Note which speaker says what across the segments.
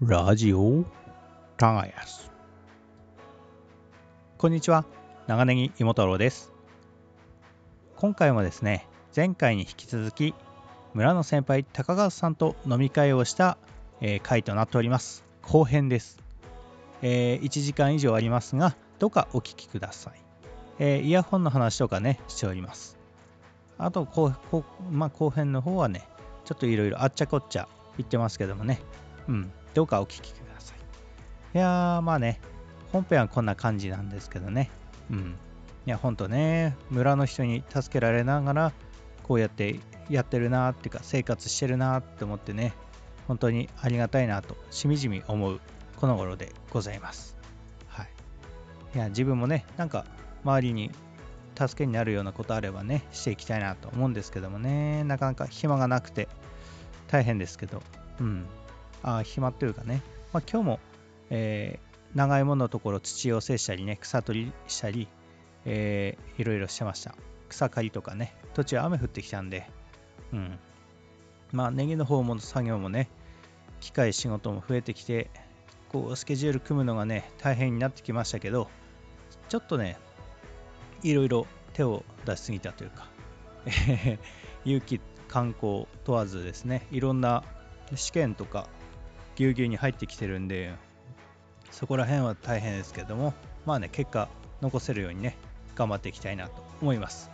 Speaker 1: ラジオ耕すこんにちは長ネギ芋太郎です今回もですね前回に引き続き村の先輩高川さんと飲み会をした、えー回となっております後編です、えー1時間以上ありますがどうかお聞きください、えーイヤホンの話とかねしておりますあとこうこう、まあ、後編の方はねちょっといろいろあっちゃこっちゃ言ってますけどもねうん、どうかお聞きください。いやー、まあね、本編はこんな感じなんですけどね。うん。いや、ほんとね、村の人に助けられながら、こうやってやってるなーっていうか、生活してるなーって思ってね、本当にありがたいなと、しみじみ思う、この頃でございます。はい。いや、自分もね、なんか、周りに助けになるようなことあればね、していきたいなと思うんですけどもね、なかなか暇がなくて、大変ですけど、うん。あ暇というかね、まあ、今日も、えー長芋のところ土を制したりね草取りしたり、えーいろいろしてました草刈りとかね途中雨降ってきたんでうんまあネギの方も作業もね機械仕事も増えてきてこうスケジュール組むのがね大変になってきましたけどちょっとねいろいろ手を出しすぎたというか勇気観光問わずですねいろんな試験とかぎゅうぎゅうに入ってきてるんでそこら辺は大変ですけどもまあね結果残せるようにね頑張っていきたいなと思います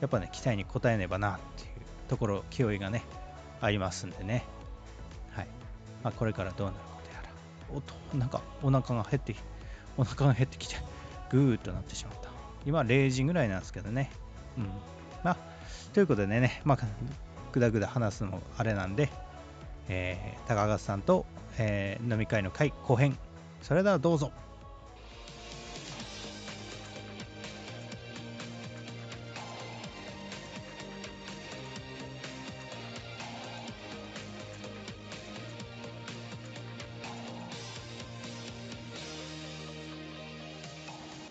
Speaker 1: やっぱね期待に応えねばなっていうところ気負いがねありますんでねはい、まあ、これからどうなることやらおっとなんかお腹が減ってきお腹が減ってきてぐーっとなってしまった今0時ぐらいなんですけどねうんまあということでねまあぐだぐだ話すのもあれなんでえー高橋さんと、えー飲み会の会後編それではどうぞ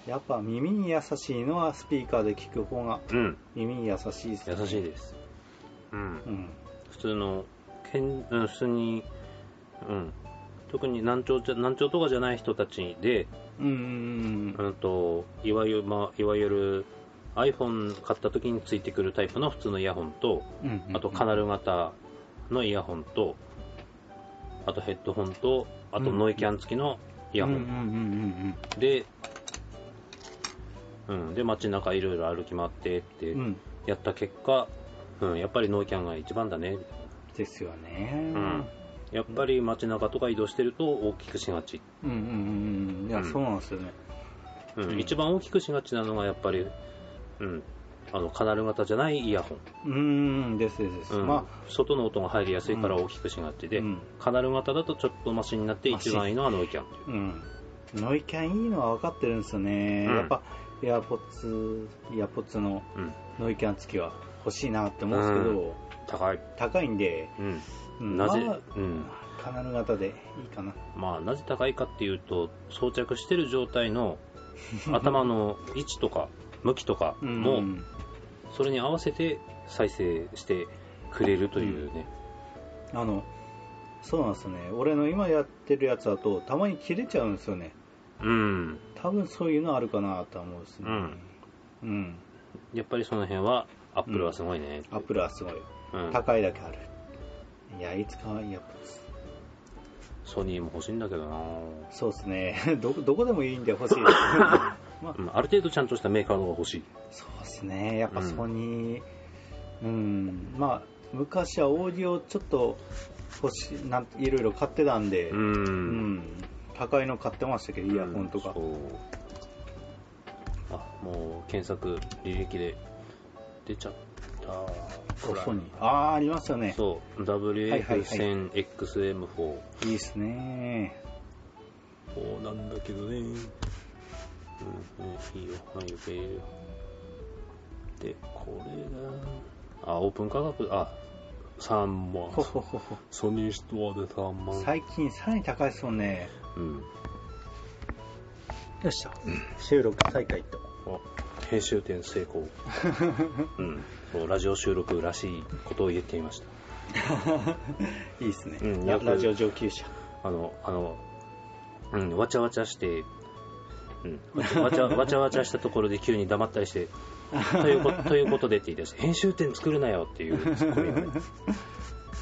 Speaker 1: やっぱ耳に優しいのはスピーカーで聞く方が
Speaker 2: うん、
Speaker 1: 耳に優しいです
Speaker 2: 優しいです。うん、
Speaker 1: うん
Speaker 2: 普通の、けんうん普通に、うん、特に難聴じゃ難聴とかじゃない人たちで、
Speaker 1: うんうん
Speaker 2: うんといわゆる、まあ、いわゆる iPhone 買った時についてくるタイプの普通のイヤホンと、
Speaker 1: うんうん
Speaker 2: あとカナル型のイヤホンと、あとヘッドホンと、あとノイキャン付きのイヤホ
Speaker 1: うんうん
Speaker 2: ンで、うん、で街中いろいろ歩き回ってって
Speaker 1: うんうんうんうん
Speaker 2: やった結果、うん、やっぱりノイキャンが一番だね
Speaker 1: ですよね
Speaker 2: うんやっぱり街中とか移動してると大きくしがち、
Speaker 1: うんうんうんうんいや
Speaker 2: うん
Speaker 1: そうなんですよね
Speaker 2: うん
Speaker 1: うん
Speaker 2: 一番大きくしがちなのがやっぱり、うん、あのカナル型じゃないイヤホン、
Speaker 1: うーんですですです
Speaker 2: うん
Speaker 1: ま
Speaker 2: 外の音が入りやすいから大きくしがち
Speaker 1: あ
Speaker 2: で、
Speaker 1: うん
Speaker 2: カナル型だとちょっとマシになって一番いいのがノイキャン
Speaker 1: うんノイキャンいいのは分かってるんですよね
Speaker 2: うん
Speaker 1: やっぱエアポッツイヤポッツの
Speaker 2: うん
Speaker 1: ノイキャン付きは欲しいなって思うんですけど
Speaker 2: 高い、
Speaker 1: 高いんで
Speaker 2: うん
Speaker 1: うん
Speaker 2: なぜ、
Speaker 1: まあ
Speaker 2: うん
Speaker 1: カナル型でいいかな
Speaker 2: まあ、なぜ高いかっていうと装着してる状態の頭の位置とか向きとか
Speaker 1: うん
Speaker 2: もそれに合わせて再生してくれるというね、
Speaker 1: あのそうなんですよね俺の今やってるやつだとたまに切れちゃうんですよね
Speaker 2: うん、
Speaker 1: 多分そういうのあるかなとは思うんですねうん
Speaker 2: やっぱりその辺はアップルはすごいね、
Speaker 1: アップルはすごい
Speaker 2: うん
Speaker 1: 高いだけあるいやいつかやっぱ
Speaker 2: ソニーも欲しいんだけどな、
Speaker 1: そうですね どこどこでもいいんで 欲しい
Speaker 2: うん、ある程度ちゃんとしたメーカーの方が欲しい
Speaker 1: そうですねやっぱソニーうん、まあ昔はオーディオちょっと欲しいなんいろいろ買ってたんで、
Speaker 2: ん、
Speaker 1: うん高いの買ってましたけどイヤホンとか、
Speaker 2: そうあもう検索履歴で出ちゃった
Speaker 1: そうソニーああーありますよね
Speaker 2: そう WF1000XM4、
Speaker 1: いいですね
Speaker 2: そうなんだけどね、うん、いいよはいよけいよでこれがあオープン価格あ3万
Speaker 1: ほほほほ
Speaker 2: ソニーストアで3万
Speaker 1: 最近さらに高いですもんね
Speaker 2: うん
Speaker 1: よっしゃ収録再開と
Speaker 2: あ編集点成功、うん、そうラジオ収録らしいことを言ってみました
Speaker 1: いいですね、
Speaker 2: うん
Speaker 1: ラ
Speaker 2: よく
Speaker 1: ラジオ上級者
Speaker 2: あの、あの、うん、わちゃわちゃして、うん、わちゃわちゃわちゃしたところで急に黙ったりして、ということということでって言い出して、編集点作るなよっていうツッコミをね、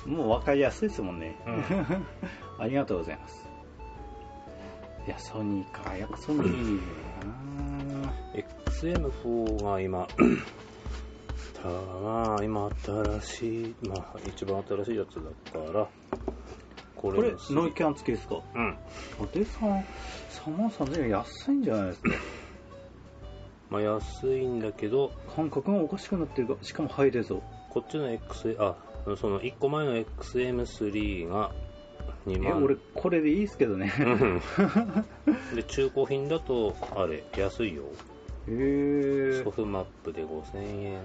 Speaker 1: もう分かりやすいですもんね。
Speaker 2: うん
Speaker 1: ありがとうございます。いや、ソニーか。やっぱソニーだな
Speaker 2: XM4 が今、 たまあ、今新しい、まあ、一番新しいやつだから、こ
Speaker 1: こ
Speaker 2: れ
Speaker 1: れ
Speaker 2: で、す
Speaker 1: ノイキャン付きですか
Speaker 2: うん。
Speaker 1: お手さん、3万3000円安いんじゃないですか。
Speaker 2: まあ、安いんだけど、
Speaker 1: 感覚がおかしくなってるか、しかもハイレゾ。
Speaker 2: こっちの X、あ、その1個前の XM3 が2
Speaker 1: え、
Speaker 2: 万。
Speaker 1: 俺、これでいいですけどね。
Speaker 2: うんで、中古品だと、あれ、安いよ。
Speaker 1: へー
Speaker 2: ソフマップで5000円。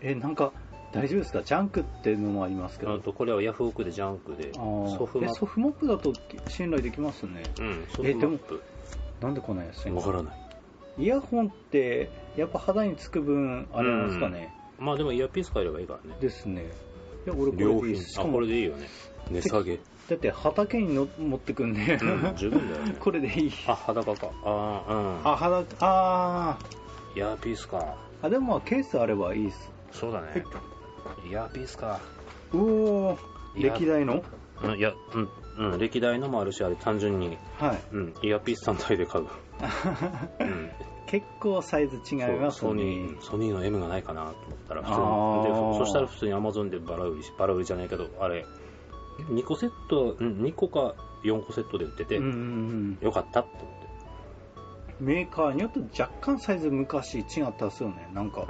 Speaker 1: え、なんか、大丈夫ですかジャンクっていうのもありますけど。
Speaker 2: あと、これはヤフオクでジャンクで、
Speaker 1: あー
Speaker 2: ソフマ
Speaker 1: え
Speaker 2: ップ
Speaker 1: ソ。フマップだと信頼できますね。
Speaker 2: うん、ソ
Speaker 1: え
Speaker 2: フ
Speaker 1: で
Speaker 2: マ
Speaker 1: も
Speaker 2: ップ。
Speaker 1: なんでこんな安い
Speaker 2: わ
Speaker 1: の
Speaker 2: からない。
Speaker 1: イヤホンって、やっぱ肌につく分、あれなんですかね。
Speaker 2: まあでもイヤーピース変えればいいからね。
Speaker 1: ですね。いや、俺こ
Speaker 2: 良
Speaker 1: れでいい
Speaker 2: 品
Speaker 1: です。し
Speaker 2: あ
Speaker 1: か
Speaker 2: こ
Speaker 1: も、
Speaker 2: れ
Speaker 1: だ
Speaker 2: でいいよね値下げ
Speaker 1: って畑にの持ってくんで、
Speaker 2: うん十分だよ ね
Speaker 1: これでいい。
Speaker 2: あ裸かあーうん
Speaker 1: あ、肌、あ
Speaker 2: イヤーピースか
Speaker 1: ーあ、でもまあケースあればいいです。
Speaker 2: そうだねイヤーピースか
Speaker 1: うおー、
Speaker 2: いや
Speaker 1: 歴代の
Speaker 2: うんいやうん、うん、歴代のもあるしあれ単純に、
Speaker 1: はい。
Speaker 2: うん、イヤーピース単体で 買う、うん、
Speaker 1: 結構サイズ違います
Speaker 2: そうソニ
Speaker 1: ね
Speaker 2: ー。ソニーの M がないかなと思ったら普通
Speaker 1: あ
Speaker 2: に
Speaker 1: ー
Speaker 2: でそしたら普通に Amazon でバラ売りしバラ売りじゃないけどあれ2個セット、うん、2個か4個セットで売ってて、
Speaker 1: うんうんうん。
Speaker 2: よかったって思って
Speaker 1: メーカーによって若干サイズ昔違ったっすよね。なんか、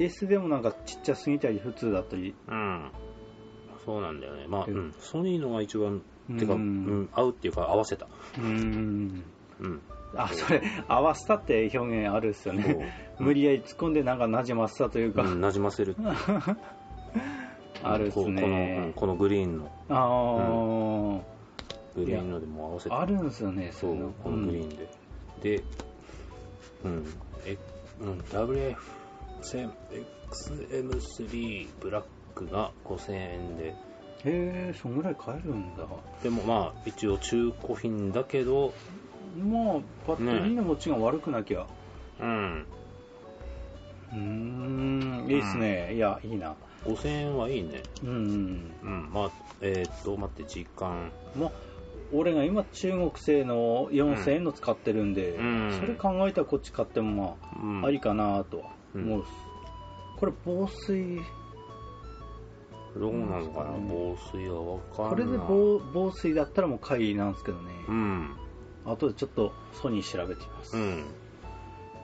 Speaker 1: S でもなんかちっちゃすぎたり普通だったり、
Speaker 2: うん。そうなんだよね。まあ、
Speaker 1: う
Speaker 2: うんん。ソニーのが一番、
Speaker 1: うん
Speaker 2: てか、うん、合うっていうか合わせた。
Speaker 1: うーん
Speaker 2: うん。
Speaker 1: あそれ合わせたって表現あるっすよ
Speaker 2: こ
Speaker 1: ね 無理やり突っ込んでなんかなじませたという
Speaker 2: う、
Speaker 1: か、
Speaker 2: うん、馴染ませるっていう。
Speaker 1: あるっす
Speaker 2: こうこの、うん
Speaker 1: ね
Speaker 2: このグリーンの、
Speaker 1: あー
Speaker 2: グリーンのでも合わせた。
Speaker 1: あるんすよね
Speaker 2: そ
Speaker 1: そういうの、
Speaker 2: このグリー
Speaker 1: ン
Speaker 2: ンで。で、うん。え、うん、WF1000XM3 ブラックが5000円で、
Speaker 1: へえそんぐらい買えるんだ
Speaker 2: でもまあ、一応中古品だけど、
Speaker 1: まあバッテリーの持ちが悪くなきゃ、
Speaker 2: うん。
Speaker 1: うーんいいっすね、いやいいな
Speaker 2: 5000円はいいね。
Speaker 1: うんうん
Speaker 2: うん、まあ、えーっと、待って、時間。
Speaker 1: まあ俺が今中国製の4000円の使ってるんで、
Speaker 2: うん
Speaker 1: それ考えたらこっち買ってもまあ
Speaker 2: うん
Speaker 1: ありかなとは思うっす、これ防水
Speaker 2: どうなのかな、
Speaker 1: うん
Speaker 2: 防水はわかんない。
Speaker 1: これで防防水だったらもう買いなんですけどね、
Speaker 2: うん。
Speaker 1: 後でちょっとソニー調べてみます、
Speaker 2: うん。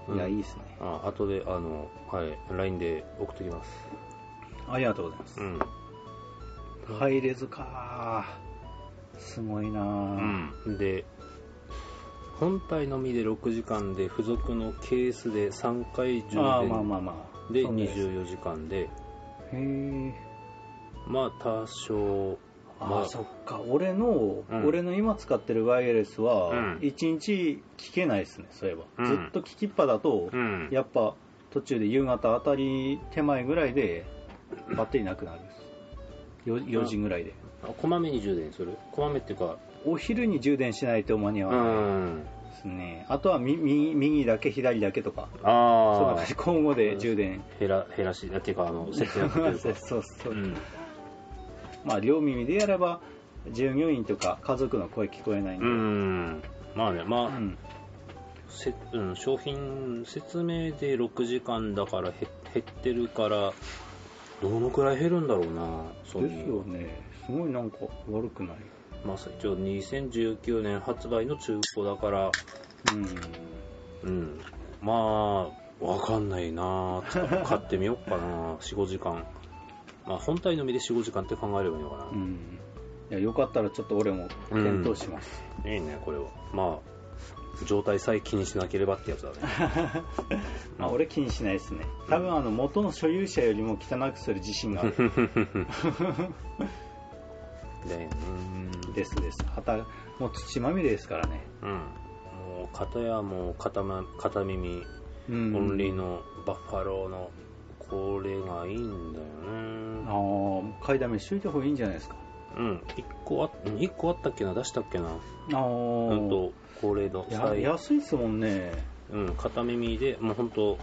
Speaker 2: うん
Speaker 1: いやいいですね
Speaker 2: あ、後で、あの、はい、LINE で送ってきます。
Speaker 1: ありがとうございます
Speaker 2: う、ん。
Speaker 1: ハイレズかすごいな
Speaker 2: う
Speaker 1: ぁ
Speaker 2: ん。で、本体のみで6時間で、付属のケースで3回充電
Speaker 1: ああまあまあまあ
Speaker 2: で
Speaker 1: そうす
Speaker 2: 24時間で、
Speaker 1: へえ
Speaker 2: まあ、多少、
Speaker 1: あ、
Speaker 2: ま
Speaker 1: あ、そっか俺の、
Speaker 2: うん
Speaker 1: 俺の今使ってるワイヤレスは
Speaker 2: うん
Speaker 1: 1日聞けないですねそういえば、
Speaker 2: うん
Speaker 1: ずっと聞きっぱだと、
Speaker 2: うん。
Speaker 1: やっぱ途中で夕方あたり手前ぐらいでバッテリーなくなるんですよ 4, 時ぐらいで
Speaker 2: あこまめに充電するこまめっていうか、
Speaker 1: お昼に充電しないと間に合
Speaker 2: う
Speaker 1: わない
Speaker 2: ん。
Speaker 1: ですね、あとはみ右右だけ左だけとかそんな
Speaker 2: あ
Speaker 1: 感
Speaker 2: あ
Speaker 1: じ。交互で充電
Speaker 2: 減ら、減らし、っていうか、あの、節約と
Speaker 1: そう
Speaker 2: いうか。
Speaker 1: そうそう、
Speaker 2: うん。
Speaker 1: まあ両耳でやれば従業員とか家族の声聞こえないんで、
Speaker 2: う
Speaker 1: うん
Speaker 2: ん。まあね、まあ、せうん、商品説明で6時間だから減減ってるからどのくらい減るんだろうなソニ
Speaker 1: で
Speaker 2: ー
Speaker 1: すよねすごいなんか悪くない
Speaker 2: まあ、一応2019年発売の中古だから
Speaker 1: うん
Speaker 2: うんまあわかんないな使買ってみようかな45時 間まあ本体のみで45時間って考えればいいのかな、
Speaker 1: うんいやよかったらちょっと俺も検討します、
Speaker 2: いいねこれはまあ状態さえ気にしなければってやつだね
Speaker 1: まあ、俺気にしないですね多分あの元の所有者よりも汚くする自信がある
Speaker 2: だよね
Speaker 1: ですです旗もう土まみれですからね
Speaker 2: うんもう片やもう片,、ま、片耳
Speaker 1: う
Speaker 2: オ
Speaker 1: ん
Speaker 2: ンリーのバッファローのこれがいいんだよ
Speaker 1: ああ
Speaker 2: ね
Speaker 1: もう買いだめしといた方がいいんじゃないですか
Speaker 2: うん、1個あうん一個あったっけな、出したっけな、
Speaker 1: あ
Speaker 2: うん
Speaker 1: ー
Speaker 2: と、これの、
Speaker 1: や
Speaker 2: 最
Speaker 1: 安いですもんね
Speaker 2: うん、片耳で、もう本当、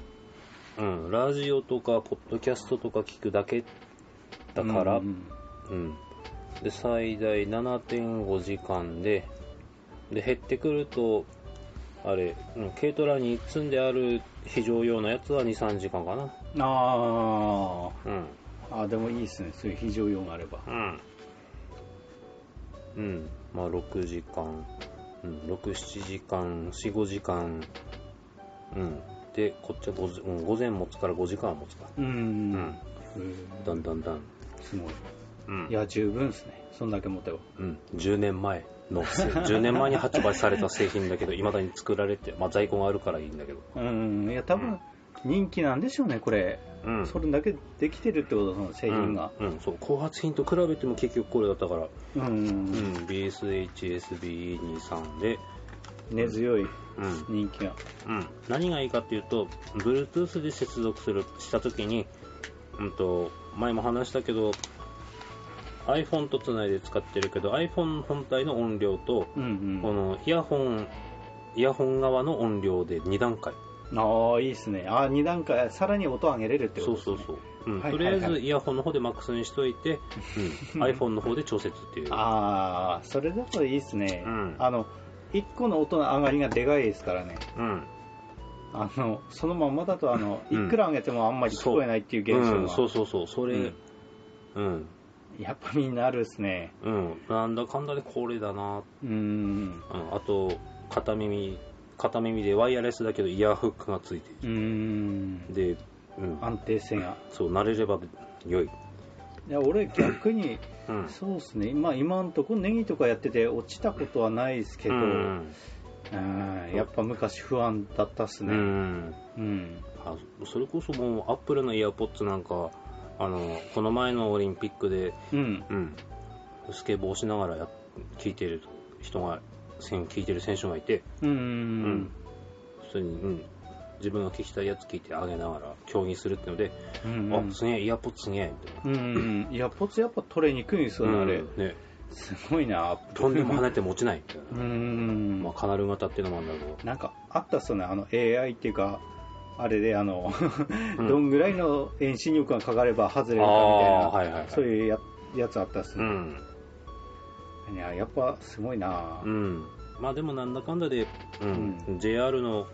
Speaker 2: うん、ラジオとか、ポッドキャストとか聞くだけだから、
Speaker 1: う
Speaker 2: うん
Speaker 1: うんん
Speaker 2: で最大7.5時間で、で減ってくると、あれ、うん軽トラに積んである非常用のやつは2、3時間かな。
Speaker 1: あ
Speaker 2: うん
Speaker 1: ーあーでもいいですねそういう非常用があれば
Speaker 2: うん。うん。まあ、6時間、うん、6、7時間、4、5時間、うん。で、こっちは午前,、うん、午前持つから5時間は持つか。
Speaker 1: うん、
Speaker 2: うん。
Speaker 1: うん
Speaker 2: だんだんだん。
Speaker 1: すごい
Speaker 2: うん
Speaker 1: いや十分ですねそんだけ持てば
Speaker 2: うん。10年前の、せ 10年前に発売された製品だけど、未だに作られて、まあ、在庫があるからいいんだけど。
Speaker 1: うんいや多
Speaker 2: う
Speaker 1: 分
Speaker 2: ん
Speaker 1: 人気なんでしょうねこれ、
Speaker 2: うん。
Speaker 1: それだけできてるってことその製品が
Speaker 2: うん、うんそう後発品と比べても結局これだったから、
Speaker 1: うん、
Speaker 2: うん、BSHSBE23 で、
Speaker 1: 根強い
Speaker 2: うん、
Speaker 1: 人気が
Speaker 2: うん、何がいいかっていうと、Bluetooth で接続するしたときに、うんと、前も話したけど、iPhone とつないで使ってるけど、iPhone 本体の音量と、
Speaker 1: うんうん
Speaker 2: このイヤホン、イヤホン側の音量で2段階。
Speaker 1: ああいいですねああ2段階さらに音上げれるってこ
Speaker 2: そ
Speaker 1: と
Speaker 2: う
Speaker 1: です、
Speaker 2: そ
Speaker 1: ね、
Speaker 2: うそう。うん、
Speaker 1: はい
Speaker 2: とりあえ
Speaker 1: はいは
Speaker 2: ずイヤホンの方でマックスにしといて、うん、iPhone の方で調節っていう。
Speaker 1: ああそれだといいですね、
Speaker 2: うん
Speaker 1: あの1個の音の上がりがでかいですからね
Speaker 2: うん。
Speaker 1: あのそのまんまだとあの、
Speaker 2: うん
Speaker 1: いくら上げてもあんまり聞こえないっていう現
Speaker 2: う
Speaker 1: 象
Speaker 2: ん、
Speaker 1: が、
Speaker 2: そうそうそう。それ、うん、
Speaker 1: やっぱみんなあるですね
Speaker 2: うん。なんだかんだでこれだなって
Speaker 1: うん
Speaker 2: うん、あと片耳片耳でワイヤレスだけどイヤーフックがついていうる、
Speaker 1: ん
Speaker 2: で、うん、
Speaker 1: 安定性が
Speaker 2: そう慣れれば良い、
Speaker 1: いや俺逆に
Speaker 2: うん、
Speaker 1: そうですね、まあ、今んとこネギとかやってて落ちたことはないですけど、
Speaker 2: うん
Speaker 1: うんやっぱ昔不安だったっす
Speaker 2: う
Speaker 1: ね、
Speaker 2: ん、
Speaker 1: うん
Speaker 2: あそれこそもうアップルのイヤーポッツなんかあのこの前のオリンピックで、
Speaker 1: うん、
Speaker 2: うん、スケボーしながらや聞いてる人が選聞いてる選手がいて、
Speaker 1: うん
Speaker 2: うん普通に、うん、自分が聞きたいやつ聞いてあげながら競技するってので、
Speaker 1: うん
Speaker 2: あすげえイヤーポッツすげえみたいな。
Speaker 1: うんうんいやポツやっぱ取れにくいんですよね、あれ
Speaker 2: うんね、
Speaker 1: すごいな
Speaker 2: とんでも離れても落ちないみたいな
Speaker 1: う。ん、
Speaker 2: まあ、カナル型っていうのもあるんだけ
Speaker 1: なんかあったっすよねあの AI っていうかあれであの、
Speaker 2: うん
Speaker 1: どんぐらいの遠心力がかかれば外れる
Speaker 2: ど。
Speaker 1: かみたいな、
Speaker 2: はいはいはい。
Speaker 1: そういうややつあったっす
Speaker 2: う
Speaker 1: ね、
Speaker 2: ん。
Speaker 1: いややっぱすごいな、
Speaker 2: うん。まあでもなんだかんだで、うん。
Speaker 1: う
Speaker 2: JR の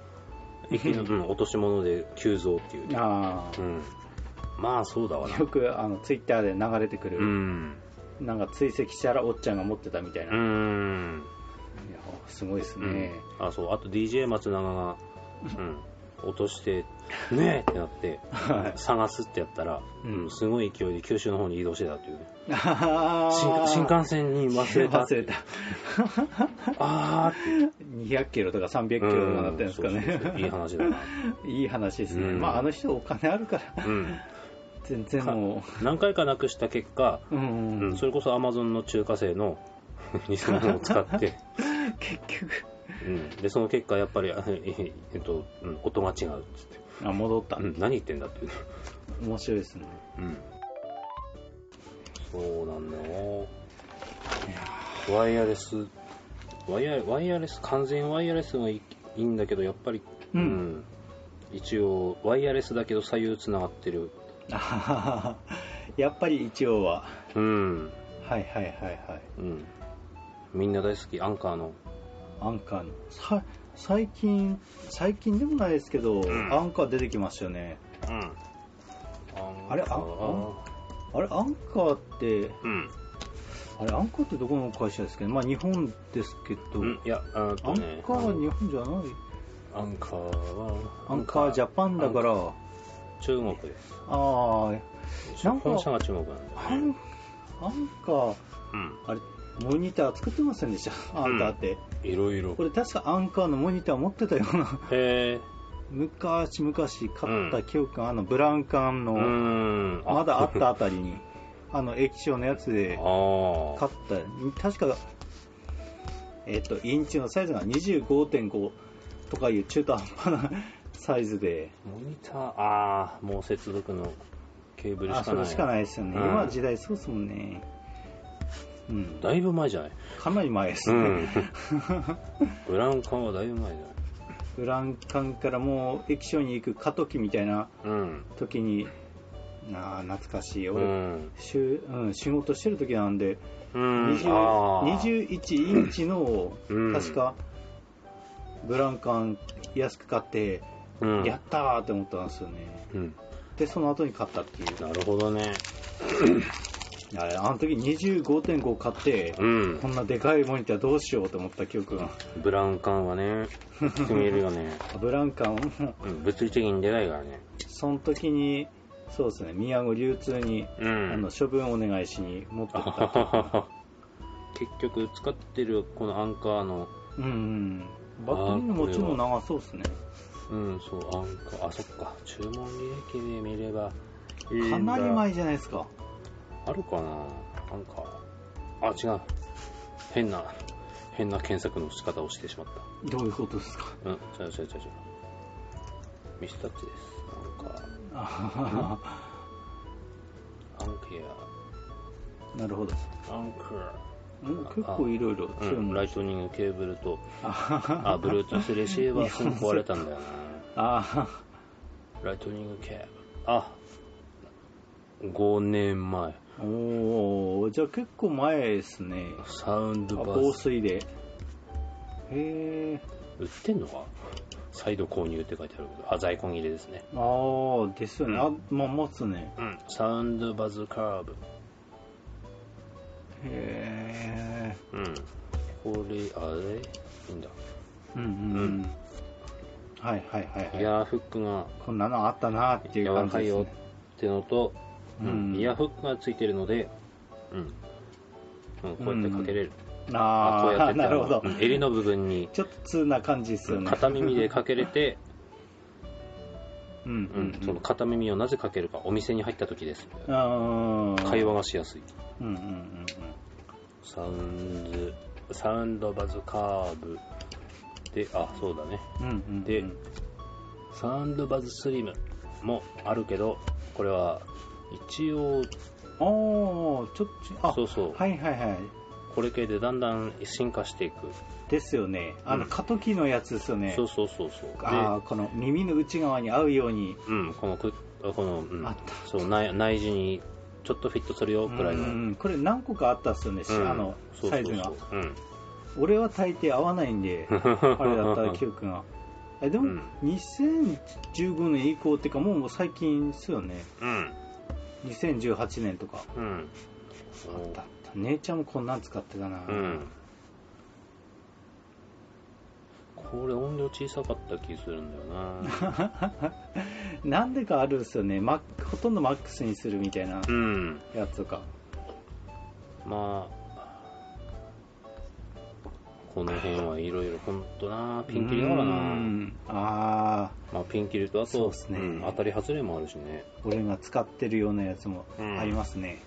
Speaker 2: 駅の、うん、落とし物で急増っていうね。
Speaker 1: あー
Speaker 2: うん。まあそうだわな。
Speaker 1: よくあのツイッターで流れてくる、
Speaker 2: うん。
Speaker 1: なんか追跡したらおっちゃんが持ってたみたいうな、い
Speaker 2: ん。
Speaker 1: やすごいです
Speaker 2: うん
Speaker 1: ね、
Speaker 2: あ、そう。あと DJ 松永が、うん。落として、ねえってなって、
Speaker 1: はい
Speaker 2: 探すってやったら、
Speaker 1: うん
Speaker 2: うん、すごい勢いで九州の方に移動してたっていうね。
Speaker 1: あー
Speaker 2: 新幹新幹線に忘れた。
Speaker 1: 忘れた
Speaker 2: あーって。
Speaker 1: 200キロとか300キロとかなってるんですか
Speaker 2: うんそうそうそういい
Speaker 1: ね、
Speaker 2: 話だな。
Speaker 1: いい話ですね、
Speaker 2: うん
Speaker 1: まあ、あの人、お金あるから、
Speaker 2: うん。
Speaker 1: 全然も
Speaker 2: 何回かなくした結果、
Speaker 1: う、うん
Speaker 2: うんそれこそ Amazon の中華製の 偽物を使 って、
Speaker 1: 結局
Speaker 2: うんでその結果やっぱり、あええっと、うん音が違うっつって、
Speaker 1: あ、戻った、
Speaker 2: うん何言ってんだっていう、
Speaker 1: 面白いですね、
Speaker 2: うん、そうなんだよワイヤレスワイヤワイヤレス完全ワイヤレスもいいいいんだけどやっぱり、
Speaker 1: うん
Speaker 2: うん一応ワイヤレスだけど左右つながってる
Speaker 1: あはははやっぱり一応は、
Speaker 2: うん、
Speaker 1: はいはいはいはい、
Speaker 2: うん、みんな大好きアンカーの
Speaker 1: アンカーの、さ最近、最近でもないですけど、
Speaker 2: ん
Speaker 1: アンカー出てきましたよね、
Speaker 2: うん。
Speaker 1: あれああれ、アンカーって、
Speaker 2: うん。
Speaker 1: あれ、アンカーってどこの会社ですけど、まあ、日本ですけど、
Speaker 2: うん。いや、あ
Speaker 1: ア
Speaker 2: と
Speaker 1: ン
Speaker 2: ね。
Speaker 1: カーは日本じゃない、
Speaker 2: アンカーは、
Speaker 1: アンカージャパンだから、
Speaker 2: アンカー中国です。
Speaker 1: ああ、なんか
Speaker 2: 本社が中国なんだ
Speaker 1: ア
Speaker 2: よね
Speaker 1: ンアンカー、
Speaker 2: うん。
Speaker 1: あれ、モニター作ってませんでした、アンカーって。
Speaker 2: いろいろ
Speaker 1: こ。れ確かアンカーのモニター持ってたような、
Speaker 2: へえ。
Speaker 1: 昔々買った記憶が、あの、ブラウン管
Speaker 2: う
Speaker 1: の、
Speaker 2: ーん。
Speaker 1: まだあっ
Speaker 2: あ
Speaker 1: たあたりに、あの、液晶のやつで
Speaker 2: あー。
Speaker 1: 買った、確か、えっと、インチのサイズが25.5とかいう中途半端な サイズで、
Speaker 2: モニター、ああ、もう接続のケーブルし
Speaker 1: あ、
Speaker 2: か
Speaker 1: そ
Speaker 2: ない。
Speaker 1: れしかないですよね。
Speaker 2: うん
Speaker 1: 今の時代そうですもんね。うん、
Speaker 2: だいぶ前じゃない
Speaker 1: かなり前です
Speaker 2: う
Speaker 1: ね、
Speaker 2: んグランカンはだいぶ前じゃない
Speaker 1: ブランカンからもう液晶に行く過渡期みたいな
Speaker 2: うん
Speaker 1: 時になあ懐かしいよ、
Speaker 2: うん
Speaker 1: しゅうん、仕事してる時なんで、
Speaker 2: うん
Speaker 1: 20
Speaker 2: あー
Speaker 1: 21インチの
Speaker 2: うん
Speaker 1: 確かブランカン安く買って、
Speaker 2: うん
Speaker 1: やったーって思ったんですよね
Speaker 2: うん
Speaker 1: でその後に買ったっていう
Speaker 2: なるほどね
Speaker 1: あれあの時25.5買って
Speaker 2: うん
Speaker 1: こんなでかいモニターどうしようと思った記憶が
Speaker 2: ブラウン管はね、大きく見えるよね。
Speaker 1: ブランカンも
Speaker 2: うん物理的に出ないからね。
Speaker 1: その時にそうですね宮古流通に
Speaker 2: う
Speaker 1: あ
Speaker 2: ん
Speaker 1: の。処分お願いしに持って
Speaker 2: あは
Speaker 1: った
Speaker 2: は はは結局、使ってるこのアンカーの、
Speaker 1: うんうんバッテリーの持ちも長そうですね
Speaker 2: うん、そう、アンカー、あ、そっか、注文履歴で見ればいいんだ
Speaker 1: かなり前じゃないですか
Speaker 2: あるかなアンカー。あ、違う。変な、変な検索の仕方をしてしまっ
Speaker 1: どういうことですか
Speaker 2: た。うん、違う違う違う違う。ミスタッチです。アンカー。
Speaker 1: あ
Speaker 2: アンケ
Speaker 1: ーなるほど
Speaker 2: ア。アンカー。
Speaker 1: もう結構いろいろ
Speaker 2: う
Speaker 1: 注
Speaker 2: ん、
Speaker 1: 文
Speaker 2: ライトニングケーブルと、
Speaker 1: あはは
Speaker 2: あ、Bluetooth レシーバーすぐ壊れたんだよ
Speaker 1: あは
Speaker 2: な。ライトニングケーブル。あ、5年前。
Speaker 1: おおじゃあ結構前ですね
Speaker 2: サウンド
Speaker 1: あ
Speaker 2: バ
Speaker 1: 防
Speaker 2: ス。
Speaker 1: 水でへえ
Speaker 2: 売ってんのか再度購入って書いてあるけど、あ、在庫切れですね。
Speaker 1: ああですよねあまあ持つね
Speaker 2: うん。サウンドバズカーブ。
Speaker 1: へえ
Speaker 2: うん。これ、あれいいんだ。
Speaker 1: うんうん、うん、はいはいはいはい
Speaker 2: イヤーフックが
Speaker 1: こんなのあったなっていう
Speaker 2: 柔ら
Speaker 1: 感じ
Speaker 2: かい
Speaker 1: です、
Speaker 2: よ
Speaker 1: ね、
Speaker 2: ってのと、うんイヤーフックがついてるので、うん。うん、こうやってかけれる。あ、こうや
Speaker 1: あ
Speaker 2: っ
Speaker 1: あ
Speaker 2: て
Speaker 1: なるほど、
Speaker 2: うん襟の部分に
Speaker 1: ちょっと通な感じですよね
Speaker 2: 片耳でかけれて、
Speaker 1: うん
Speaker 2: う
Speaker 1: うん
Speaker 2: ん、その片耳をなぜかけるか、お店に入った時です。
Speaker 1: あー
Speaker 2: 会話がしやすい。
Speaker 1: うんうんうん
Speaker 2: サウンズ、サウンドバズカーブ。で、あ、そうだね。
Speaker 1: うんうんうん
Speaker 2: でサウンドバズスリムもあるけど、これは、一応、
Speaker 1: おおちょっとあ
Speaker 2: そうそう、
Speaker 1: はいはいはい
Speaker 2: これ系でだんだん進化していく。
Speaker 1: ですよねあの
Speaker 2: うん
Speaker 1: 過渡期のやつですよね、
Speaker 2: そうそうそうそう。
Speaker 1: ああこの耳の内側に合うように
Speaker 2: で、うん、このく、この、うん
Speaker 1: あった
Speaker 2: そう内、内耳にちょっとフィットするよ、くらいの。
Speaker 1: う
Speaker 2: うん
Speaker 1: んこれ何個かあったっすよね、しあの
Speaker 2: そう
Speaker 1: サ
Speaker 2: そう
Speaker 1: イズ
Speaker 2: そう
Speaker 1: が
Speaker 2: うん。
Speaker 1: 俺は大抵合わないん であれだった記憶がえでも、
Speaker 2: うん
Speaker 1: 2015年以降っていうかもうもう最近っすよね
Speaker 2: うん。
Speaker 1: 2018年とか
Speaker 2: うん。
Speaker 1: あったあった姉ちゃんもこんなん使ってたな
Speaker 2: うん。これ音量小さかった気するんだよ な。
Speaker 1: なんでかあるんですよねマックほとんどマックスにするみたいな
Speaker 2: うん。
Speaker 1: やつとか
Speaker 2: まあ、この辺はいろいろ、ほんとな、ピンキリだから
Speaker 1: う
Speaker 2: な。
Speaker 1: んああ
Speaker 2: まあ、ピンキリとあ
Speaker 1: そう
Speaker 2: と
Speaker 1: っ、すね
Speaker 2: ん当たり外れもあるしね。
Speaker 1: 俺が使ってるようなやつもありますね、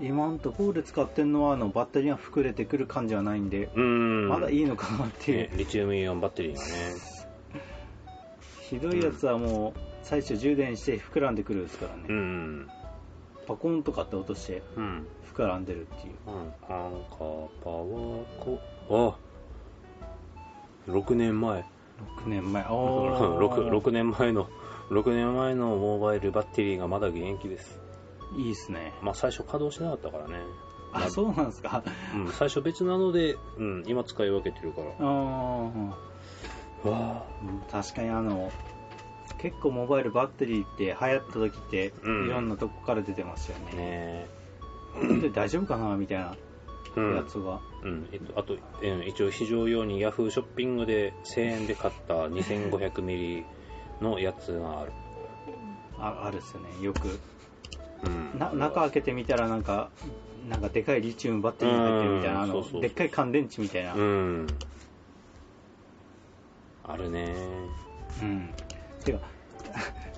Speaker 1: 今んとこ俺使ってるのはあのバッテリーが膨れてくる感じはないんで、
Speaker 2: うん。
Speaker 1: まだ
Speaker 2: い
Speaker 1: いいのかなっていう、
Speaker 2: ね。リチウムイオンバッテリーがね。
Speaker 1: ひどいやつはもう最初充電して膨らんでくるですからね、
Speaker 2: うん。
Speaker 1: パコンとかって落として
Speaker 2: うん。
Speaker 1: 膨らんでるっていう
Speaker 2: うん。アンカーパワーコ、あ6年前。
Speaker 1: 6年前 お
Speaker 2: 6,
Speaker 1: ー
Speaker 2: 6年前の6年 前のモバイルバッテリーがまだ現役です、
Speaker 1: いいっすね
Speaker 2: まあ、最初稼働してなかったからね、
Speaker 1: あそうなんですか
Speaker 2: うん、最初別なので、うん、今使い分けてるから
Speaker 1: あー
Speaker 2: わ
Speaker 1: うん確かにあの結構モバイルバッテリーって流行った時ってい
Speaker 2: うん
Speaker 1: ろんなとこから出てましたよね、
Speaker 2: ねえ
Speaker 1: 本当に大丈夫かなみたいな
Speaker 2: う
Speaker 1: や
Speaker 2: ん
Speaker 1: つが、
Speaker 2: うんえっと、あと、えー一応非常用にヤフーショッピングで1000円で買った2500ミリのやつがある、
Speaker 1: ああるっすよねよく
Speaker 2: うん、
Speaker 1: な中開けてみたらなんかなんかでかいリチウムバッテリーが入ってるみたいなあ
Speaker 2: うんそうそうそ
Speaker 1: の
Speaker 2: う
Speaker 1: でっかい乾電池みたいな、
Speaker 2: うんあるね
Speaker 1: うんてか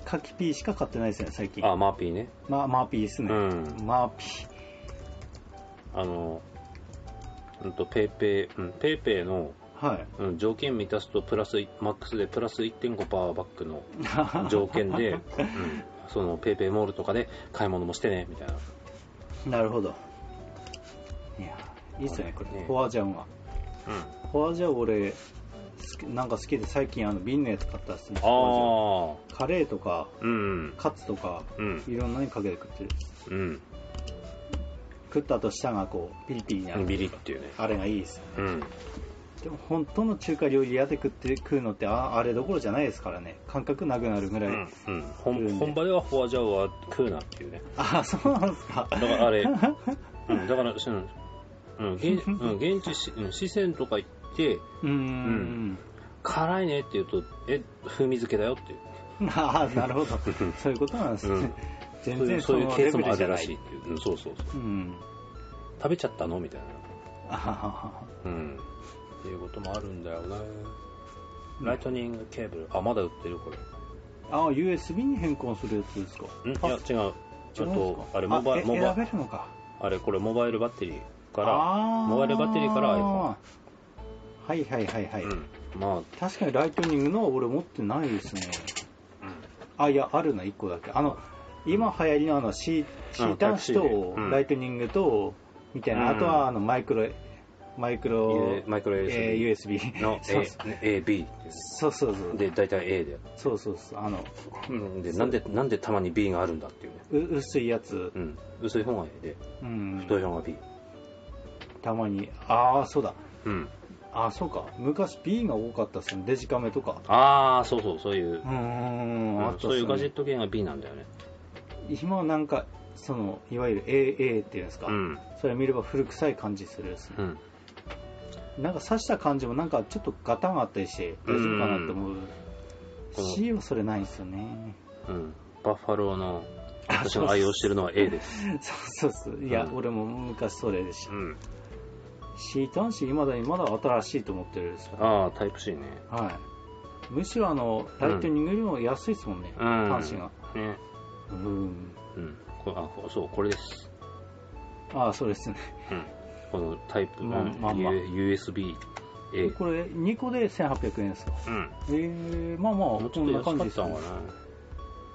Speaker 1: カキピーしか買ってないですね最近
Speaker 2: あマーピーね
Speaker 1: まあマーピーですね、
Speaker 2: うん
Speaker 1: マーピー
Speaker 2: あの、うんと、ペイペイ、うん、ペイペイの、
Speaker 1: はい
Speaker 2: うん、条件満たすと、プラス、マックスでプラス1.5%バックの条件で、うん、その PayPay モールとかで買い物もしてねみたいな
Speaker 1: なるほどいやいいっすねこれ
Speaker 2: ね
Speaker 1: フォアジャンは
Speaker 2: うん
Speaker 1: フォアジャン俺好きなんか好きで最近あの瓶のやつ買ったっすねフォア
Speaker 2: あ
Speaker 1: ジャンカレーとか
Speaker 2: あうん
Speaker 1: カツとか
Speaker 2: うん
Speaker 1: いろんなにかけて食ってる
Speaker 2: うん
Speaker 1: 食った後舌がこうピリピリになる
Speaker 2: ビリっていうね
Speaker 1: あれがいいですよね
Speaker 2: うん
Speaker 1: でも本当の中華料理屋で食って食うのってああれどころじゃないですからね感覚なくなるぐらい、
Speaker 2: うんうん本本場ではフォアジャオは食うなっていうね
Speaker 1: ああそうなんですか
Speaker 2: だからあれ、うん、だから、うんうん、現うん現地し、うん四川とか行って、
Speaker 1: うーん
Speaker 2: 辛いねって言うと、え、風味付けだよっていう。
Speaker 1: ああなるほどそういうことなんですね、
Speaker 2: うん
Speaker 1: 全然
Speaker 2: そ
Speaker 1: そう
Speaker 2: いう
Speaker 1: の
Speaker 2: ケー
Speaker 1: レ
Speaker 2: ス
Speaker 1: ベ
Speaker 2: も
Speaker 1: ル
Speaker 2: あ
Speaker 1: じゃ
Speaker 2: るら
Speaker 1: な
Speaker 2: しい
Speaker 1: い
Speaker 2: っていう。うん、そうそうそ
Speaker 1: う
Speaker 2: う。
Speaker 1: ん
Speaker 2: 食べちゃったのみたいな。
Speaker 1: あはは
Speaker 2: うん。っていうこともあるんだよね。ライトニングケーブル。あ、まだ売ってるこれ。
Speaker 1: ああ USB に変換するやつですか
Speaker 2: んい
Speaker 1: あ
Speaker 2: や、違う。ち
Speaker 1: 違
Speaker 2: ょっ
Speaker 1: うんで
Speaker 2: と
Speaker 1: す、か
Speaker 2: あれ、モバイ
Speaker 1: え
Speaker 2: ル、モバ
Speaker 1: 選べるのか
Speaker 2: あれ、これ、モバイルバッテリーか
Speaker 1: あー
Speaker 2: モバイルバッテリーから
Speaker 1: はいはいはいはい、
Speaker 2: ら、うん。ま
Speaker 1: 確かにライトニングのは俺持ってないですね
Speaker 2: あ、うん。
Speaker 1: あいやあるな1個だけあの今流行りのあの C, C 端子と
Speaker 2: うん
Speaker 1: ライトニングとみたいな、
Speaker 2: うん
Speaker 1: あとはあのマイクロマイクロ
Speaker 2: U- マイクロ USB。
Speaker 1: えー USB
Speaker 2: の
Speaker 1: そう
Speaker 2: A, A B っていう
Speaker 1: そうそうそう
Speaker 2: で大体 A で
Speaker 1: そうそうそうあの
Speaker 2: でなんでなんでたまに B があるんだっていうね、
Speaker 1: う薄いやつ
Speaker 2: う、ん、薄い方が A で
Speaker 1: うん、
Speaker 2: 太い方が B
Speaker 1: たまにああそうだ
Speaker 2: うん
Speaker 1: ああそうか昔 B が多かったっすねデジカメとか
Speaker 2: ああそうそうそういう
Speaker 1: う、ーんあ
Speaker 2: う
Speaker 1: っ
Speaker 2: ん
Speaker 1: た
Speaker 2: そういうガ
Speaker 1: っ
Speaker 2: ジ
Speaker 1: す
Speaker 2: ェッ
Speaker 1: ね
Speaker 2: ト系が B なんだよね
Speaker 1: 今はなんかそのいわゆる AA っていうんですか、
Speaker 2: うん
Speaker 1: それ見れば古臭い感じするですね
Speaker 2: うん
Speaker 1: なんか刺した感じもなんかちょっとガタンあったりして大丈夫かなって思う、
Speaker 2: うん
Speaker 1: C はそれないんですよね
Speaker 2: うんバッファローの
Speaker 1: あ
Speaker 2: 私の愛用してるのは A です
Speaker 1: そうそうそういや、
Speaker 2: うん
Speaker 1: 俺も昔それでし
Speaker 2: う
Speaker 1: た
Speaker 2: ん
Speaker 1: C 端子まだにまだ新しいと思ってるんですよ
Speaker 2: ああタイプ C ね
Speaker 1: はいむしろあのライトニングよりも安いですもんね、
Speaker 2: うん
Speaker 1: 端子が
Speaker 2: ね
Speaker 1: うん
Speaker 2: うんこあこそうこれです
Speaker 1: ああそうですね
Speaker 2: うんこのタイプ、
Speaker 1: まあまあまあ
Speaker 2: USB A
Speaker 1: これ2個で1800円ですか
Speaker 2: うん
Speaker 1: えー、まあまあ
Speaker 2: もうち
Speaker 1: こん
Speaker 2: ょっと
Speaker 1: な
Speaker 2: 安か
Speaker 1: 感じ
Speaker 2: っ
Speaker 1: です
Speaker 2: た
Speaker 1: よ
Speaker 2: の
Speaker 1: ね
Speaker 2: か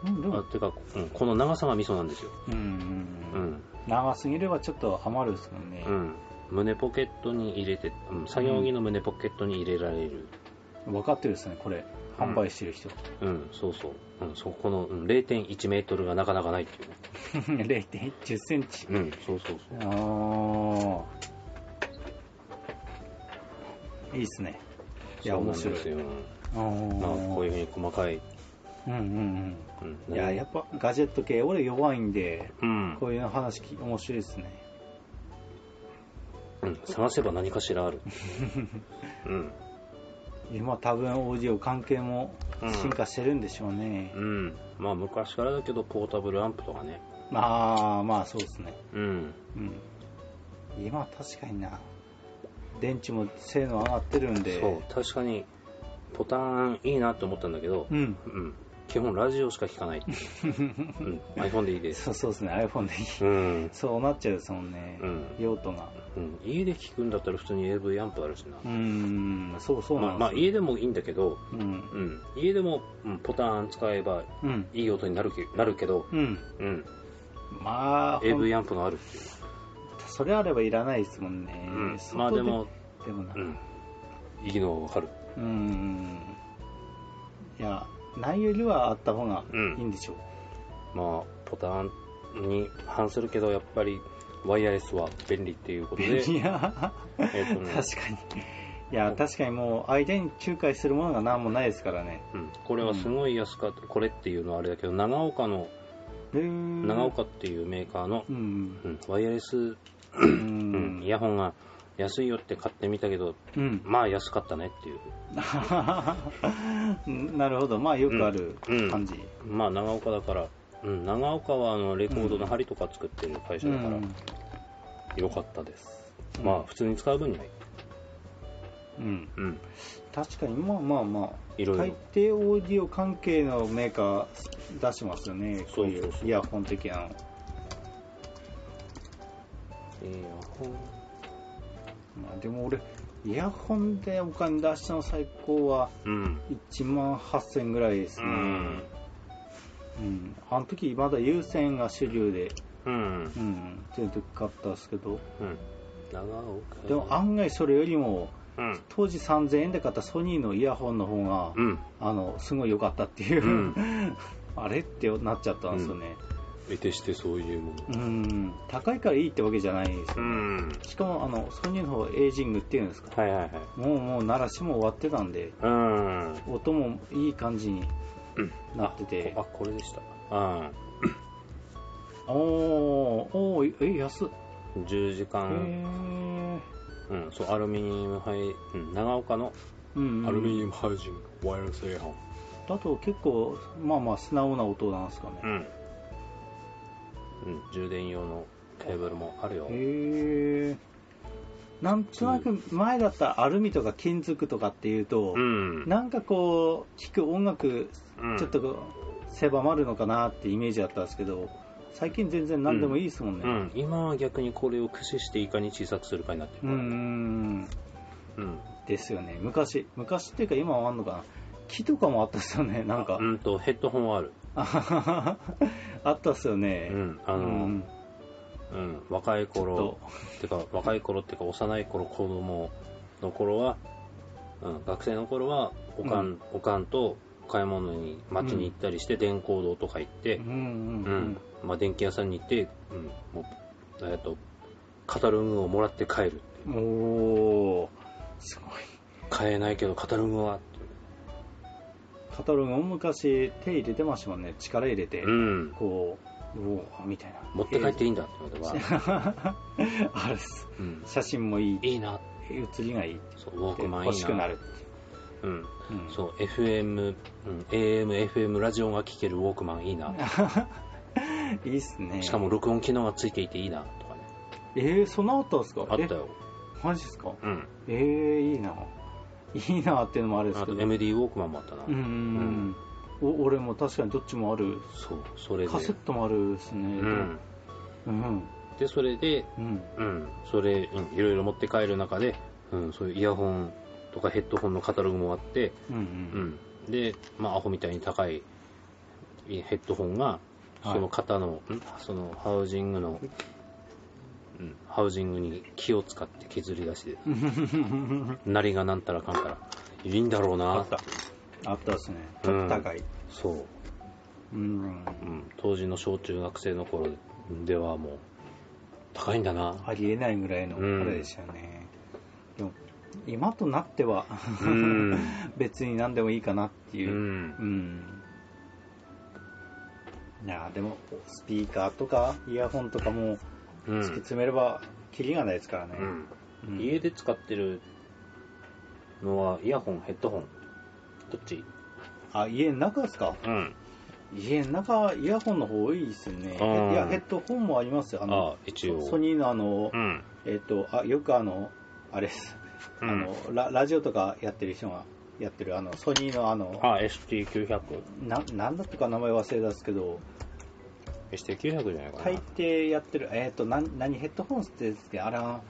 Speaker 1: うんで
Speaker 2: な
Speaker 1: も
Speaker 2: あてか、うん、この長さがミソなんですよ
Speaker 1: うんう
Speaker 2: うん
Speaker 1: うん
Speaker 2: ん
Speaker 1: 長すぎればちょっと余るですもんね、
Speaker 2: うん、胸ポケットに入れて、うん、作業着の胸ポケットに入れられる、
Speaker 1: 分かってるですねこれ販売してる人、
Speaker 2: うんそうそう、うん、そこの、うん、0.1メートルがなかなかないっていうね、
Speaker 1: 0.10センチ。
Speaker 2: うん、そうそうそう
Speaker 1: あーいいっすね。いや
Speaker 2: そうなんですよ、
Speaker 1: あー
Speaker 2: まあ、こういうふうに細かい、
Speaker 1: うんうん
Speaker 2: うん、
Speaker 1: うん。いや、やっぱガジェット系、俺弱いんで、
Speaker 2: うん
Speaker 1: こういうの話き面白いですね。
Speaker 2: うん、探せば何かしら ある、うん
Speaker 1: 今多分オーディオ関係も
Speaker 2: うん
Speaker 1: 進化してるんでしょうね
Speaker 2: う。ん、まあ昔からだけどポータブルアンプとかね、
Speaker 1: まあ、まあそうですね。
Speaker 2: うん、
Speaker 1: うん。今確かにな。電池も性能上がってるんで。
Speaker 2: そう確かにボタンいいなって思ったんだけど、
Speaker 1: うん。
Speaker 2: うん、基本ラジオしか聞かないって いう、うん、iPhone でいいです
Speaker 1: そうそうですね。iPhone でいい。
Speaker 2: うん
Speaker 1: そうなっちゃうですもんね。
Speaker 2: うん
Speaker 1: 用途が。
Speaker 2: うん、家で聞くんだったら普通に AV アンプあるし
Speaker 1: う
Speaker 2: な、
Speaker 1: ーん、そうそう
Speaker 2: ま
Speaker 1: な
Speaker 2: あ、
Speaker 1: ん
Speaker 2: ま
Speaker 1: で
Speaker 2: あ家でもいいんだけど、
Speaker 1: す。うん。
Speaker 2: うん、家でも、うん、ポタン使えば
Speaker 1: うん。
Speaker 2: いい音になるけなるけど、
Speaker 1: うん。
Speaker 2: うん、
Speaker 1: まあ、ほん
Speaker 2: AV アンプがあるっていう、
Speaker 1: それあればいらないですもんね。
Speaker 2: うん、
Speaker 1: 外
Speaker 2: まあでも、
Speaker 1: でもな。
Speaker 2: う、
Speaker 1: うん
Speaker 2: いいのはわかる、
Speaker 1: ーん。いや、ないよりはあった方が
Speaker 2: うん
Speaker 1: いいんでしょう。
Speaker 2: まあ、ポタンに反するけどやっぱりワイヤレスは便利っていうことで、
Speaker 1: いや、
Speaker 2: えっとね
Speaker 1: 確かに。いや、確かにもう、間に仲介するものが何もないですからね。
Speaker 2: うん、これはすごい安かった、これっていうのはあれだけど長岡の
Speaker 1: うーん
Speaker 2: 長。岡っていうメーカーの
Speaker 1: う、ん。
Speaker 2: うん、ワイヤレス、
Speaker 1: う
Speaker 2: うん、イ
Speaker 1: ん。
Speaker 2: ヤホンが安いよって買ってみたけど
Speaker 1: うん。
Speaker 2: まあ安かったねっていう。
Speaker 1: なるほど。まあ、よくある
Speaker 2: うん
Speaker 1: 感じ。
Speaker 2: まあ長岡だから、うん、長岡はあのレコードの針とか作ってる会社だから、良かったです。
Speaker 1: うん
Speaker 2: まあ普通に使う分にはいい。
Speaker 1: うん。
Speaker 2: うん。
Speaker 1: 確かにまあまあまあ
Speaker 2: いろい
Speaker 1: 大
Speaker 2: ろ。
Speaker 1: 抵オーディオ関係のメーカー出しますよねこ
Speaker 2: そううそうそう
Speaker 1: いうイヤホン的なの
Speaker 2: えー
Speaker 1: まあでも俺イヤホンでお金出したの最高は
Speaker 2: うん。
Speaker 1: 1万8000ぐらいです
Speaker 2: う
Speaker 1: ね、
Speaker 2: ん。
Speaker 1: うん、あの時まだ有線が主流で、
Speaker 2: うん
Speaker 1: う。ん、っていう時買ったんですけど
Speaker 2: うん。長岡。
Speaker 1: でも案外それよりも
Speaker 2: うん。
Speaker 1: 当時3000円で買ったソニーのイヤホンの方が、
Speaker 2: うん。
Speaker 1: あのすごい良かったっていう、
Speaker 2: う
Speaker 1: あれってなっちゃったんですよね、
Speaker 2: 得てしてそういうもの。
Speaker 1: うん高いからいいってわけじゃないですよ、
Speaker 2: うん。
Speaker 1: しかもあのソニーの方エイジングっていうんですか
Speaker 2: はいはいはい。
Speaker 1: もうもう鳴らしも終わってたんで
Speaker 2: うん。
Speaker 1: 音もいい感じになってて、
Speaker 2: あ、これでした。うん。
Speaker 1: おおおーえ安っ、
Speaker 2: 10時
Speaker 1: へ
Speaker 2: 間、
Speaker 1: ー
Speaker 2: うん、そう、アルミニウム配、うん、長岡の
Speaker 1: うん
Speaker 2: アルミニウム配信、ワイヤレスイヤホン。
Speaker 1: だと結構まあまあ素直な音なんですかね、
Speaker 2: う
Speaker 1: へ
Speaker 2: ん。うん、充電用のケーブルもあるよ。
Speaker 1: えなんとなく前だったらアルミとか金属とかっていうと、
Speaker 2: うん。
Speaker 1: なんかこう聴く音楽
Speaker 2: うん
Speaker 1: ちょっとこう狭まるのかなってイメージだったんですけど最近全然何でもいいですもんね
Speaker 2: うん、今は逆にこれを駆使していかに小さくするかになって
Speaker 1: う
Speaker 2: るか
Speaker 1: ん
Speaker 2: ら、
Speaker 1: ん
Speaker 2: うん
Speaker 1: ですよね昔昔っていうか今はあんのかな木とかもあったっすよねなんか
Speaker 2: うんとヘッドホンはある、
Speaker 1: あはははあったっすよね
Speaker 2: うんあの
Speaker 1: うん
Speaker 2: うん若い
Speaker 1: ちょっ
Speaker 2: 頃
Speaker 1: と
Speaker 2: てか若い頃ってか幼い頃子供の頃は、うん、学生の頃はおかん、
Speaker 1: う
Speaker 2: おかんと買い物に街に行ったりして、電工堂とか行って、
Speaker 1: うんうん
Speaker 2: う
Speaker 1: うんん
Speaker 2: まあ、電気屋さんに行って、うん、もうえっとカタログをもらって帰る
Speaker 1: おーすごい
Speaker 2: 買えないけどカタログは
Speaker 1: カタログも昔手入れてましたもんね力入れて、
Speaker 2: うん
Speaker 1: こううおーみたいな
Speaker 2: 持って帰っていいんだって言われて、わあ
Speaker 1: あれっす
Speaker 2: うん、
Speaker 1: 写真もいい
Speaker 2: いいな
Speaker 1: 写りがいい
Speaker 2: そうウォークマンいいな
Speaker 1: 欲しくなる、
Speaker 2: うん、
Speaker 1: うん
Speaker 2: そう FM、うん、AM、FM ラジオが聴けるウォークマンいいな、
Speaker 1: いいっすね
Speaker 2: しかも録音機能がついていていいなとかね
Speaker 1: えー、そんなあったんですか
Speaker 2: あったよ、
Speaker 1: えマジっすか
Speaker 2: うん、
Speaker 1: えー、いいないいなっていうのもあれで
Speaker 2: あ
Speaker 1: すけ
Speaker 2: と
Speaker 1: ど
Speaker 2: MD ウォークマンもあったな、
Speaker 1: うんうんうんお俺も確かにどっちもある
Speaker 2: そうそれで
Speaker 1: カセットもあるですね
Speaker 2: うん、
Speaker 1: うん
Speaker 2: でそれで、
Speaker 1: うん
Speaker 2: うん、それ、うん、いろいろ持って帰る中で、うん、そういうイヤホンとかヘッドホンのカタログもあって、
Speaker 1: うんう
Speaker 2: うんん、で、まあ、アホみたいに高いヘッドホンが
Speaker 1: はい
Speaker 2: その肩の、んそのハウジングの、うん、ハウジングに気を使って削り出 して
Speaker 1: うん、
Speaker 2: なりがなんたらかんたらいいんだろう
Speaker 1: あ
Speaker 2: な
Speaker 1: ったあったですねち
Speaker 2: う
Speaker 1: ょ
Speaker 2: ん
Speaker 1: っと高い、
Speaker 2: そう、
Speaker 1: うん、
Speaker 2: うん、当時の小中学生の頃ではもう高いんだな
Speaker 1: ありえないぐらいのあれでしたよね、でも今となっては
Speaker 2: うん
Speaker 1: 別に何でもいいかなって
Speaker 2: う
Speaker 1: いう、
Speaker 2: ん
Speaker 1: うん。いやでも、スピーカーとか、イヤホンとかも、突
Speaker 2: う
Speaker 1: き
Speaker 2: ん
Speaker 1: 詰めれば、キリがないですからね
Speaker 2: う。ん
Speaker 1: うん
Speaker 2: 家で使ってるのはイヤホンヘッドホンどっち
Speaker 1: あ、家の中ですか
Speaker 2: うん
Speaker 1: 家の中はイヤホンの方多いですよね。
Speaker 2: うん
Speaker 1: いや、ヘッドホンもありますよ。あの、
Speaker 2: あ一応
Speaker 1: ソニーのあの
Speaker 2: う、ん
Speaker 1: えっと、あ、よくあの、あれです。
Speaker 2: う
Speaker 1: あ
Speaker 2: ん
Speaker 1: の、ララジオとかやってる人がやってる、あの、ソニーのあの、
Speaker 2: あ ST900
Speaker 1: な、なんだったか名前忘れたんですけど、
Speaker 2: ST900 じゃないかな
Speaker 1: 大抵やってる、えっ、と、な、何ヘッドホンってですけど、あれは、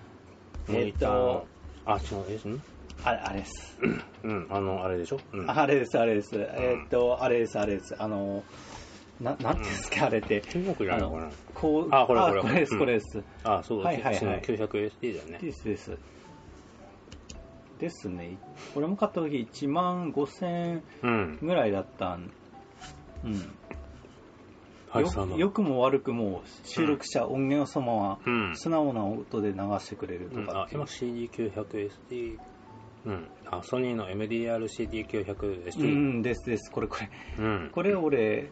Speaker 2: モ
Speaker 1: え
Speaker 2: ニ
Speaker 1: っ、
Speaker 2: ター
Speaker 1: と
Speaker 2: の、あ違うえん
Speaker 1: あれ、あれ です。
Speaker 2: うんあのあれでしょうん
Speaker 1: あれです、あれです。えっ、と、あれです、あれです。あの、な、なんていうんですか、あれって。
Speaker 2: 900じゃないのかな
Speaker 1: こう、
Speaker 2: あこれこれ
Speaker 1: これです、
Speaker 2: うん
Speaker 1: これです。
Speaker 2: あそうだ、
Speaker 1: はいはいはい
Speaker 2: 900SD だよね
Speaker 1: です、です。ですね。これも買った時1万5千
Speaker 2: うん
Speaker 1: ぐらいだったん。うん。
Speaker 2: はい、さん
Speaker 1: よ良くも悪くも収録した音源をそのま
Speaker 2: うん
Speaker 1: ま、素直な音で流してくれると
Speaker 2: うん
Speaker 1: か
Speaker 2: あ
Speaker 1: っていう
Speaker 2: 今 CD900SD、うん、あソニーの MDRCD900SD
Speaker 1: う、ん、ですです、これこれ。
Speaker 2: うん
Speaker 1: これ俺、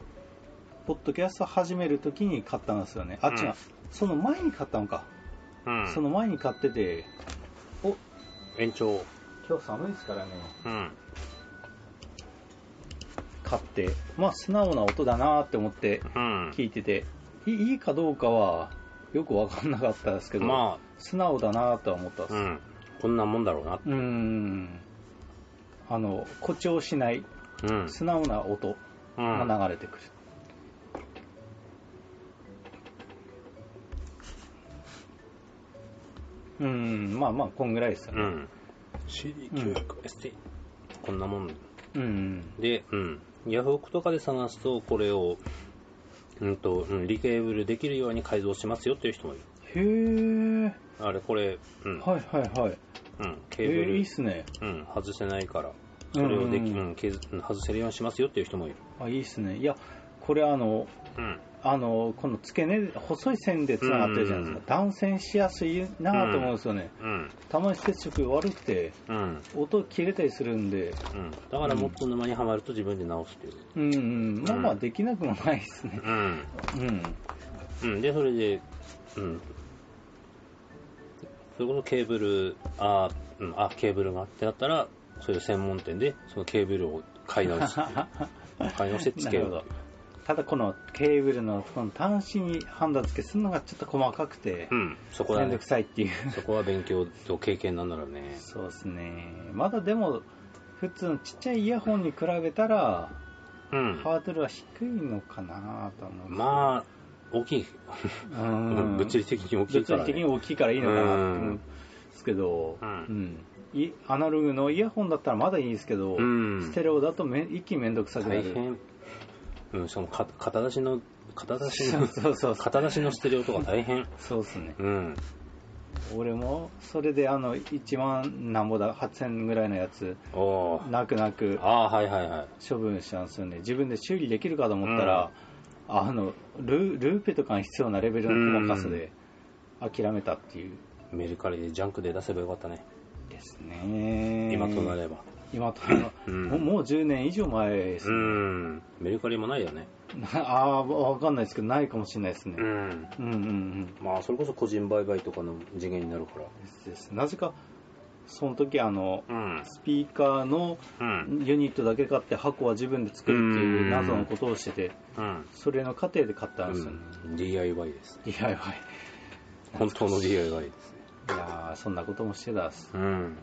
Speaker 1: ポッドキャスト始めるときに買ったんですよね。あ、
Speaker 2: うん
Speaker 1: 違う。その前に買ったのか。
Speaker 2: うん、
Speaker 1: その前に買ってて、
Speaker 2: 延長、
Speaker 1: 今日寒いですからね。
Speaker 2: うん
Speaker 1: 買って、まあ素直な音だなって思って
Speaker 2: うん、
Speaker 1: 聞いてて、いいいかどうかはよくわかんなかったですけど、
Speaker 2: ま
Speaker 1: 素直だなとは思ったん
Speaker 2: あ、
Speaker 1: で
Speaker 2: う
Speaker 1: す。
Speaker 2: ん、こんなもんだろうな、
Speaker 1: うーん。あの、誇張しない
Speaker 2: うん
Speaker 1: 素直な音
Speaker 2: うん
Speaker 1: が流れてくる。うん、まあまあ、こんぐらいですよ
Speaker 2: う
Speaker 1: ね。
Speaker 2: ん、CD900SD、こんなもん
Speaker 1: うん。
Speaker 2: で、うん、ヤフオクとかで探すと、これを、うんと、うんリケーブルできるように改造しますよっていう人もいる。
Speaker 1: へえ。
Speaker 2: あれ、これ、うん、
Speaker 1: はいはいはい。
Speaker 2: うん、
Speaker 1: え
Speaker 2: ケーブ
Speaker 1: ー、
Speaker 2: ル、
Speaker 1: いいっすね。
Speaker 2: うん、外せないから、それをでき、
Speaker 1: うん
Speaker 2: う
Speaker 1: うん
Speaker 2: んけずうん外せるようにしますよっていう人もいる。
Speaker 1: あ、いいっすね。いや、これあの、
Speaker 2: うん、
Speaker 1: あの、この付け根、細い線で繋がってるじゃないですか。断線しやすいなぁと思うんですよね。
Speaker 2: うん、
Speaker 1: たまに接触悪くて、
Speaker 2: うん、
Speaker 1: 音切れたりするんで、
Speaker 2: うん。だからもっと沼にはまると自分で直すっていう。
Speaker 1: うんうん、まあまあできなくもないですね。
Speaker 2: うん。
Speaker 1: うん。
Speaker 2: うん、で、それで、うん。それこそケーブル、あー、うん、あ、ケーブルがってなったら、そういう専門店で、そのケーブルを買い直す っていう。買い直してつける
Speaker 1: なるほただこのケーブルのこの端子にハンダ付けするのがちょっと細かくて
Speaker 2: う、ん、そこ
Speaker 1: め
Speaker 2: だ
Speaker 1: んど
Speaker 2: ね
Speaker 1: く。さいっていう。
Speaker 2: そこは勉強と経験なんだろうね。
Speaker 1: そうですね。まだでも、普通のちっちゃいイヤホンに比べたら、
Speaker 2: うん。
Speaker 1: ハードルは低いのかなと思う。
Speaker 2: まあ、大きい。
Speaker 1: あ、う。
Speaker 2: うんん、物理的に大きい
Speaker 1: 物
Speaker 2: か
Speaker 1: 理
Speaker 2: ら、
Speaker 1: 的に
Speaker 2: ね。
Speaker 1: 大きいからいいのかなって思うんですけど、
Speaker 2: うん
Speaker 1: うんいアナログのイヤホンだったらまだいいんですけど、
Speaker 2: うん
Speaker 1: ステレオだとめ一気にめんどくさくな
Speaker 2: 大
Speaker 1: る。
Speaker 2: 変。うん、しかもか、片出しの、片出し
Speaker 1: そう
Speaker 2: の、
Speaker 1: そうそうそう。
Speaker 2: 片出しのステレオとか大変。
Speaker 1: そうですね。
Speaker 2: うん。
Speaker 1: 俺も、それであの、1万なんぼだ、8000ぐらいのやつ、
Speaker 2: おー。
Speaker 1: 泣く泣く
Speaker 2: ああー、はいはいはい。
Speaker 1: 処分したんですよね。自分で修理できるかと思ったら、あのル、ルーペとかに必要なレベルの細かさで諦めたっていう
Speaker 2: メルカリでジャンクで出せばよかったね。
Speaker 1: ですね。
Speaker 2: 今となれば。
Speaker 1: 今とな
Speaker 2: うん
Speaker 1: もうもう10年以上前です
Speaker 2: う
Speaker 1: ね。
Speaker 2: ん。メルカリもないよね。
Speaker 1: あ あ、わかんないですけど、ないかもしれないですね。
Speaker 2: ん。
Speaker 1: うん、うん、うん。
Speaker 2: まあ、それこそ個人売買とかの次元になるから。
Speaker 1: ですです。なぜか、その時あの、
Speaker 2: うん。
Speaker 1: スピーカーの
Speaker 2: うん。
Speaker 1: ユニットだけ買って箱は自分で作るって
Speaker 2: う
Speaker 1: い
Speaker 2: ん
Speaker 1: う謎のことをしてて、
Speaker 2: うん。
Speaker 1: それの過程で買ったんですよね。
Speaker 2: DIY です。
Speaker 1: DIY。
Speaker 2: 本当の DIY です。
Speaker 1: いやーそんなこともしてたっす。
Speaker 2: うん。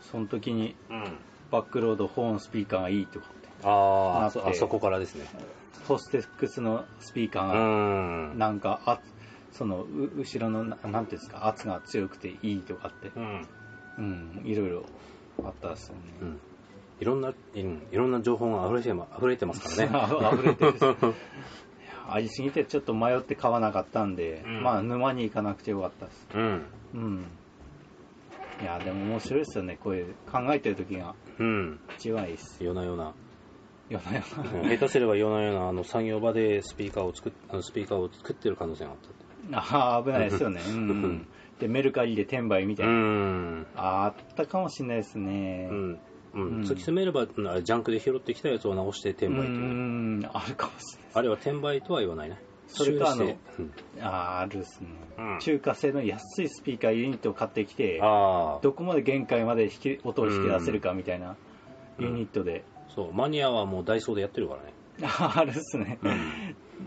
Speaker 1: その時に
Speaker 2: うん。
Speaker 1: バックロード、ホーンスピーカーがいいとかって、
Speaker 2: あ
Speaker 1: な
Speaker 2: あ、
Speaker 1: って
Speaker 2: そあそこからですね。
Speaker 1: ホステックスのスピーカ
Speaker 2: う
Speaker 1: ーが、
Speaker 2: ん。
Speaker 1: なんか、あそのう後ろのな、なんていうんですか、圧が強くていいとかって、
Speaker 2: うん。
Speaker 1: うん、いろいろあったっすよね。
Speaker 2: うん。いろんな、うんいろんな情報が溢れてま溢れてますからね。
Speaker 1: あ溢れてる ですいやありすぎてちょっと迷って買わなかったんで、
Speaker 2: うん
Speaker 1: まあ沼に行かなくてよかったです
Speaker 2: うん。
Speaker 1: うんいやでも面白いですよねこういう考えてる時が
Speaker 2: うん。
Speaker 1: 一番いいっす
Speaker 2: 夜な夜な。
Speaker 1: よなよな
Speaker 2: うん下手すれば夜な夜な、あの、作業場でスピーカーを作っ、あのスピーカーを作ってる可能性があった。
Speaker 1: ああ危ないですよねうん、うん、でメルカリで転売みたいな、
Speaker 2: ん。
Speaker 1: ああったかもしれないですね
Speaker 2: う、ん。う
Speaker 1: うん
Speaker 2: ん、突き詰めれば、うんあれジャンクで拾ってきたやつを直して転
Speaker 1: う
Speaker 2: 売と
Speaker 1: ん、
Speaker 2: いう。
Speaker 1: うんあるかもしれない
Speaker 2: あれは転売とは言わないね。
Speaker 1: それかあの
Speaker 2: 修理してうん
Speaker 1: あーあるっすね、
Speaker 2: うん
Speaker 1: 中華製の安いスピーカーユニットを買ってきて
Speaker 2: ああ、
Speaker 1: どこまで限界まで引き音を引き出せるかみたいな
Speaker 2: うん
Speaker 1: ユニットで、
Speaker 2: そう、マニアはもうダイソーでやってるからね。
Speaker 1: あるっすね、い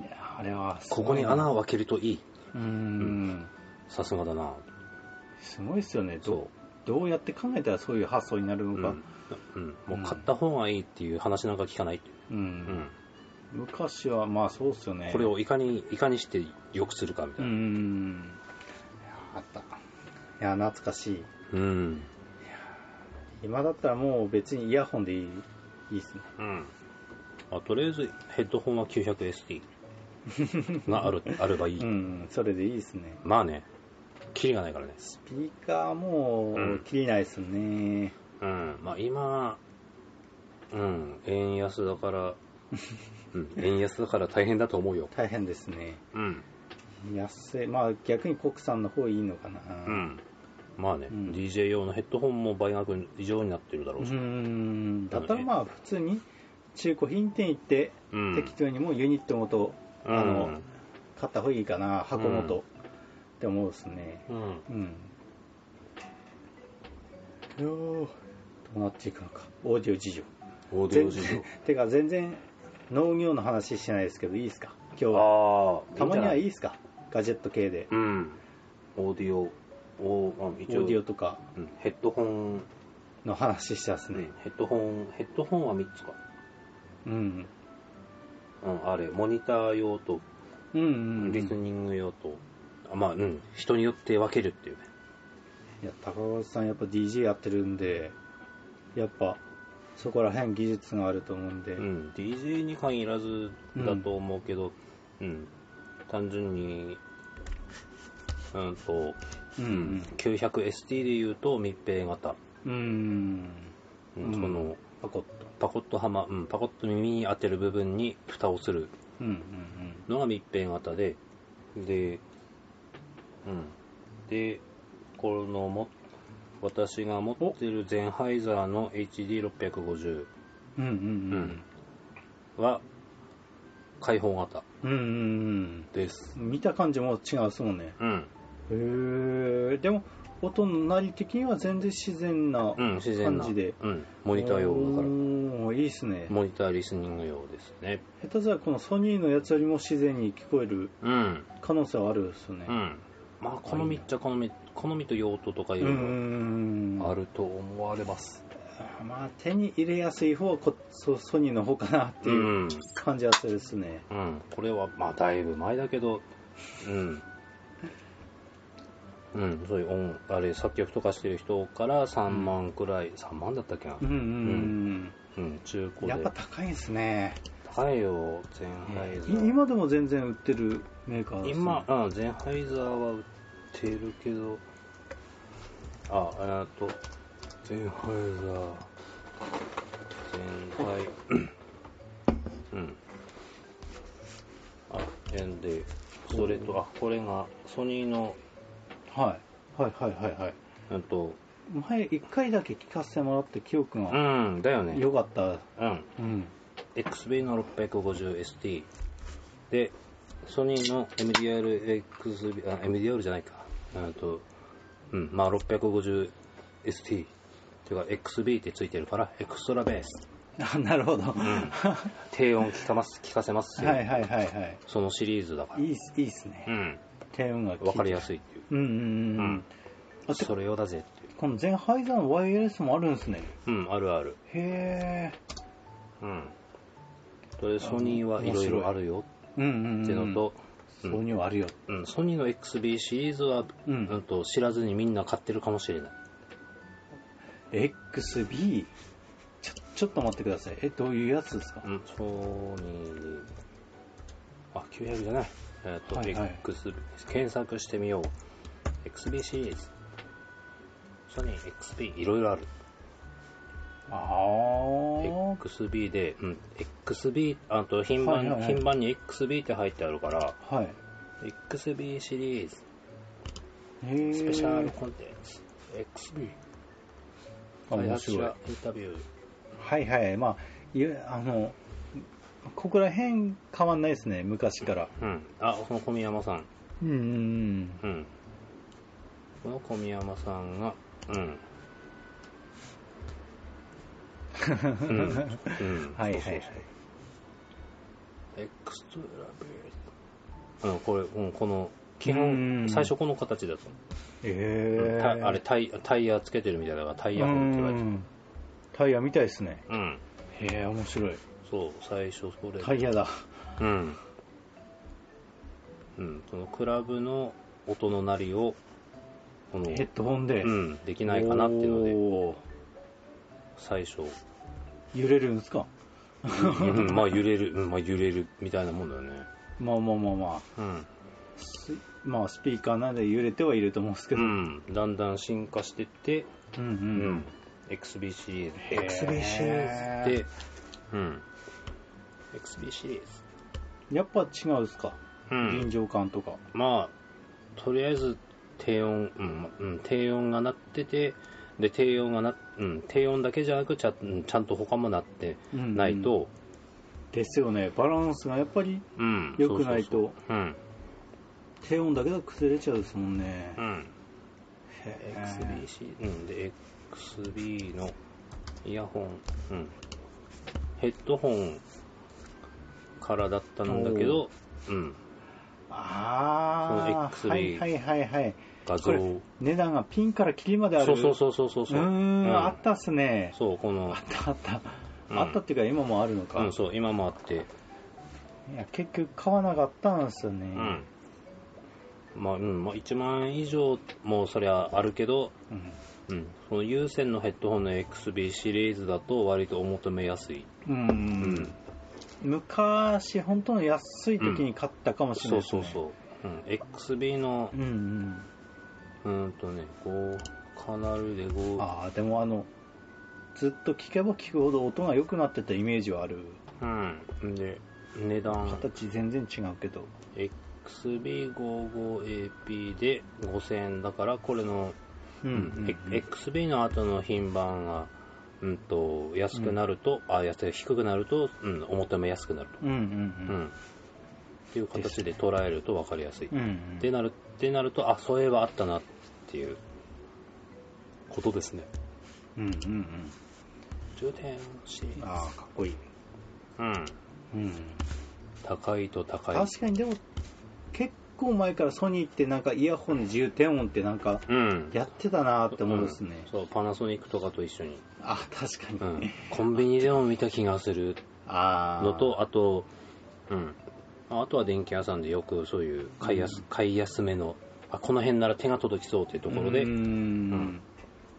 Speaker 1: やあれはすご
Speaker 2: こ
Speaker 1: い
Speaker 2: こに穴を開けるといい。
Speaker 1: うん、
Speaker 2: さすがだな。
Speaker 1: すごいっすよね
Speaker 2: そ
Speaker 1: どどうやって考えたらそういう発想になる
Speaker 2: う。
Speaker 1: の
Speaker 2: う
Speaker 1: か
Speaker 2: ん、うんもう買った方がいいっていう話なんか聞かないっていう。
Speaker 1: うん、
Speaker 2: うん。
Speaker 1: 昔はまあそうっすよね
Speaker 2: これをいかに、いかにして良くするかみ
Speaker 1: う
Speaker 2: たいな。
Speaker 1: んいやあったいや懐かしい
Speaker 2: うん。
Speaker 1: 今だったらもう別にイヤホンでいいいいっすね
Speaker 2: うん。まあとりあえず、ヘッドホンは 900ST がある、あればいい。
Speaker 1: うんそれでいいっすね
Speaker 2: まあね、キリがないからね。
Speaker 1: スピーカーも
Speaker 2: うん
Speaker 1: 切りないっすね、
Speaker 2: うん、まあ今、うん、円安だ から、うん、円安だから大変だと思うよ。
Speaker 1: 大変ですね
Speaker 2: うん、
Speaker 1: 安いまあ逆に国産の方いいのかな
Speaker 2: うん。まあね、
Speaker 1: うん
Speaker 2: DJ 用のヘッドホンも倍額以上になってるだろ
Speaker 1: う
Speaker 2: うし。
Speaker 1: んだったらまあ普通に中古品店行って
Speaker 2: うん
Speaker 1: 適当にもうユニットごと
Speaker 2: うん
Speaker 1: あの買った方がいいかな箱ごと、
Speaker 2: うん
Speaker 1: って思うですね
Speaker 2: うん。
Speaker 1: うんどうなっていくのかオーディオ事情
Speaker 2: オーディ
Speaker 1: 全
Speaker 2: オ事情。
Speaker 1: てか全然 農業の話してないですけどいいですか今日は
Speaker 2: ああ、
Speaker 1: たまにはいい
Speaker 2: い。
Speaker 1: ですかガジェット系で
Speaker 2: うん。オーディオ、おあ
Speaker 1: オ
Speaker 2: 一応
Speaker 1: ーディオとか
Speaker 2: うんヘッドホン、ね、
Speaker 1: の話したっすね
Speaker 2: ヘッドホン、ヘッドホンは3つか。
Speaker 1: うん
Speaker 2: うん、あれ、モニター用と、
Speaker 1: うんうん、うん、
Speaker 2: リスニング用と、あまあ、うん、人によって分けるっていうね。
Speaker 1: いや高橋さんやっぱ DJ やってるんでやっぱそこら辺技術があると思うんで、
Speaker 2: うん、DJ に限らずだと思うけど、うん単純に、うんと
Speaker 1: うん
Speaker 2: 900ST でいうと密閉型、
Speaker 1: うんうん
Speaker 2: うん
Speaker 1: うん
Speaker 2: その
Speaker 1: パコッと
Speaker 2: パコッとはま、うん、パコッと耳に当てる部分に蓋をする
Speaker 1: うんうん
Speaker 2: のが密閉型でで、うん、でこのも私が持ってるゼンハイザーの HD650
Speaker 1: うんうんうん
Speaker 2: は開放型
Speaker 1: うんうんうん
Speaker 2: です
Speaker 1: うん見た感じも違うっすもんね
Speaker 2: うん、
Speaker 1: へえでも音のなり的には全然自然な
Speaker 2: うん、自然な
Speaker 1: 感じで
Speaker 2: うん、モニター用だから
Speaker 1: おーいいっすね
Speaker 2: モニターリスニング用ですね
Speaker 1: 下手すらこのソニーのやつよりも自然に聞こえる
Speaker 2: うん
Speaker 1: 可能性はあるっすね
Speaker 2: うんまあ好みっちゃ好み好みと用途とかいう
Speaker 1: う
Speaker 2: の
Speaker 1: ん
Speaker 2: があると思われます
Speaker 1: まあ手に入れやすい方はこソソニーの方かなって
Speaker 2: う、
Speaker 1: いうん感じはするっすね
Speaker 2: うん、これはまあだいぶ前だけどうんうん、そういう音あれ作曲とかしてる人から3万くらい、3万だったっけな
Speaker 1: う、んうん
Speaker 2: うん、中
Speaker 1: うん
Speaker 2: 古
Speaker 1: やっ
Speaker 2: で
Speaker 1: ぱ高いんすね
Speaker 2: 高いよゼンハイザー
Speaker 1: 今でも全然売ってるメーカーですね
Speaker 2: 今、うん、ゼンハイザーは売ってるけど、あ、えーっと、ゼンハイザー、ゼンハイ、うん。あ、えんで、それと、あ、これが、ソニーの、
Speaker 1: はい、はいはいはいはい
Speaker 2: うんと、
Speaker 1: 前1回だけ聞かせてもらって記憶
Speaker 2: う
Speaker 1: が
Speaker 2: ん、だよね。
Speaker 1: 良かった
Speaker 2: うん。
Speaker 1: うん、
Speaker 2: XB の 650ST で、ソニーの MDR-XB、あ、MDR じゃないか。うんと、うん、まあ 650ST っていうか XB ってついてるから、エクストラベース。
Speaker 1: あ なるほど、
Speaker 2: 低音聞かます、聞かせますよ。
Speaker 1: はいはいはいはい
Speaker 2: そのシリーズだから。
Speaker 1: いいっすいいっすね、
Speaker 2: うん、
Speaker 1: 低音が
Speaker 2: わかりや
Speaker 1: い
Speaker 2: すいっていう。
Speaker 1: うんうんうん、う
Speaker 2: うんん、
Speaker 1: あて
Speaker 2: それ用だぜっていう。
Speaker 1: このゼンハイザーのワイヤレスもあるんですね
Speaker 2: うん、あるある。
Speaker 1: へえ
Speaker 2: うん。それでソニーはいろいろあるよ
Speaker 1: うんうん、うん、
Speaker 2: っていうのと、
Speaker 1: そうにはあるよ
Speaker 2: うん、ソニーの XB シリーズは、
Speaker 1: う
Speaker 2: うんん、と知らずにみんな買ってるかもしれない。
Speaker 1: XB ちょちょっと待ってくださいえどういうやつですか
Speaker 2: うん、ソニー、あ、900じゃない。えっ、と、
Speaker 1: はいはい
Speaker 2: XB、検索してみよう。XB シリーズ。ソニー XB、いろいろある。
Speaker 1: ああ
Speaker 2: XB で、うん、XB、あと、品番、
Speaker 1: はいはいはい
Speaker 2: 品番に XB って入ってあるから、
Speaker 1: はい
Speaker 2: XB シリーズ、
Speaker 1: へえ
Speaker 2: スペシャルコンテンツ、XB、開
Speaker 1: 面
Speaker 2: 発
Speaker 1: 白い
Speaker 2: 者インタビュー。
Speaker 1: はいはいまあいやあのここら辺変わんないですね昔から
Speaker 2: うん、あ、その小宮山さん。
Speaker 1: うんうんうん
Speaker 2: うん。この小宮山さんが、うん。うん。うん
Speaker 1: はいはいはい
Speaker 2: そうそうそうエクストラベース。うん、これ、うん、この、基
Speaker 1: うん
Speaker 2: 本、最初この形だと。
Speaker 1: へえ
Speaker 2: たあれタイ、タイヤつけてるみたいだから、タイヤ
Speaker 1: う
Speaker 2: ホンって言われてる。
Speaker 1: んタイヤみたいですね
Speaker 2: うん。
Speaker 1: へえ面白い
Speaker 2: そう、最初それ。
Speaker 1: タイヤだ
Speaker 2: うん。うん、そのクラブの音の鳴りを、この、
Speaker 1: ヘッドホンで、
Speaker 2: うん、できないかなっていうので、
Speaker 1: おー
Speaker 2: 最初、
Speaker 1: 揺れるんですか
Speaker 2: うんまあ揺れる、うんまあ揺れるみたいなもんだよね。
Speaker 1: まあまあまあまあ
Speaker 2: うん。
Speaker 1: すまあスピーカーなんで揺れてはいると思うんですけど、
Speaker 2: うん。だんだん進化してって、
Speaker 1: うんう
Speaker 2: うん
Speaker 1: うん。
Speaker 2: XB シリー
Speaker 1: へ
Speaker 2: ズ。
Speaker 1: ー
Speaker 2: XB シリーズって、うん。XB シリーズ。
Speaker 1: やっぱ違うんですか、
Speaker 2: う
Speaker 1: 臨
Speaker 2: ん。
Speaker 1: 場感とか
Speaker 2: まあ、とりあえず低音、うん、まうん、低音が鳴ってて、で、低音がな、うん、低音だけじゃなくちゃ、うんちゃんと他も鳴ってないと、
Speaker 1: ですよねバランスがやっぱり
Speaker 2: うん。
Speaker 1: 良くないと
Speaker 2: そうそうそう。うん。
Speaker 1: 低音だけだと崩れちゃうですもんね、
Speaker 2: うん。
Speaker 1: へー
Speaker 2: XBC、うん、で、XB のイヤホン、うん、ヘッドホンからだったんだけど、うん、
Speaker 1: ああ
Speaker 2: その XB
Speaker 1: はいはいはいはい
Speaker 2: 画像
Speaker 1: こ、れ値段がピンからキリまである
Speaker 2: そうそうそうそうそう、そう
Speaker 1: うーん、
Speaker 2: うん
Speaker 1: あったっすね
Speaker 2: そう、この
Speaker 1: あっ、たあった、
Speaker 2: うん
Speaker 1: あったっていうか今もあるのか、
Speaker 2: うん、そう、今もあって、
Speaker 1: いや結局買わなかったんですよね、
Speaker 2: うん、まあ、うん、まあ、1万円以上もそりゃあるけど、
Speaker 1: うん
Speaker 2: うん、その有線のヘッドホンの XB シリーズだと割とお求めやすい。
Speaker 1: うん、う、
Speaker 2: うん
Speaker 1: 昔、本当の安い時に買ったかもしれな
Speaker 2: そ
Speaker 1: いうです
Speaker 2: そ
Speaker 1: ね。
Speaker 2: うそう。うん、XB の、
Speaker 1: うんうん、
Speaker 2: うーんとね、こう、カナルでこう、
Speaker 1: ああ、でもあの、ずっと聞けば聞くほど音が良くなってたイメージはある。
Speaker 2: うん。で、値段、
Speaker 1: 形全然違うけど。
Speaker 2: XB55AP で5000円だから、これの、
Speaker 1: う
Speaker 2: うん
Speaker 1: ん、うんうん
Speaker 2: XB の後の品番が、うんと、安くなると、あ、安い、低くなると、うん、お求めやすくなると。
Speaker 1: うんうん
Speaker 2: う
Speaker 1: うん
Speaker 2: ん。っていう形で捉えると分かりやすい。
Speaker 1: うんうん
Speaker 2: でなるでなるとあそういえばあったなっていうことですね
Speaker 1: うんうんうん
Speaker 2: 充電し
Speaker 1: ああかっこいい、
Speaker 2: うん
Speaker 1: うん、
Speaker 2: 高いと高い
Speaker 1: 確かにでも結構前からソニーってなんかイヤホンの充電音ってなんか
Speaker 2: うん
Speaker 1: やってたなーって思うんですね、
Speaker 2: うんそうパナソニックとかと一緒に、
Speaker 1: あ確かに、
Speaker 2: うん、コンビニでも見た気がする
Speaker 1: ああ
Speaker 2: のとあとうんああとは電気屋さんでよくそういう買いやす,、買いやすめのあこの辺なら手が届きそうっていうところで
Speaker 1: うー
Speaker 2: うん
Speaker 1: ん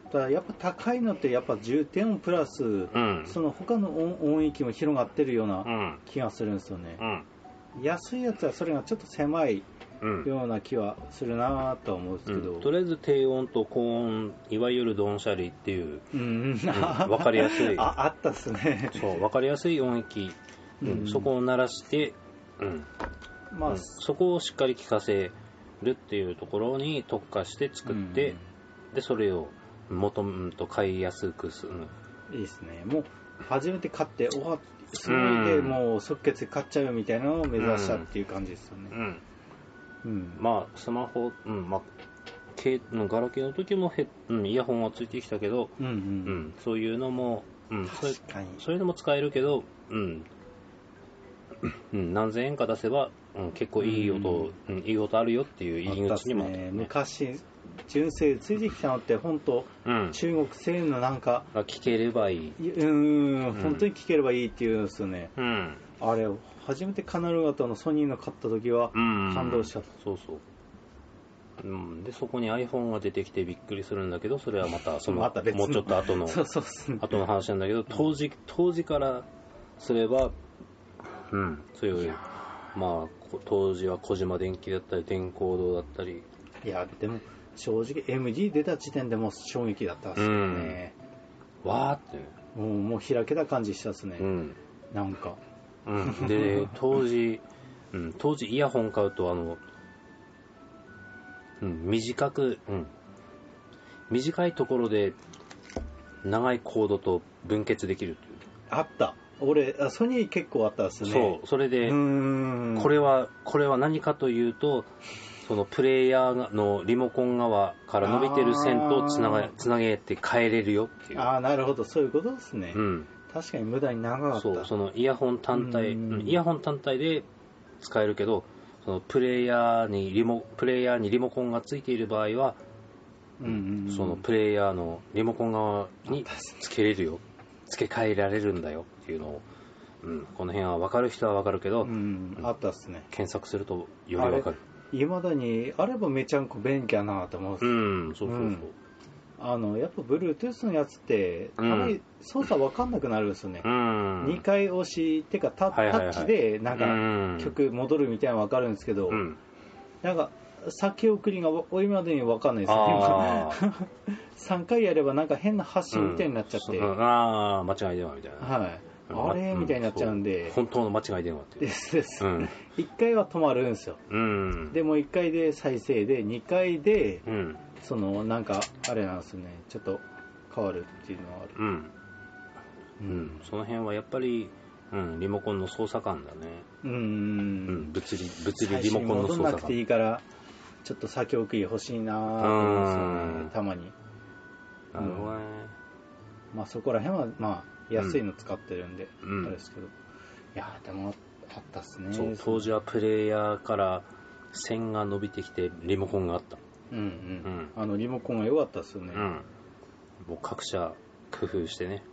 Speaker 1: だからやっぱ高いのってやっぱ充電音プラス、
Speaker 2: うん
Speaker 1: その他の音音域も広がってるよう
Speaker 2: う
Speaker 1: なん気がするんですよね
Speaker 2: う、ん
Speaker 1: 安いやつはそれがちょっと狭い
Speaker 2: うん
Speaker 1: ような気はするなーとは思うんですけど、
Speaker 2: うんとりあえず低音と高音いわゆるドンシャリっていう
Speaker 1: うん、
Speaker 2: うんわかりやすい
Speaker 1: ああったっすね、
Speaker 2: そう分かりやすい音域、うん
Speaker 1: うん
Speaker 2: そこを鳴らして、うん
Speaker 1: まあ
Speaker 2: うんそこをしっかり聞かせるっていうところに特化して作って、でそれを元々と買いやすくす、うん
Speaker 1: うんいいですねもう初めて買っておわすごいで、
Speaker 2: うん
Speaker 1: もう即決で買っちゃうよみたいなのを目指したっていう感じですよ
Speaker 2: う
Speaker 1: ね、
Speaker 2: ん
Speaker 1: うん
Speaker 2: まあスマホ、うんまあ、けガラケーの時もヘッ、うん、イヤホンはついてきたけど、
Speaker 1: うんう
Speaker 2: うんん、そういうのも、うん、そうい
Speaker 1: 確かに
Speaker 2: そういうのも使えるけど、うんうん、何千円か出せば、うん、結構いい音、うんいい音あるよっていう入り
Speaker 1: あったっ
Speaker 2: 口
Speaker 1: す
Speaker 2: にもあったよ
Speaker 1: ね昔純正ついてきたのって本当
Speaker 2: うん、
Speaker 1: 中国製のなんか
Speaker 2: が聞ければいい。
Speaker 1: いうん、
Speaker 2: ん
Speaker 1: 本当に聞ければいいっていうんですよね
Speaker 2: うん。
Speaker 1: あれ初めてカナル型のソニーの買った時は
Speaker 2: うん
Speaker 1: 感動しちゃった
Speaker 2: そうそう。うん、で、そこに iPhone が出てきてびっくりするんだけど、それはまた、その、
Speaker 1: また別の
Speaker 2: もうちょっ と後の、
Speaker 1: そうそうっすね
Speaker 2: 後の話なんだけど、当時、当時からすれば、うん、そういう、まあ、こ当時は小島電機だったり、電工堂だったり、
Speaker 1: いやでも正直 MD 出た時点でもう衝撃だったっすよね、
Speaker 2: わーってね。
Speaker 1: もうもう開けた感じしたっすね、
Speaker 2: うん。
Speaker 1: なんか
Speaker 2: うん、で、当時、うん、当時イヤホン買うと、あの、うん、短く、うん、短いところで長いコードと分結できるっ
Speaker 1: あった俺あソニー結構あったっすね
Speaker 2: ていう。そう、それ
Speaker 1: う
Speaker 2: で、
Speaker 1: ーん
Speaker 2: これは、これは何かというと、そのプレイヤーのリモコン側から伸びてる線とつな
Speaker 1: あ
Speaker 2: が
Speaker 1: ー
Speaker 2: つなげて変えれるよっていう。
Speaker 1: ああなるほどそういうことですね、
Speaker 2: うん。
Speaker 1: 確かに無駄に長かった
Speaker 2: そうそのイヤホン単体、
Speaker 1: うん
Speaker 2: うんイヤホン単体で使えるけどそのプレイヤーにリモプレイヤーにリモコンがついている場合は、
Speaker 1: うんうん
Speaker 2: そのプレイヤーのリモコン側につけれるよ付け替えられるんだよっていうのを、うん、この辺は分かる人は分かるけど、
Speaker 1: うんあったっすね
Speaker 2: 検索するとより分かる
Speaker 1: いまだにあればめちゃんこ便利やなと思うっす、
Speaker 2: うんそうそうそう、
Speaker 1: あのやっぱ Bluetooth のやつってあ
Speaker 2: うん
Speaker 1: まり操作わかんなくなるんですよね
Speaker 2: う、ん
Speaker 1: 2回押しってかタ
Speaker 2: はいはいは
Speaker 1: タ
Speaker 2: い
Speaker 1: ッチでなん
Speaker 2: う
Speaker 1: か
Speaker 2: ん
Speaker 1: 曲戻るみたいなのわかるんですけど、
Speaker 2: うん
Speaker 1: なんか先送りがわ今までにわかんないですね
Speaker 2: あー
Speaker 1: 3回やればなんか変な発信みたいになっちゃって、
Speaker 2: うんそうあー間違い電話みたいな、
Speaker 1: はい、
Speaker 2: うん
Speaker 1: あれみたいになっちゃうんで、
Speaker 2: そう本当の間違い電話ってい
Speaker 1: で
Speaker 2: う
Speaker 1: すです、
Speaker 2: うん
Speaker 1: 1回は止まるんですよ
Speaker 2: うん
Speaker 1: でも1回で再生で2回で
Speaker 2: うん
Speaker 1: そのなんかあれなんですねちょっと変わるっていうのはある
Speaker 2: うん、
Speaker 1: う
Speaker 2: うん、その辺はやっぱり、うん、リモコンの操作感だね、
Speaker 1: うーん
Speaker 2: うん、物理物理
Speaker 1: 最
Speaker 2: リ
Speaker 1: 初
Speaker 2: モ
Speaker 1: に
Speaker 2: コンの
Speaker 1: 戻
Speaker 2: 操
Speaker 1: んな
Speaker 2: 作
Speaker 1: くてい
Speaker 2: 感
Speaker 1: いからちょっと先送り欲しいなーと思うんですよ
Speaker 2: うん
Speaker 1: ねたまに
Speaker 2: なるほどね
Speaker 1: まあそこら辺はまあ安いの使ってるんで、
Speaker 2: うん
Speaker 1: あれですけどいやーでもあったっすね
Speaker 2: そう当時はプレイヤーから線が伸びてきてリモコンがあった
Speaker 1: うんうん、
Speaker 2: うん
Speaker 1: あのリモコンが良かったっすよね、
Speaker 2: うんもう各社工夫してね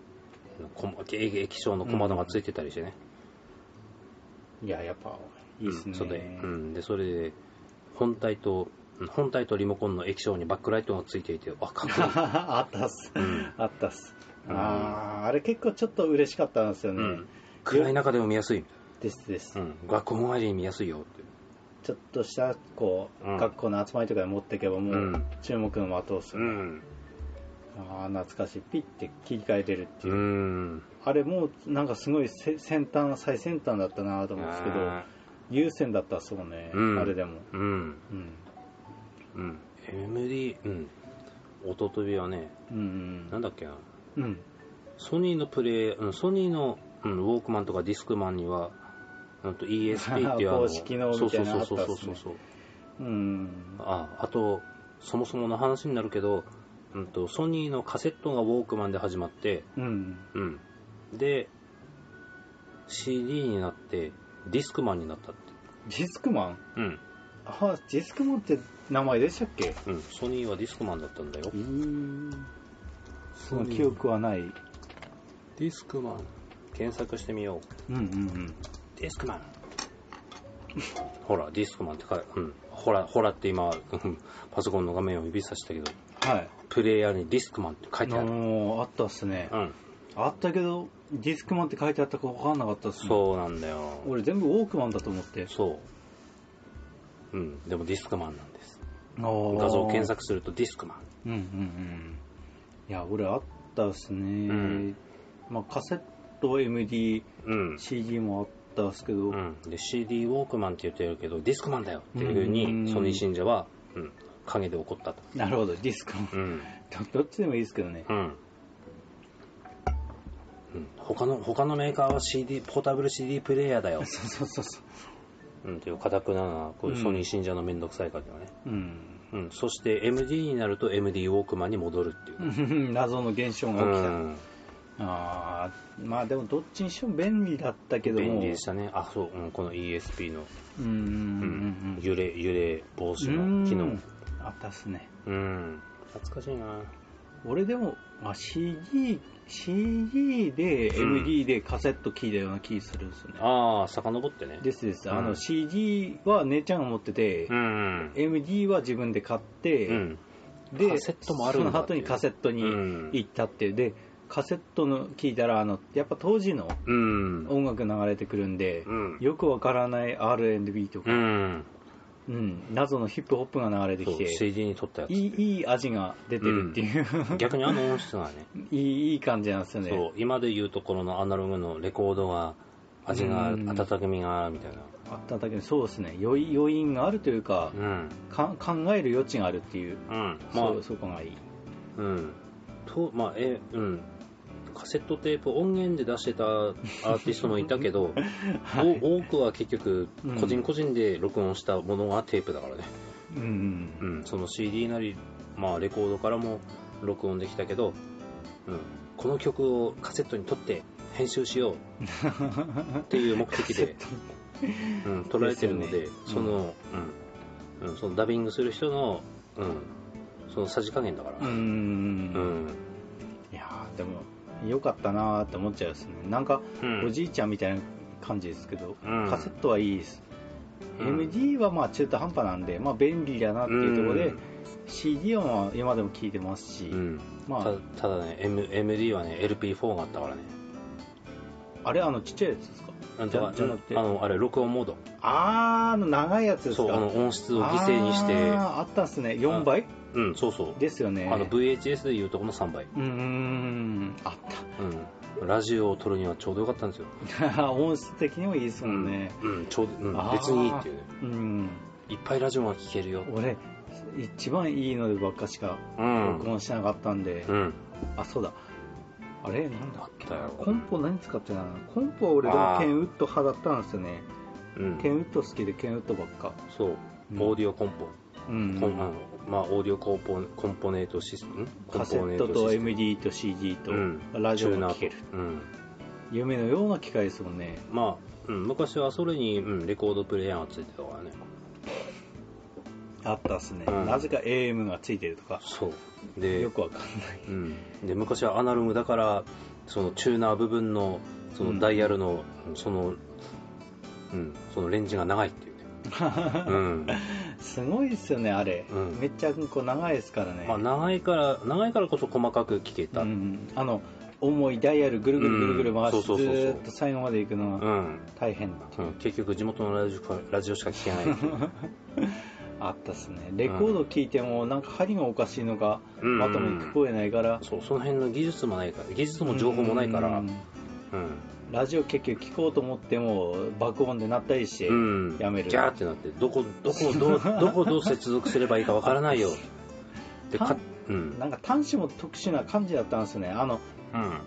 Speaker 2: こま液液晶の小窓がついてたりしてね、
Speaker 1: いややっぱいいっすね、
Speaker 2: うんそれで、うん、でそれで本体と本体とリモコンの液晶にバックライトがついていて、あ、かっ こいい。
Speaker 1: あったっす。
Speaker 2: うん
Speaker 1: あったっす。
Speaker 2: うん
Speaker 1: あーあれ結構ちょっと嬉しかったんですよね。
Speaker 2: うん暗い中でも見やすい。
Speaker 1: ですです、
Speaker 2: うん。学校前で見やすいよって。
Speaker 1: ちょっとしたこう、
Speaker 2: うん
Speaker 1: 学校の集まりとかで持っていけばもう、
Speaker 2: うん
Speaker 1: 注目の的をす
Speaker 2: う
Speaker 1: る、
Speaker 2: ん。
Speaker 1: ああ懐かしいピッて切り替えれるっていう、
Speaker 2: うん。
Speaker 1: あれもうなんかすごいせ先端最先端だったなと思うんですけど有線だったっすもんね、
Speaker 2: うん
Speaker 1: あれでも、
Speaker 2: うん。
Speaker 1: うん、
Speaker 2: うん。MD、うん。おととはね、
Speaker 1: うん
Speaker 2: なんだっけな。
Speaker 1: うんうん
Speaker 2: ソニーのプレイ、うん、ソニーの、うん、ウォークマンとかディスクマンには、なんと ESP っていうあ
Speaker 1: 公式のみたいなのあったっすね
Speaker 2: そうそうそうそうそう。
Speaker 1: うん
Speaker 2: あ、あと、そもそもの話になるけど、うんと、ソニーのカセットがウォークマンで始まって、
Speaker 1: うん
Speaker 2: うん。で、CD になって、ディスクマンになったって。
Speaker 1: ディスクマン
Speaker 2: うん。
Speaker 1: あディスクマンって名前でしたっけ
Speaker 2: うん。ソニーはディスクマンだったんだよ
Speaker 1: う。んその記憶はないうん
Speaker 2: ディスクマン。検索してみよう。
Speaker 1: うんうん
Speaker 2: ディスクマン。 ほら、ディスクマンって書いうん。ほら、ほらって今、うんパソコンの画面を指さしたけど、
Speaker 1: はい
Speaker 2: プレイヤーにディスクマンって書いてある。
Speaker 1: もうあったっすね、
Speaker 2: うん。
Speaker 1: あったけど、ディスクマンって書いてあったか分かんなかったっすね。
Speaker 2: そうなんだよ。
Speaker 1: 俺全部ウォークマンだと思って。
Speaker 2: そう。うん。でもディスクマンなんです。
Speaker 1: 画
Speaker 2: 画像検。索するとディスクマン。
Speaker 1: うんうんうん。いや、俺あったっすね。
Speaker 2: ん
Speaker 1: まあカセット、MD、
Speaker 2: うん。
Speaker 1: CD もあったっすけど、
Speaker 2: うん、で CD ウォークマンって言ってるけどディスクマンだよっていうふう
Speaker 1: うん
Speaker 2: にソニー信者は、うん、陰で怒ったと、
Speaker 1: なるほど、ディスクマン。
Speaker 2: うん
Speaker 1: どどっちでもいいですけどね。
Speaker 2: うんうん、他の他のメーカーは CD ポータブル CD プレイヤーだよ、
Speaker 1: そうそうそうそう。
Speaker 2: うん、っていうかたくななこういうソニー信者のめんどくさい感じはね、
Speaker 1: うん。
Speaker 2: うんそして MD になると MD ウォークマンに戻るっていう、
Speaker 1: 謎の現象
Speaker 2: う
Speaker 1: が起きた。
Speaker 2: ん、
Speaker 1: ああ、まあでもどっちにしても便利だったけども。
Speaker 2: 便利でしたねあそう、うん、この ESP の、
Speaker 1: うんうん
Speaker 2: う
Speaker 1: うんん
Speaker 2: 揺れ揺れ防止
Speaker 1: うん。
Speaker 2: の機
Speaker 1: う
Speaker 2: 能
Speaker 1: んあったっすね。
Speaker 2: うん懐かしいな
Speaker 1: 俺でも、まあ、CD, CD で
Speaker 2: うん
Speaker 1: MD でカセット聞いたような気するんですよね、
Speaker 2: ああ遡ってね
Speaker 1: ですです、あ
Speaker 2: う
Speaker 1: の
Speaker 2: ん
Speaker 1: CD は姉ちゃんが持ってて、
Speaker 2: うん、
Speaker 1: MD は自分で買って、
Speaker 2: うん、
Speaker 1: で
Speaker 2: カセットもあるんだ
Speaker 1: その後にカセット
Speaker 2: う
Speaker 1: に
Speaker 2: ん
Speaker 1: 行ったっていうでカセットの聞いたらあのやっぱ当時の
Speaker 2: うん
Speaker 1: 音楽流れてくるんで、
Speaker 2: うん
Speaker 1: よくわからない R&B と
Speaker 2: う
Speaker 1: か、
Speaker 2: ん
Speaker 1: うん謎のヒップホップが流れて
Speaker 2: そ
Speaker 1: き
Speaker 2: う
Speaker 1: て
Speaker 2: CD に撮ったやつ
Speaker 1: いいいい味が出てるっていう、
Speaker 2: 逆にあの音質がね
Speaker 1: いいいい感じなんです よね
Speaker 2: そう今で言うところのアナログのレコードが味がある
Speaker 1: うん
Speaker 2: 温かみがあるみたいな
Speaker 1: あっただけでそうですね余韻余韻があるというか,
Speaker 2: うん
Speaker 1: か、考える余地があるっていう、
Speaker 2: うんまあ
Speaker 1: そうそこがいい
Speaker 2: うんとまあえうんカセットテープ音源で出してたアーティストもいた けど、お多くは結局個人個人で録音したものがテープだからね、
Speaker 1: うんうん
Speaker 2: うん、その CD なり、まあ、レコードからも録音できたけど、うん、この曲をカセットに撮って編集 しようっていう目的で、うん、捉えてるので
Speaker 1: ですよね
Speaker 2: その、うんうん、そのダビングする人の、うん、そのさじ加減だから、
Speaker 1: うんうんうん
Speaker 2: う
Speaker 1: うん
Speaker 2: ん
Speaker 1: いやーでも良かったなーって思っちゃうですねなんか、
Speaker 2: うん
Speaker 1: おじいちゃんみたいな感じですけど、
Speaker 2: うん
Speaker 1: カセットはいいです、
Speaker 2: うん
Speaker 1: MD はまあ中途半端なんで、まあ、便利だなっていうところで、
Speaker 2: うん
Speaker 1: CD はまあ今でも聴いてますし、
Speaker 2: うん
Speaker 1: ま
Speaker 2: た
Speaker 1: あ、
Speaker 2: ただね、M、MD はね LP4 があったからね
Speaker 1: あれあのちっちゃいやつですか
Speaker 2: なんとか
Speaker 1: じゃじゃなくて
Speaker 2: あのあれ録音モード
Speaker 1: あーあの長いやつですか
Speaker 2: そうあの音質を犠牲にして
Speaker 1: あーあったっすね4倍
Speaker 2: うんそうそう、
Speaker 1: ですよね
Speaker 2: あの VHS でいうとこの3倍
Speaker 1: うーんあっ
Speaker 2: うん、ラジオを撮るにはちょうどよかったんですよ、
Speaker 1: た 音質的にもいいですもんね
Speaker 2: うん、ちょうど、うん
Speaker 1: あー
Speaker 2: 別にいいっていうね
Speaker 1: うん、
Speaker 2: いっぱいラジオが聴けるよ
Speaker 1: 俺一番いいのでばっかしか
Speaker 2: うん
Speaker 1: 録音しなかったんで、
Speaker 2: うん
Speaker 1: あそうだあれなんだっけ
Speaker 2: あったよ
Speaker 1: コンポ何使ってたのコンポは俺でもケンウッド派だったんですよね
Speaker 2: うん
Speaker 1: ケンウッド好きでケンウッドばっか
Speaker 2: そう
Speaker 1: うん
Speaker 2: オーディオコンポ、
Speaker 1: うん
Speaker 2: コンあのまあオーディオコンポコンポネートシステム
Speaker 1: カセットと MD と CD と
Speaker 2: うん
Speaker 1: ラジオが聴
Speaker 2: チュ
Speaker 1: け
Speaker 2: ー
Speaker 1: る、
Speaker 2: ナーとうん
Speaker 1: 夢のような機械ですもんね
Speaker 2: まあ、うん、昔はそれに、うん、レコードプレイヤーがついてたからね
Speaker 1: あったっすね、
Speaker 2: うん
Speaker 1: なぜか AM がついてるとか
Speaker 2: そうで
Speaker 1: よくわかんない
Speaker 2: うん、で昔はアナログだからそのチューナー部分のそのダイヤルの、そのうんそのレンジが長いっていう ねうん。
Speaker 1: すごいですよね、あれ。
Speaker 2: うん
Speaker 1: めっちゃこう長いですからね。
Speaker 2: まあ、長いから、長いからこそ細かく聞けた。
Speaker 1: う
Speaker 2: うん。
Speaker 1: ん、あの、重いダイヤルぐるぐるぐるぐる回して、
Speaker 2: うんそうそうそうそう
Speaker 1: ずーっと最後まで行くのは大変だ。
Speaker 2: うん結局、地元のラジオかラジオしか聞けない。
Speaker 1: あったっすね。レコード聞いても、なんか針がおかしいのか、
Speaker 2: うん
Speaker 1: まともに聞こえないから。
Speaker 2: そう、その辺の技術もないから、技術も情報もないから、
Speaker 1: う
Speaker 2: うんん。
Speaker 1: ラジオ結局聞こうと思っても、爆音で鳴ったりして、
Speaker 2: うん。
Speaker 1: やめる
Speaker 2: ギャーってなって、どこ、どこ、どう、どこどう接続すればいいかわからないよ。で、か、うん。
Speaker 1: なんか端子も特殊な感じだったんですよね。あの、
Speaker 2: うん。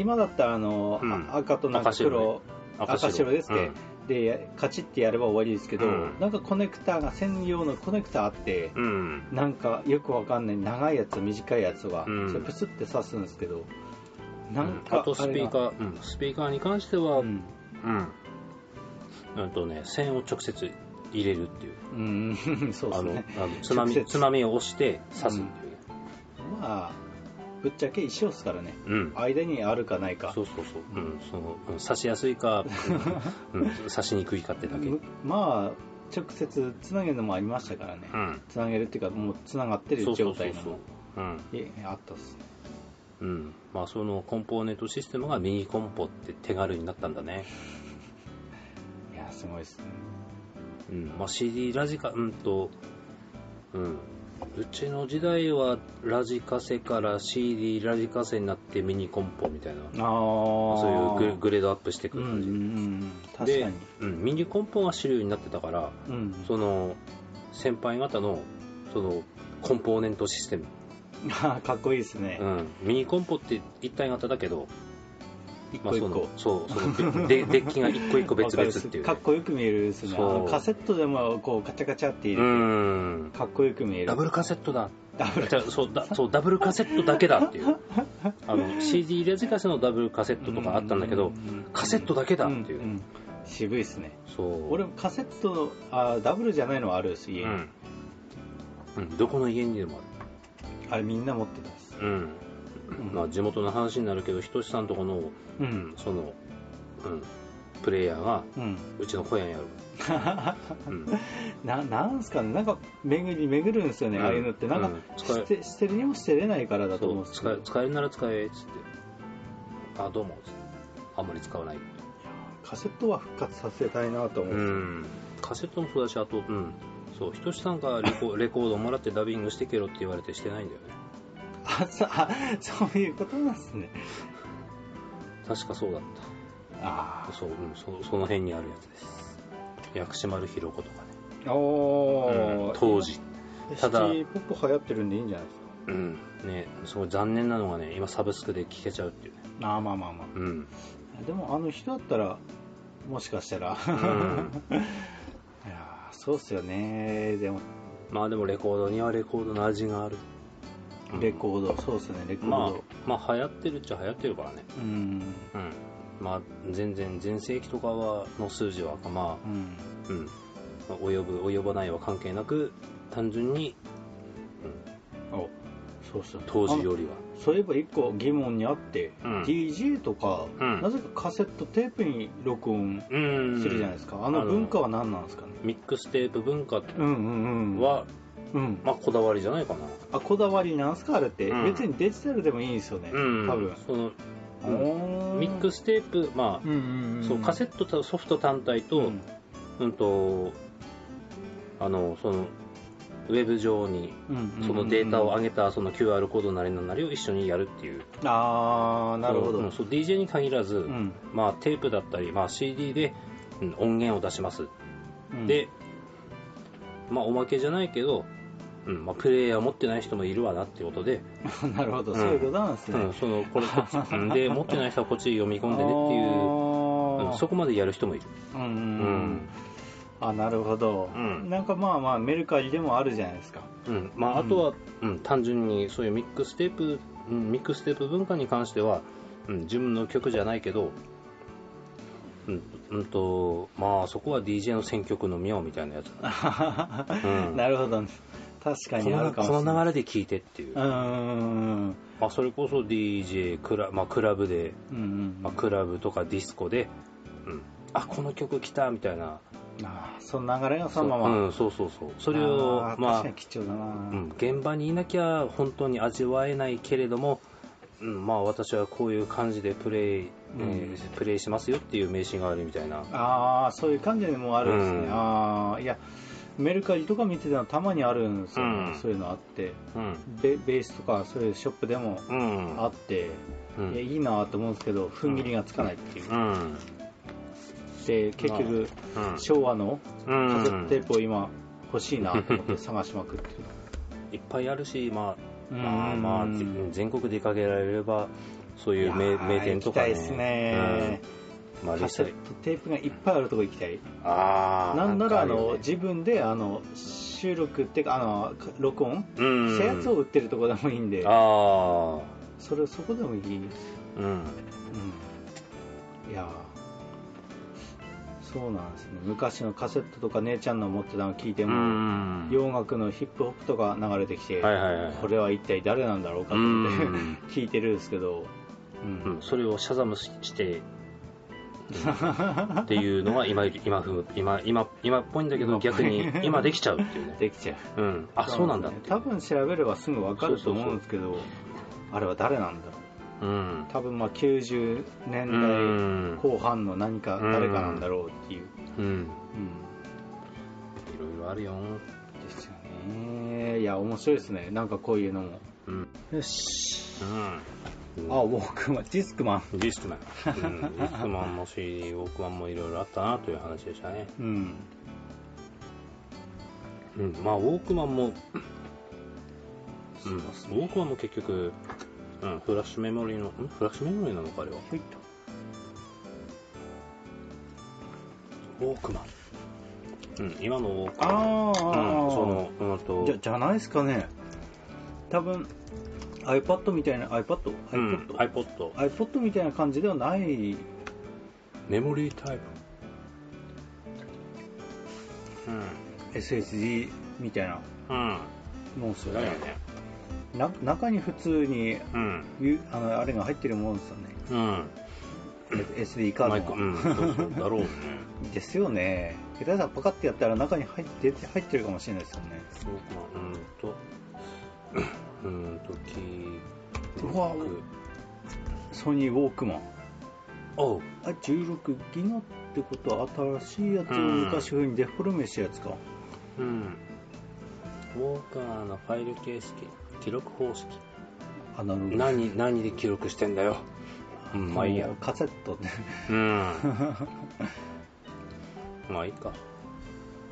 Speaker 1: 今だったらあの、
Speaker 2: うん
Speaker 1: あ赤となんか黒、赤白ですね
Speaker 2: うん
Speaker 1: でカチッてやれば終わりですけど、
Speaker 2: うん
Speaker 1: なんかコネクターが専用のコネクターあって、
Speaker 2: うん。
Speaker 1: なんかよくわかんない長いやつ短いやつが、
Speaker 2: うん
Speaker 1: それプスって刺すんですけど
Speaker 2: う
Speaker 1: なん
Speaker 2: ん
Speaker 1: か
Speaker 2: あとスピーカー、うん、スピーカーに関しては、
Speaker 1: ー
Speaker 2: う
Speaker 1: うん
Speaker 2: ん、うんとね、線を直接入れるっていう、
Speaker 1: うん、そうで
Speaker 2: あ
Speaker 1: す
Speaker 2: の、
Speaker 1: ね
Speaker 2: あのつまみ
Speaker 1: 直接
Speaker 2: つまみを押して刺すってい
Speaker 1: ま
Speaker 2: う、
Speaker 1: あぶっちゃけ一緒ですからね
Speaker 2: うん、
Speaker 1: 間にあるかないか
Speaker 2: そうそうそう、うん、そのうん刺しやすい か、うん、うん刺しにくいかってだけ、う
Speaker 1: むまあ直接つなげるのもありましたからね、
Speaker 2: ん、
Speaker 1: つなげるっていうかもうつながって
Speaker 2: そ
Speaker 1: る
Speaker 2: うそ
Speaker 1: 状
Speaker 2: うそう
Speaker 1: 態の
Speaker 2: そう
Speaker 1: も、
Speaker 2: うん、
Speaker 1: えあったっす
Speaker 2: うん、まあそのコンポーネントシステムがミニコンポって手軽になったんだね、
Speaker 1: いやすごいですね
Speaker 2: うん、まあ CD ラジカ、うんと、うん。うちの時代はラジカセから CD ラジカセになってミニコンポみたいな
Speaker 1: ああ
Speaker 2: そういうググレードアップしていく
Speaker 1: うんう
Speaker 2: 感じ、
Speaker 1: んうん、確
Speaker 2: で
Speaker 1: かに、
Speaker 2: うんミニコンポが主流になってたから
Speaker 1: うん、
Speaker 2: その先輩方のそのコンポーネントシステム、
Speaker 1: あー かっこいいですね、
Speaker 2: うん、ミニコンポって一体型だけど、
Speaker 1: 一
Speaker 2: まあ、
Speaker 1: 個一
Speaker 2: そ
Speaker 1: 個、
Speaker 2: のそうそので デッキが一個一個別々っていう、
Speaker 1: かっこよく見えるですねあ
Speaker 2: そう
Speaker 1: のカセットでもこうカチャカチャって入
Speaker 2: う
Speaker 1: れて
Speaker 2: ん
Speaker 1: かっこよく見える
Speaker 2: ダブルカセットだ
Speaker 1: ダブル
Speaker 2: じゃあそうだそうダブルカセットだけだっていう あの CD レジカセのダブルカセットとかあったんだけど、カセットだけだっていう、
Speaker 1: んん渋いですね
Speaker 2: そう
Speaker 1: 俺もカセットあーダブルじゃないのはあるです家に、
Speaker 2: うん、うん、どこの家にでもある
Speaker 1: あれみんな持ってたっす
Speaker 2: うん
Speaker 1: うん
Speaker 2: まあ、地元の話になるけどひとしさんとこの、
Speaker 1: う
Speaker 2: うんん、その、うん、プレイヤーが
Speaker 1: うん
Speaker 2: うちの小屋 にある、うん
Speaker 1: ななんすかねなんか巡り巡るんですよね、ああいうのってなんか、
Speaker 2: うん使
Speaker 1: 捨
Speaker 2: え
Speaker 1: て捨てるにも捨てれないからだと
Speaker 2: そ
Speaker 1: 思うん
Speaker 2: う
Speaker 1: ですけ
Speaker 2: 使
Speaker 1: ど
Speaker 2: え使えるなら使えっつってあどうもっつってあんまり使わない
Speaker 1: カセットは復活させたいなと思
Speaker 2: う
Speaker 1: うんですよ、
Speaker 2: んカセットもそうだしあとうんそうひとしさんがレコ レコードをもらってダビングしてけろって言われてしてないんだよね
Speaker 1: あそあそういうことなんですね
Speaker 2: 確かそうだっ
Speaker 1: あ
Speaker 2: たそう、うん、そその辺にあるやつです薬師丸ひろ子とかね、
Speaker 1: あおー
Speaker 2: うん当時
Speaker 1: た
Speaker 2: た
Speaker 1: だ
Speaker 2: だ
Speaker 1: シティポップ流行ってるんでいいんじゃないですか
Speaker 2: うんねすごい残念なのがね今サブスクで聴けちゃうっていうね
Speaker 1: ああまあまあま
Speaker 2: うん
Speaker 1: あでもあの人だったらもしかした ら、
Speaker 2: う
Speaker 1: い
Speaker 2: ん
Speaker 1: やーそうっすよねでも
Speaker 2: まあでもレコードにはレコードの味がある
Speaker 1: レコード、そうっすねレコード、
Speaker 2: まあまあ流行ってるっちゃ流行ってるからね
Speaker 1: うん
Speaker 2: うんまあ全然全盛期とかはの数字はま
Speaker 1: う
Speaker 2: あ
Speaker 1: ん
Speaker 2: うんまあ及ぶ及ばないは関係なく単純に、うん、
Speaker 1: おそうっすよね
Speaker 2: 当時
Speaker 1: あの
Speaker 2: よりは
Speaker 1: そういえば一個疑問にあって、
Speaker 2: うん
Speaker 1: DJ とか、
Speaker 2: うん
Speaker 1: なぜかカセットテープに録音
Speaker 2: うん
Speaker 1: するじゃないですか、あの文化は何なんですかね
Speaker 2: ミックステープ文化
Speaker 1: うんうんうん
Speaker 2: は、
Speaker 1: うん
Speaker 2: まあこだわりじゃないかな
Speaker 1: あこだわりなんすかあれって、
Speaker 2: うん
Speaker 1: 別にデジタルでもいいんですよね、
Speaker 2: うん
Speaker 1: 多分
Speaker 2: その
Speaker 1: おー
Speaker 2: ミックステープまあ、
Speaker 1: うんうんん
Speaker 2: そうカセットとソフト単体と、
Speaker 1: うん
Speaker 2: うんとあのそのウェブ上に
Speaker 1: うんうん
Speaker 2: そのデータを上げたその QR コードなりなんなりを一緒にやるっていう
Speaker 1: ああなるほど
Speaker 2: うんそう DJ に限らず、
Speaker 1: うん
Speaker 2: まあ、テープだったり、まあ、CD でうん音源を出します、
Speaker 1: うん
Speaker 2: で、まあ、おまけじゃないけど、うんまあ、プレイヤー持ってない人もいるわなってことで、
Speaker 1: なるほど
Speaker 2: うん
Speaker 1: そういうことなんですね、
Speaker 2: うん、その これこっちうんで持ってない人はこっち読み込んでねってい
Speaker 1: あ
Speaker 2: う。う
Speaker 1: ー
Speaker 2: んそこまでやる人もいる、
Speaker 1: うんうん
Speaker 2: う
Speaker 1: うん
Speaker 2: ん
Speaker 1: あなるほど、
Speaker 2: うん
Speaker 1: なんかまあまあメルカリでもあるじゃないですか
Speaker 2: うんまあ、あとは、うん、単純にそういうミックステープ、うんミックステープ文化に関しては、うん、自分の曲じゃないけど、うんうんとまあ、そこは DJ の選曲の妙みたいなやつだな、うん
Speaker 1: なるほど確か
Speaker 2: こ
Speaker 1: にあ
Speaker 2: の
Speaker 1: るかもしれ
Speaker 2: こ
Speaker 1: ない
Speaker 2: の流れで聴いてっていう、
Speaker 1: うんうん
Speaker 2: まあ、それこそ DJ クラ,、まあ、クラブで、
Speaker 1: うんうんうん
Speaker 2: まあ、クラブとかディスコで、うん、あこの曲来たみたいな
Speaker 1: あーその流れがそ
Speaker 2: そう
Speaker 1: のまま、
Speaker 2: うん、そうそうそうそれを
Speaker 1: あー
Speaker 2: ま
Speaker 1: 確
Speaker 2: あ
Speaker 1: かに貴重だな、
Speaker 2: うん、現場にいなきゃ本当に味わえないけれども、うん、まあ私はこういう感じでプレイ、えー
Speaker 1: うん
Speaker 2: プレイしますよっていう名刺があるみたいな、
Speaker 1: ああそういう感じでもあるんですね、
Speaker 2: うん
Speaker 1: ああいやメルカリとか見てたのたまにあるんですよ、
Speaker 2: うん
Speaker 1: そういうのあって
Speaker 2: うん
Speaker 1: ベベースとかそういうショップでも
Speaker 2: うん
Speaker 1: あって、
Speaker 2: う
Speaker 1: いや
Speaker 2: ん
Speaker 1: いいなと思うんですけど踏ん切りがつかないっていう、
Speaker 2: うん
Speaker 1: で結局
Speaker 2: うん
Speaker 1: 昭和の
Speaker 2: うん
Speaker 1: カセットテープを今欲しいなと思って探しまくってる、
Speaker 2: いっぱいあるし、ま
Speaker 1: う
Speaker 2: あ
Speaker 1: ん
Speaker 2: まあまあぜ全国出かけられればそういう名
Speaker 1: やー
Speaker 2: 名店とかね
Speaker 1: 行きたいですね、
Speaker 2: うんまあ
Speaker 1: カ
Speaker 2: リ
Speaker 1: セ
Speaker 2: サ
Speaker 1: ットテープがいっぱいあるとこ行きたい
Speaker 2: あー
Speaker 1: なんな
Speaker 2: から
Speaker 1: あ
Speaker 2: るよ
Speaker 1: の
Speaker 2: ね
Speaker 1: 自分であの収録っていうかあの録音
Speaker 2: うん
Speaker 1: したやつを売ってるとこでもいいんで、
Speaker 2: あ
Speaker 1: それそこでもいい、うん、
Speaker 2: あうん
Speaker 1: いやーそうなんですね昔のカセットとか姉ちゃんの持ってたの聞いて
Speaker 2: う
Speaker 1: も、
Speaker 2: ん
Speaker 1: 洋楽のヒップホップとか流れてきて、
Speaker 2: はいはいはい
Speaker 1: これは一体誰なんだろうかと
Speaker 2: う
Speaker 1: 思って、
Speaker 2: ん
Speaker 1: 聞いてるんですけど、うん
Speaker 2: うん、それをシャザムしして、うんっていうのが今より今風今今今っぽいんだけど
Speaker 1: 今っぽ
Speaker 2: 逆
Speaker 1: い
Speaker 2: に今できちゃうっていうね、
Speaker 1: できちゃう
Speaker 2: うん、あそうなんだって
Speaker 1: 多分調べればすぐ分かると思うんですけどあれは誰なんだろう
Speaker 2: うん
Speaker 1: 多分まあ90
Speaker 2: う
Speaker 1: 年代
Speaker 2: ん
Speaker 1: 後半の何か誰かなんだろうっていう、
Speaker 2: うん
Speaker 1: うん
Speaker 2: いろいろあるよ
Speaker 1: ですよねいや面白いですねなんかこういうのも
Speaker 2: うん
Speaker 1: よし
Speaker 2: う
Speaker 1: あ
Speaker 2: ん
Speaker 1: ウォークマンディスクマン
Speaker 2: リスクマン、うん、リスクマンもしウォークマンもいろいろあったなという話でしたね、
Speaker 1: うん
Speaker 2: うん、まあウォークマンも、うん、ウ
Speaker 1: そうですね
Speaker 2: ォークマンも結局、うん、フラッシュメモリーのんフラッシュメモリーなのかあれは
Speaker 1: ひょいっと
Speaker 2: ウォークマン、うん、今のウォークマ
Speaker 1: あ
Speaker 2: ン
Speaker 1: ーあ
Speaker 2: うん、そ
Speaker 1: ー
Speaker 2: の、うんと、
Speaker 1: じゃじゃないですかね多分 iPad みたいな iPad?iPod?iPod、
Speaker 2: うん、iPod、
Speaker 1: iPod みたいな感じではない
Speaker 2: メモリータイプ。
Speaker 1: SSD みたいな
Speaker 2: うん、うん、
Speaker 1: もんですよ
Speaker 2: だよ
Speaker 1: ね
Speaker 2: ね。
Speaker 1: な中に普通に
Speaker 2: うん、
Speaker 1: ゆあのあれが入ってるもんですよね
Speaker 2: うん、
Speaker 1: え SD カ
Speaker 2: マイ
Speaker 1: ー
Speaker 2: ク、
Speaker 1: ド
Speaker 2: う
Speaker 1: が
Speaker 2: ん、そうそうだろうね。
Speaker 1: ですよね下手したらパカってやったら中に入ってて入ってるかもしれないですよね
Speaker 2: そうか、うんと、うんと、キー
Speaker 1: うわソニーウォークマン
Speaker 2: おう、
Speaker 1: あ16ギガってことは新しいやつを昔風にデフォルメしたやつか、
Speaker 2: うん。ウォーカーのファイル形式、記録方式。
Speaker 1: アナログ
Speaker 2: 何、何で記録してんだよ。うん、まあいいや
Speaker 1: もう。カセットって
Speaker 2: うん。 まあいいか。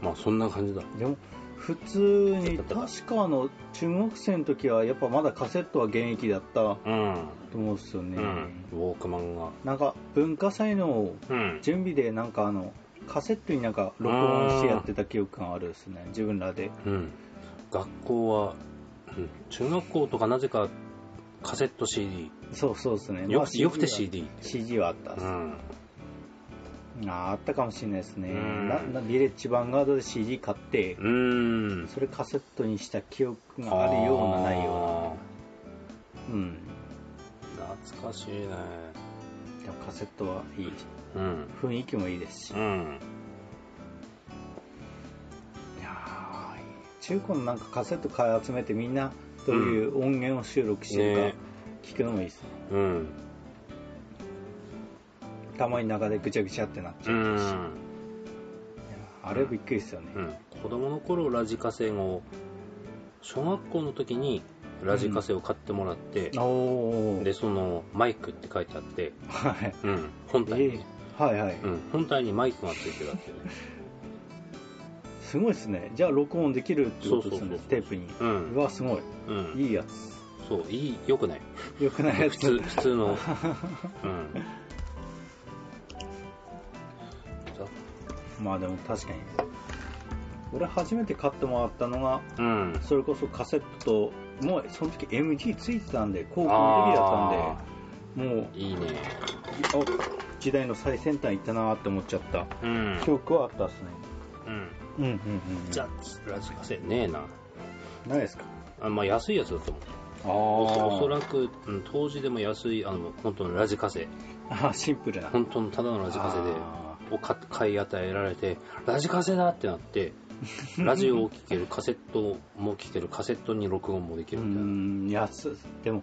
Speaker 2: まあそんな感じだ。
Speaker 1: でも普通に確かあの中学生の時はやっぱまだカセットは現役だった
Speaker 2: うん。
Speaker 1: と思うんですよね、
Speaker 2: うん、ウォークマンが、
Speaker 1: なんか文化祭の
Speaker 2: うん、
Speaker 1: 準備でなんかあのカセットになんか録音してやってた記憶があるですね自分らで
Speaker 2: うん、学校は、うん、中学校とかなぜかカセット CD
Speaker 1: そうそうですね
Speaker 2: よ,、
Speaker 1: まあ
Speaker 2: よくて
Speaker 1: CD は CD
Speaker 2: CD
Speaker 1: はあったっ
Speaker 2: う
Speaker 1: す、
Speaker 2: ん
Speaker 1: あーあったかもしれないですね、
Speaker 2: うん
Speaker 1: ななビレッジヴァンガードで CD 買って、
Speaker 2: うん
Speaker 1: それカセットにした記憶があるようなないようなうん
Speaker 2: うな懐かしいね
Speaker 1: でもカセットはいい
Speaker 2: うん
Speaker 1: 雰囲気もいいですし、
Speaker 2: う
Speaker 1: い
Speaker 2: ん
Speaker 1: やー中古のなんかカセット買い集めてみんなどういう音源を収録してる
Speaker 2: ね
Speaker 1: か聞くのもいいですね
Speaker 2: うん
Speaker 1: たまに中でぐちゃぐちゃってなっち
Speaker 2: う
Speaker 1: ゃう、いや
Speaker 2: ん、
Speaker 1: あれびっくりですよね、
Speaker 2: うん、子供の頃ラジカセを小学校の時にラジカセを買ってもらって、
Speaker 1: おー
Speaker 2: でそのマイクって書いてあって、
Speaker 1: はい
Speaker 2: うん、本体にね、
Speaker 1: はいはい、
Speaker 2: うん、本体にマイクがついてたっていうね
Speaker 1: すごいですねじゃあ録音できるってことです
Speaker 2: そうそうそう
Speaker 1: ね
Speaker 2: そう
Speaker 1: テープに
Speaker 2: う、
Speaker 1: うんわすごい
Speaker 2: うん、
Speaker 1: いいやつ
Speaker 2: そういいよくない
Speaker 1: よくないや
Speaker 2: 普通
Speaker 1: つ
Speaker 2: 普 通のうん
Speaker 1: まあでも確かに俺初めて買ってもらったのが
Speaker 2: うん
Speaker 1: それこそカセットともうその時 MG ついてたんで高校の時だったんでもう
Speaker 2: あーいいね
Speaker 1: あ時代の最先端行ったなーって思っちゃった
Speaker 2: うん、
Speaker 1: 記憶はあったっすね
Speaker 2: うん、
Speaker 1: うんうんうん
Speaker 2: じゃあラジカセねえな
Speaker 1: ないですか
Speaker 2: あまあ安いやつだと思う
Speaker 1: あ
Speaker 2: おおそ
Speaker 1: ー
Speaker 2: らく、うん、当時でも安いあの本当のラジカセ
Speaker 1: あーシンプルな
Speaker 2: 本当のただのラジカセで
Speaker 1: あ
Speaker 2: を買買い与えられてラジカセだってな ってラジオを聴けるカセットも聴けるカセットに録音もでき
Speaker 1: う
Speaker 2: るみたいな。
Speaker 1: んいやすでも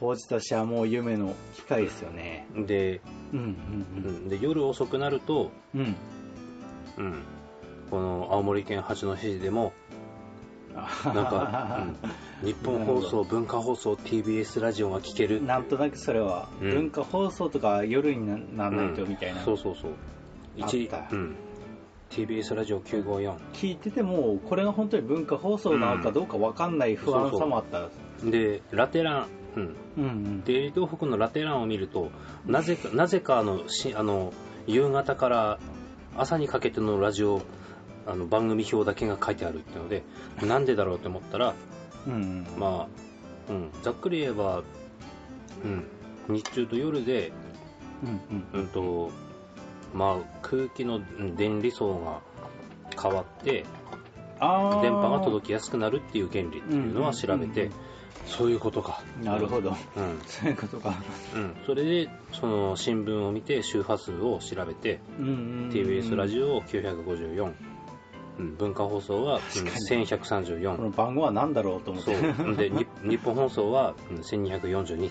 Speaker 1: 当時としてはもう夢の機会ですよね
Speaker 2: で,、
Speaker 1: うん
Speaker 2: う
Speaker 1: うん
Speaker 2: ん、で夜遅くなると、
Speaker 1: うんうん
Speaker 2: うん、この青森県八戸市でも
Speaker 1: な
Speaker 2: なんか、うん日本放送文化放送 TBS ラジオが聴け る
Speaker 1: なんとなくそれは、
Speaker 2: うん
Speaker 1: 文化放送とか夜になならないとみたいな、
Speaker 2: そうそうそう一
Speaker 1: あった
Speaker 2: うん、TBS ラジオ954
Speaker 1: 聞いててもこれが本当に文化放送なのかどうか分かんない不安さもあったら
Speaker 2: でラテラン、うん、
Speaker 1: うんうん
Speaker 2: デイリー東北のラテランを見るとなぜかなぜかあのしあの夕方から朝にかけてのラジオあの番組表だけが書いてあるっていうのでなんでだろうと思ったら
Speaker 1: うん
Speaker 2: まあ、うん、ざっくり言えば、うん、日中と夜で、
Speaker 1: うん
Speaker 2: うんとまあ、空気のうん電離層が変わって
Speaker 1: あー
Speaker 2: 電波が届きやすくなるっていう原理っていうのは調べて、
Speaker 1: うんうん
Speaker 2: そういうことか、
Speaker 1: なるほど、
Speaker 2: うん
Speaker 1: そういうことか、
Speaker 2: うん、それでその新聞を見て周波数を調べて、
Speaker 1: うんうんうん、
Speaker 2: TBS ラジオ954、うん、文化放送は、うん、
Speaker 1: 確かこ
Speaker 2: 1134
Speaker 1: の番号は何だろうと思っ
Speaker 2: そ
Speaker 1: て
Speaker 2: う で日日本放送は、うん、1242っていうので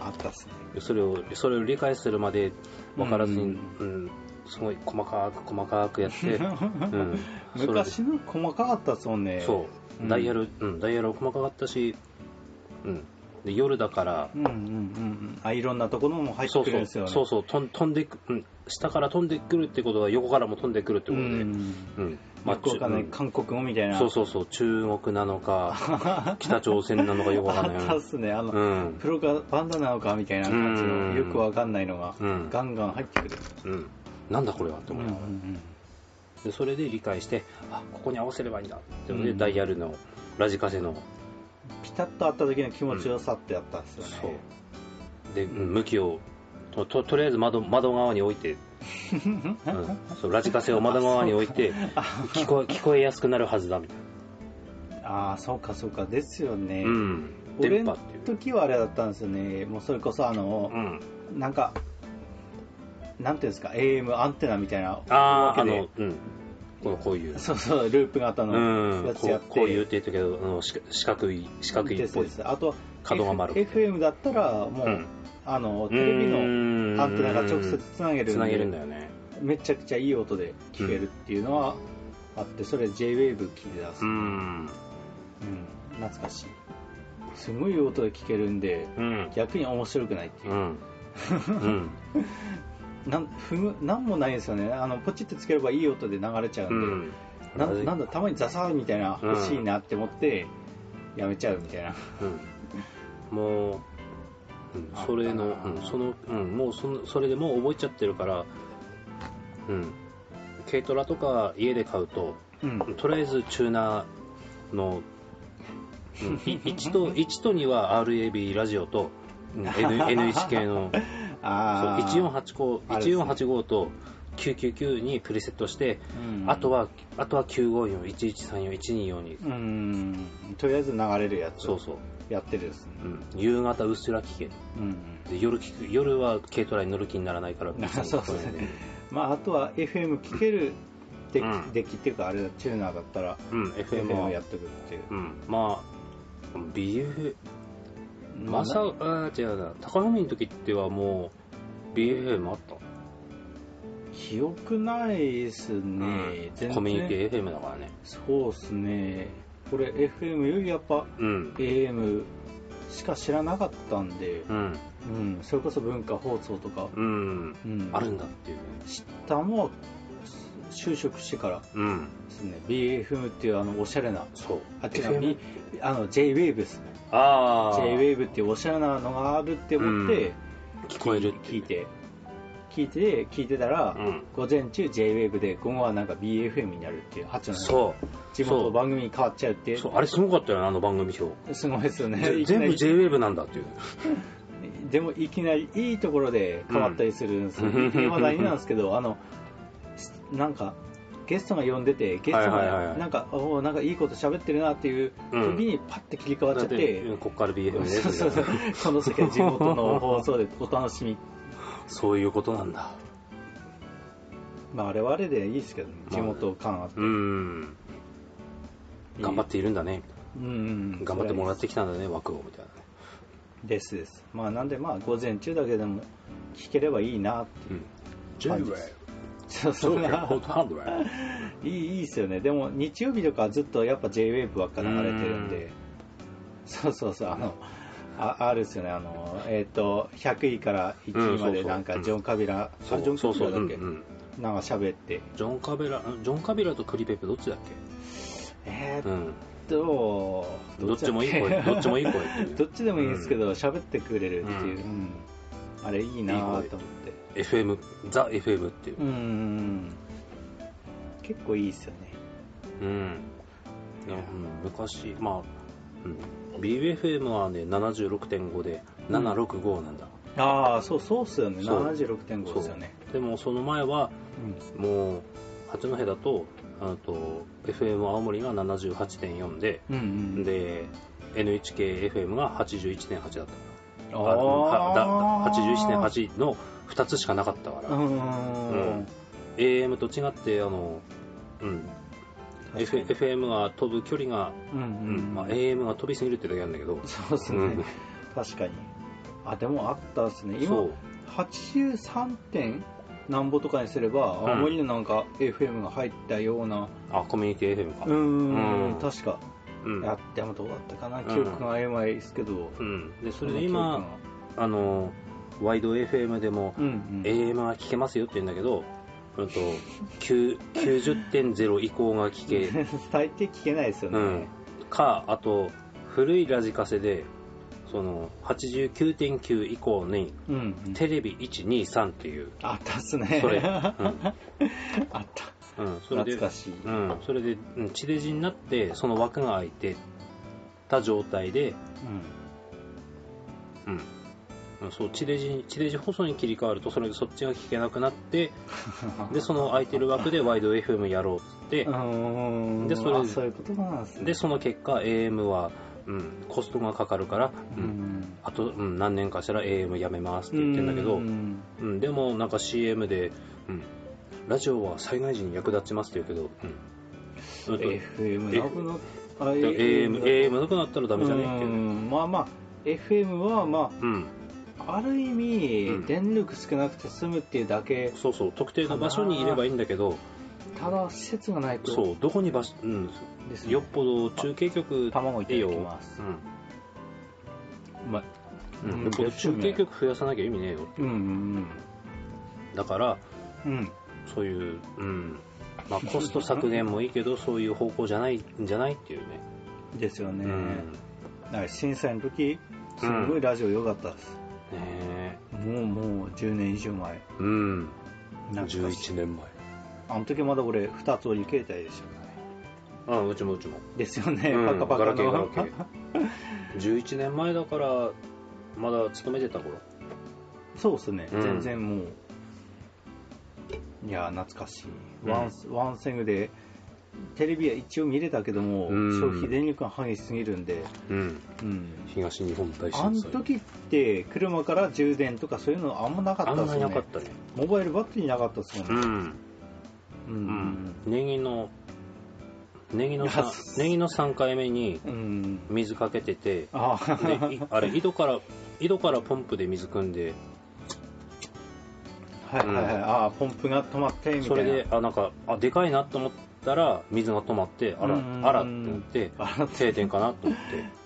Speaker 1: あったっすね
Speaker 2: それをそれを理解するまで分からずに、
Speaker 1: う
Speaker 2: うんんすごい細かく細かく やって、うん、それで
Speaker 1: 昔の細かかったっすもんね
Speaker 2: そう、
Speaker 1: うん
Speaker 2: ダイヤル、うん、ダイヤル細かかったし、うん、で夜だから、
Speaker 1: うんうんうんうんあいろんなところも入っ
Speaker 2: そ
Speaker 1: てく
Speaker 2: うそ
Speaker 1: るん
Speaker 2: う
Speaker 1: ですよね
Speaker 2: そうそう飛ん飛んでく、うん、下から飛んでくるってことは横からも飛んでくるってことで、
Speaker 1: ん
Speaker 2: うん
Speaker 1: んまあ、
Speaker 2: まあ
Speaker 1: よくわかんない、
Speaker 2: ちゅ
Speaker 1: 韓国語みたい
Speaker 2: うん
Speaker 1: な
Speaker 2: そうそうそう中国な のか北朝鮮なのかよくわかん
Speaker 1: あ
Speaker 2: な
Speaker 1: っ
Speaker 2: い
Speaker 1: たっすねあの、
Speaker 2: うん
Speaker 1: プロがバンドなのかみたいな感じ
Speaker 2: うん
Speaker 1: のよくわかんないのが、
Speaker 2: うん
Speaker 1: ガンガン入ってくる、
Speaker 2: うんなんだこれはって思いながら、でそれで理解してあここに合わせればいいんだってので、
Speaker 1: うん
Speaker 2: ダイヤルのラジカセの
Speaker 1: ピタッとあった時の気持ちよさってあったんですよね、
Speaker 2: そうで、うん向きをとととりあえず窓窓側に置 いて、うんそうラジカセを窓側に置 いて聞こえ聞こえやすくなるはずだみたい
Speaker 1: ああそうかそうかですよね、
Speaker 2: な、うん、
Speaker 1: 俺
Speaker 2: 電波
Speaker 1: の
Speaker 2: っていう、
Speaker 1: 時はあれだったんですよねもうそれこそあの
Speaker 2: う、ん、
Speaker 1: なんかなんていうんですか AM アンテナみたいな
Speaker 2: あああ
Speaker 1: わけで
Speaker 2: の、うん、このこういう
Speaker 1: そうそうループ型の、
Speaker 2: うん
Speaker 1: やつやって
Speaker 2: こうこういうって言ったけどあの四角四角い四角い
Speaker 1: で
Speaker 2: っ
Speaker 1: す
Speaker 2: ぽい
Speaker 1: ですあと
Speaker 2: 角が丸
Speaker 1: F- FM だったらもう、
Speaker 2: うん
Speaker 1: あのテ
Speaker 2: テ
Speaker 1: レビのアンテナが直接つなげる
Speaker 2: つ
Speaker 1: ん
Speaker 2: な
Speaker 1: で
Speaker 2: げるんだよね
Speaker 1: めちゃくちゃいい音で聴けるっていうのはあってそれ JWAVE 聴いてたんです
Speaker 2: う
Speaker 1: よ、
Speaker 2: ん
Speaker 1: うん懐かしいすごい音で聴けるんで
Speaker 2: うん
Speaker 1: 逆に面白くないっていうう、
Speaker 2: んうん
Speaker 1: なんふむなんもないんですよねあのポチってつければいい音で流れちゃう
Speaker 2: うん
Speaker 1: で、
Speaker 2: ん
Speaker 1: ななんだたまにザサーみたいな
Speaker 2: うん
Speaker 1: 欲しいなって思ってやめちゃうみたいな、
Speaker 2: うんもううんそれの、うん、その、うん、もうその、それでもう覚えちゃってるから、うん、軽トラとか家で買うと、
Speaker 1: うん
Speaker 2: とりあえずチューナーの、うん、1, と1と2は RAB ラジオと、うん N- NHK のそう
Speaker 1: ああ
Speaker 2: 1485
Speaker 1: あれですね
Speaker 2: 1485と999にプリセットして、
Speaker 1: うん
Speaker 2: あとはあとは95411341242に、
Speaker 1: うんとりあえず流れるやつ
Speaker 2: そう
Speaker 1: を
Speaker 2: そう、
Speaker 1: やってるんですね
Speaker 2: うん、夕方うっすら聞ける
Speaker 1: うん
Speaker 2: で夜聞く夜は軽トラに乗る気にならないから別 に
Speaker 1: そうそう
Speaker 2: これで
Speaker 1: まあ、あとは FM 聴けるデッキ,、
Speaker 2: うん
Speaker 1: デッキっていうかあれだチューナーだったら
Speaker 2: うん
Speaker 1: FM
Speaker 2: FM
Speaker 1: を
Speaker 2: は
Speaker 1: やってくるっていう、
Speaker 2: うんまあ BF まさ
Speaker 1: まあ
Speaker 2: あ違うな高波の時ってはもう BFM あった
Speaker 1: 記憶ないですね、全然
Speaker 2: コミュニティ FM だからね
Speaker 1: そうですねこれ FM よりやっぱ
Speaker 2: うん
Speaker 1: AM しか知らなかったんで、
Speaker 2: うん
Speaker 1: うん、それこそ文化放送とか、
Speaker 2: うん
Speaker 1: うん、
Speaker 2: あるんだっていう
Speaker 1: 知ったのは就職してから
Speaker 2: うん
Speaker 1: ですね BFM っていうあのおしゃれな
Speaker 2: そう
Speaker 1: あ違
Speaker 2: FM
Speaker 1: う B あの JWAVE ですね
Speaker 2: ああ
Speaker 1: JWAVE っていうおしゃれなのがあるって思って、
Speaker 2: うん聞こえるって
Speaker 1: 聞
Speaker 2: いう
Speaker 1: いて聞いて聞いてたら、
Speaker 2: うん
Speaker 1: 午前中 JWAVE で午後はなんか BFM になるっていう八の
Speaker 2: そ
Speaker 1: 地
Speaker 2: そ
Speaker 1: 元
Speaker 2: う
Speaker 1: 番組に変わっちゃうっていう
Speaker 2: うそうあれすごかったよねあの番組 表
Speaker 1: すごいですよね
Speaker 2: ぜ
Speaker 1: いき
Speaker 2: 全
Speaker 1: な
Speaker 2: 部
Speaker 1: り
Speaker 2: JWAVE なんだっていう
Speaker 1: でもいきなりいいところで変わったりするんですよ、
Speaker 2: うん
Speaker 1: いい話題なんですけどあのしなんかゲストが呼んでてゲスト
Speaker 2: はいはいはいは
Speaker 1: が
Speaker 2: い
Speaker 1: なんか,、おーなんかいいこと喋ってるなっていう
Speaker 2: うん
Speaker 1: 時にパッて切り替わっちゃって、
Speaker 2: うんこっから BFM です
Speaker 1: そう そうそう
Speaker 2: みたいな
Speaker 1: この先は地元の放送でお楽しみ
Speaker 2: そういうことなんだ
Speaker 1: まあ、あれはあれでいいですけどね、
Speaker 2: ま
Speaker 1: 地
Speaker 2: あ
Speaker 1: 元感あって。
Speaker 2: うん。頑張っているんだね。
Speaker 1: うんうんうん
Speaker 2: 頑張ってもらっ
Speaker 1: そ
Speaker 2: てきたんだね、枠を、みたい
Speaker 1: れ
Speaker 2: な。
Speaker 1: はいいですです。まあ、なんで、まあ、午前中だけでも聞ければいいなって。
Speaker 2: うん。
Speaker 1: J-Wave そうそ
Speaker 2: そううか、ホットハンド
Speaker 1: いい、いいですよね。でも、日曜日とかはずっとやっぱ J-Wave ばっか流れてるん
Speaker 2: う
Speaker 1: で。そうそうそう、あの、ああるですよね、あの、えっ、と、100位から1位ま
Speaker 2: うんそう
Speaker 1: で
Speaker 2: そう
Speaker 1: なんか、
Speaker 2: うん
Speaker 1: ジョン・カビラ、あジョン・
Speaker 2: そう
Speaker 1: カビ
Speaker 2: そう、
Speaker 1: ラだ
Speaker 2: う
Speaker 1: っ
Speaker 2: ん
Speaker 1: け、
Speaker 2: うん。
Speaker 1: なんか喋って。
Speaker 2: ジョン・カビラ、んジョン・カビラとクリペペどっちだっ
Speaker 1: え
Speaker 2: けう
Speaker 1: ーっ
Speaker 2: ん。
Speaker 1: と、
Speaker 2: どっちもいい
Speaker 1: だ
Speaker 2: 声、
Speaker 1: け
Speaker 2: どっちもいい声っていう。
Speaker 1: どっちでもいいんですけど、喋ってくれるっていう、
Speaker 2: う
Speaker 1: うんあれいいなぁと思って。
Speaker 2: FM、ザ・ FM っていう
Speaker 1: う。ん。結構いいですよね。
Speaker 2: うん。いやうん昔、まあ、うん、BFM はね、76.5で、765なんだ。
Speaker 1: ああ、そう、そうっすよね。
Speaker 2: そう
Speaker 1: 76.5ですよね。
Speaker 2: でも、その前は、もう、八戸だと、あと、FM 青森が78.4で、
Speaker 1: うん。うんうん。
Speaker 2: で、NHKFM が81.8だった。
Speaker 1: あ
Speaker 2: あはだ
Speaker 1: ー
Speaker 2: 81.8の2つしかなかったから、
Speaker 1: うんうんうんう
Speaker 2: うんん。AM と違って、あの、うん、
Speaker 1: 確かに
Speaker 2: F- FM が飛ぶ距離が、
Speaker 1: うん
Speaker 2: うん
Speaker 1: うん。
Speaker 2: まあ、AM が飛びすぎるってだけなんだけど、
Speaker 1: そうっす
Speaker 2: う
Speaker 1: ね。
Speaker 2: ん、
Speaker 1: 確かに。あ、でもあったっすね。
Speaker 2: そ
Speaker 1: 今、
Speaker 2: う。
Speaker 1: 83点なんぼとかにすれば、
Speaker 2: うん
Speaker 1: 青森のなんか FM が入ったような、
Speaker 2: あ、コミュニティ FM か。
Speaker 1: う
Speaker 2: うん
Speaker 1: ん、確か。
Speaker 2: うん
Speaker 1: いやでもどうだったかな、
Speaker 2: ん
Speaker 1: 記憶が曖昧ですけど、
Speaker 2: うん、でそ
Speaker 1: そ
Speaker 2: れ
Speaker 1: の
Speaker 2: で
Speaker 1: 記憶が
Speaker 2: 今、あのワイド FM でも
Speaker 1: うんうん、
Speaker 2: AM が聞けますよって言うんだけど、うん、と9 90.0以降が 聞け、
Speaker 1: 大抵聞けないですよ
Speaker 2: う
Speaker 1: ね、
Speaker 2: ん、かあと古いラジカセでその89.9以降に
Speaker 1: うんうん
Speaker 2: テレビ123っていう、
Speaker 1: あったっすね、
Speaker 2: それ
Speaker 1: あ
Speaker 2: うん
Speaker 1: った、
Speaker 2: うん、そ
Speaker 1: 懐
Speaker 2: れで
Speaker 1: かしい、
Speaker 2: うん、それでうん地デジになってその枠が空いてた状態で、うんうん、そう地デジ地デジ放送に切り替わるとそれでそっちが聞けなく なってでその空いてる枠でワイド FM やろうっつって
Speaker 1: うん、
Speaker 2: でそれ
Speaker 1: あそういうことなんですね、
Speaker 2: でその結果 AM は、うん、コストがかかるから、
Speaker 1: う
Speaker 2: う
Speaker 1: んん、
Speaker 2: あと、うん、何年かしたら AM やめますって言ってんだけ
Speaker 1: う
Speaker 2: ど、うん
Speaker 1: ん
Speaker 2: でもなんか CM で、うん、ラジオは災害時に役立ちますって言うけど、うんうんと
Speaker 1: FM なくなっ
Speaker 2: AM, AM なくなったらダメじゃねえって
Speaker 1: う
Speaker 2: いうね
Speaker 1: んまあまあ、FM は、ま
Speaker 2: うん、
Speaker 1: あ、ある意味、
Speaker 2: うん
Speaker 1: 電力少なくて済むっていうだけ、
Speaker 2: そうそう特定の場所にいればいいんだけど
Speaker 1: ただ、施設がないと
Speaker 2: そうどこに場所、うん、
Speaker 1: ですね
Speaker 2: よっぽど中継局
Speaker 1: 卵いただきま
Speaker 2: う
Speaker 1: す。
Speaker 2: ん
Speaker 1: うまい。
Speaker 2: うん
Speaker 1: うん
Speaker 2: よっぽど中継局増やさなきゃ意味ねえよ
Speaker 1: うんうん
Speaker 2: だから
Speaker 1: うん。うん。
Speaker 2: そういう、うん まあ、コスト削減もいいけどそういう方向じゃないんじゃないっていうね
Speaker 1: ですよね。
Speaker 2: うん
Speaker 1: だから震災の時、すごいラジオ良かったです。
Speaker 2: ねえ
Speaker 1: もうもう10年以上前。
Speaker 2: うん
Speaker 1: なんか
Speaker 2: 11年前
Speaker 1: あの時まだ俺2つ折り携帯でしたからね。
Speaker 2: ああうちもうちも
Speaker 1: ですよね。
Speaker 2: うん
Speaker 1: パカパカの
Speaker 2: ガラ。ケーガラ11年前だからまだ勤めてた頃
Speaker 1: そうですね。
Speaker 2: うん
Speaker 1: 全然もう。いや、懐かしい。ワンス、ワンセグで、テレビは一応見れたけども、
Speaker 2: うん
Speaker 1: 消費電力が激しすぎるんで、
Speaker 2: うん
Speaker 1: うん。
Speaker 2: 東日本大震災
Speaker 1: あの時って車から充電とかそういうのあんまなか
Speaker 2: あ
Speaker 1: っ
Speaker 2: ん
Speaker 1: た
Speaker 2: ま
Speaker 1: です
Speaker 2: り
Speaker 1: よ
Speaker 2: なか
Speaker 1: ね
Speaker 2: ったね
Speaker 1: モバイルバッテリーなかったですもん
Speaker 2: う
Speaker 1: ね
Speaker 2: ん
Speaker 1: う
Speaker 2: うんんネギのネギの
Speaker 1: い
Speaker 2: さ
Speaker 1: や
Speaker 2: ネギの3回目に
Speaker 1: うん、うん、
Speaker 2: 水かけてて
Speaker 1: あ
Speaker 2: で い
Speaker 1: あ
Speaker 2: あれ井戸から井戸からポンプで水汲んで
Speaker 1: はいはいはい、
Speaker 2: うん
Speaker 1: ああポンプが止まってみたいな
Speaker 2: それであなんかあでかいなと思ったら水が止まってあら
Speaker 1: うん
Speaker 2: あらってなって
Speaker 1: あら
Speaker 2: 停電かなと思っ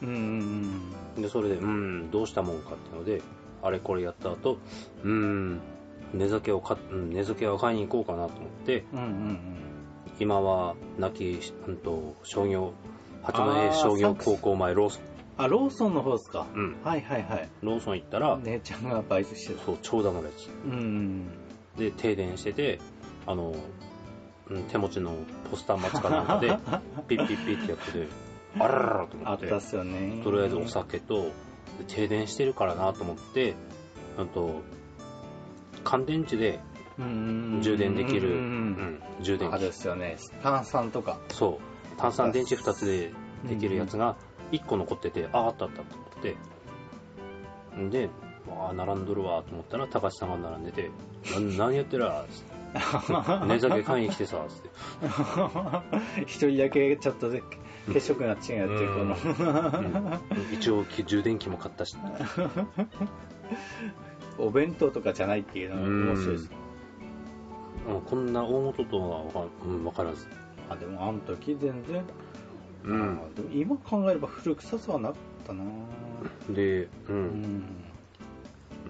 Speaker 1: うんうんうん
Speaker 2: てでそれでうんどうしたもんかってのであれこれやった後うん寝酒をかうん寝酒を買いに行こうかなと思って
Speaker 1: うんうんうん
Speaker 2: 今は亡き、うん、と商業八
Speaker 1: あー
Speaker 2: 戸商業
Speaker 1: サックス
Speaker 2: 高校前ローソン、
Speaker 1: あローソンの方ですか、
Speaker 2: うん、
Speaker 1: はいはいはい
Speaker 2: ローソン行ったら、
Speaker 1: 姉ちゃんがバイトしてた
Speaker 2: そう長蛇の列
Speaker 1: うんうん
Speaker 2: で停電しててあの、うん、手持ちのポスターマツかなん かでピッピッピッってやっててあらららと思
Speaker 1: あ
Speaker 2: っ
Speaker 1: ってたっすよね
Speaker 2: とりあえずお酒とで停電してるからなと思ってあと乾電池で、
Speaker 1: うんうんうん
Speaker 2: 充電できる
Speaker 1: うん
Speaker 2: う
Speaker 1: うん
Speaker 2: ん、充
Speaker 1: うん
Speaker 2: 電
Speaker 1: ある
Speaker 2: 器
Speaker 1: っすよね炭酸とか
Speaker 2: そう炭酸電池2つでできるやつが1個残ってて、あああったあったと思ってんでわあ並んどるわと思ったら高橋さんが並んでて「な何やってら」 寝酒買いに来てさ、つって。
Speaker 1: 一人だけちょっとで血色が違うっていう、こ
Speaker 2: うん一応充電器も買ったし、
Speaker 1: の、お弁当とかじゃないっていうのが面白いです。
Speaker 2: うんこんな大元とはわか,、うん、わからず、
Speaker 1: あ、でもあの時全然、
Speaker 2: う
Speaker 1: あでも今考えれば古臭さはなかったな
Speaker 2: で、う、
Speaker 1: うん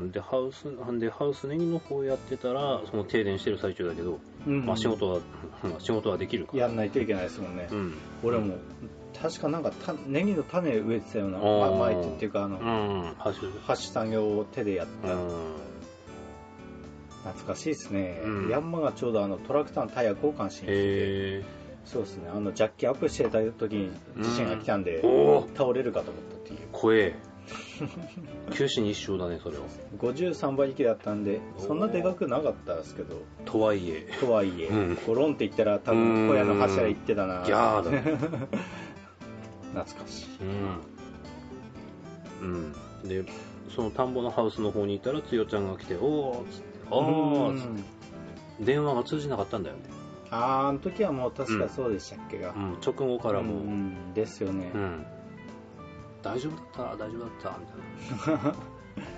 Speaker 1: ん。
Speaker 2: でハウスでハウスネギの方やってたらその停電してる最中だけど、
Speaker 1: うん
Speaker 2: まあ、仕事は、まあ仕事はできるから
Speaker 1: やんないといけないですもんね。
Speaker 2: うん
Speaker 1: 俺も、確かなんかた、ネギの種植えてたような、
Speaker 2: あー
Speaker 1: まあ、巻いてっていうか、あの、
Speaker 2: うん走る
Speaker 1: 箸作業を手でやっ
Speaker 2: う
Speaker 1: た。
Speaker 2: ん
Speaker 1: 懐かしいですね、
Speaker 2: うん
Speaker 1: ヤンマがちょうどあのトラクターのタイヤ交換しに来て、
Speaker 2: へえ
Speaker 1: そうですねあのジャッキアップしてた時に地震が来たんで、
Speaker 2: おお
Speaker 1: 倒れるかと思ったっていう
Speaker 2: 怖 え九死に一生だねそれは
Speaker 1: 53馬力だったんで
Speaker 2: おー
Speaker 1: そんなでかくなかったですけど
Speaker 2: とはいえ
Speaker 1: とはいえ、
Speaker 2: うん
Speaker 1: ゴロンって言ったら多分小屋の柱行ってたな
Speaker 2: ギャーだね
Speaker 1: 懐かしい
Speaker 2: うん、うん、でその田んぼのハウスの方にいたらつよちゃんが来て「おーっつって「あ
Speaker 1: う
Speaker 2: ーっつって
Speaker 1: ん」
Speaker 2: 電話が通じなかったんだよね、
Speaker 1: あーあの時はもう確かそうでしたっけが、
Speaker 2: うん、直後からもう、
Speaker 1: うんうんですよね、
Speaker 2: うん、大丈夫だった大丈夫だったみ たいな、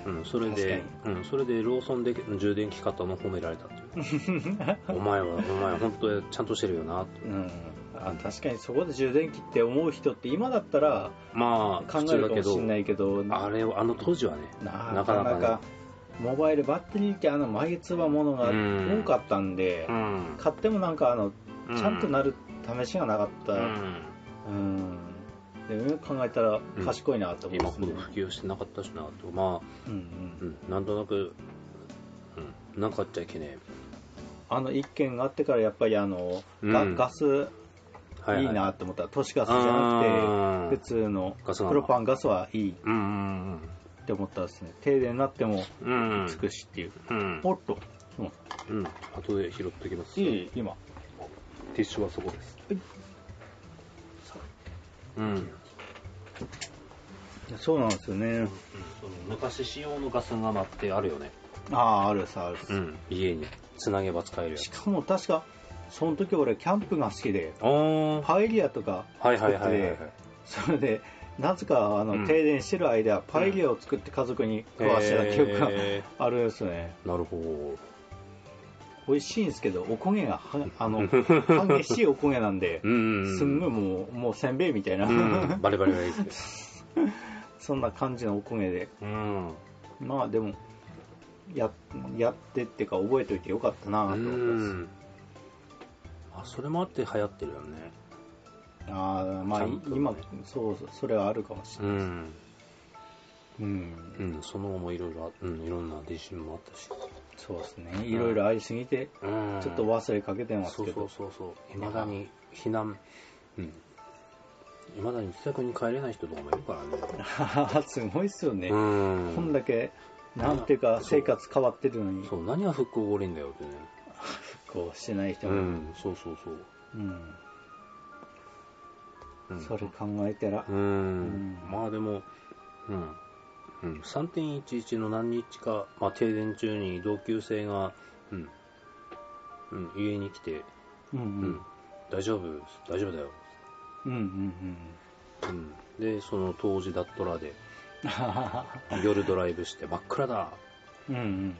Speaker 2: うん、それで、うん、それでローソンで充電器買ったの褒められたっていう お前はお前本当にちゃんとしてるよなって
Speaker 1: うんあ確かにそこで充電器って思う人って今だったら
Speaker 2: まあ
Speaker 1: 考
Speaker 2: 普
Speaker 1: え
Speaker 2: 通
Speaker 1: る
Speaker 2: だ
Speaker 1: か
Speaker 2: け
Speaker 1: もし
Speaker 2: ど
Speaker 1: れないけど
Speaker 2: あれをあの当時はね
Speaker 1: な
Speaker 2: な
Speaker 1: な
Speaker 2: か
Speaker 1: か
Speaker 2: な
Speaker 1: な
Speaker 2: か
Speaker 1: か
Speaker 2: ね
Speaker 1: モバイルバッテリーってあの眉唾ものが
Speaker 2: うん
Speaker 1: 多かったんで、
Speaker 2: ん
Speaker 1: 買ってもなんかあのちゃんと
Speaker 2: っ、
Speaker 1: なる試しがなかったた、
Speaker 2: う
Speaker 1: うん
Speaker 2: ん
Speaker 1: でよく考えたら
Speaker 2: うん
Speaker 1: 賢いなと思
Speaker 2: 今
Speaker 1: う
Speaker 2: ほ
Speaker 1: ん
Speaker 2: ど
Speaker 1: です
Speaker 2: 普
Speaker 1: ね
Speaker 2: 及してなかったしなとま
Speaker 1: うん
Speaker 2: あ、う
Speaker 1: うん
Speaker 2: ん、なんとなく、うん、なんかあっちゃいけね
Speaker 1: あの一件があってからやっぱりあの、ガ
Speaker 2: うん
Speaker 1: ガス
Speaker 2: え、はいはい
Speaker 1: いなと思ったら都市ガスじゃな
Speaker 2: あ
Speaker 1: く
Speaker 2: ー
Speaker 1: て普通の
Speaker 2: ガス
Speaker 1: プロパンガスはいい
Speaker 2: ンうん
Speaker 1: って思ったんですね停電になっても
Speaker 2: うんうんうん
Speaker 1: つくしっていう、
Speaker 2: うん
Speaker 1: おっと
Speaker 2: うん後で拾ってきます
Speaker 1: いい今
Speaker 2: ティッシュはそこです。うん。
Speaker 1: そうなんですよね
Speaker 2: 昔仕様のガス釜ってあるよね。
Speaker 1: あああるさあるさ、
Speaker 2: ん。家につなげば使えるや
Speaker 1: し
Speaker 2: つ。
Speaker 1: かも確かその時俺キャンプが好きで
Speaker 2: おー。
Speaker 1: パエリアとか
Speaker 2: はいは
Speaker 1: 作
Speaker 2: い
Speaker 1: って
Speaker 2: はいはい。
Speaker 1: それでなぜかあの、
Speaker 2: うん
Speaker 1: 停電してる間パエリアを作って家族に食わしてた記憶が
Speaker 2: へ
Speaker 1: あるんですね
Speaker 2: ーなるほ
Speaker 1: 美味しいんですけどおこげがはあ の激しいおこげなんで
Speaker 2: ど。うんうん。
Speaker 1: すんご
Speaker 2: い。
Speaker 1: いもうもうせんべいみたいな、
Speaker 2: うん。バリバリバリって。
Speaker 1: そんな感じのおこげで
Speaker 2: うん。
Speaker 1: まあでもややってっていうか覚えておいてよかったなと思
Speaker 2: う
Speaker 1: ったんです
Speaker 2: ん。あ、それもあって流行ってるよね。
Speaker 1: ああまあ、
Speaker 2: ちゃんとね
Speaker 1: 今そうそうそれはあるかもしれ
Speaker 2: う
Speaker 1: ない、
Speaker 2: ん。
Speaker 1: うん
Speaker 2: うん。その後もいろいろあ、うん、いろんな自信もあったし。
Speaker 1: そうですね、いろいろありすぎて、
Speaker 2: うん
Speaker 1: ちょっと忘れかけてます
Speaker 2: そう
Speaker 1: け
Speaker 2: そ
Speaker 1: ど
Speaker 2: う、そうそういまだに避難うんいまだに自宅に帰れない人とかもいるからね
Speaker 1: すごいっすよね、
Speaker 2: うん
Speaker 1: こんだけ、なんていうか、
Speaker 2: そう
Speaker 1: 生活変わってるのに、
Speaker 2: そう何が復興五輪だよってね
Speaker 1: こうしてない人
Speaker 2: う
Speaker 1: も、うん
Speaker 2: んそうそうそう、うん、
Speaker 1: それ考えたら
Speaker 2: う、ん、
Speaker 1: ん
Speaker 2: まあでもうん、うん、3.11の何日か、まあ、停電中に同級生がうん、うん、家に来て、
Speaker 1: うんう
Speaker 2: うん
Speaker 1: ん、
Speaker 2: 大丈夫大丈夫だよ、
Speaker 1: うんうんうん、
Speaker 2: うん、でその当時だっとら で夜ドライブして真っ暗だ
Speaker 1: うんうん、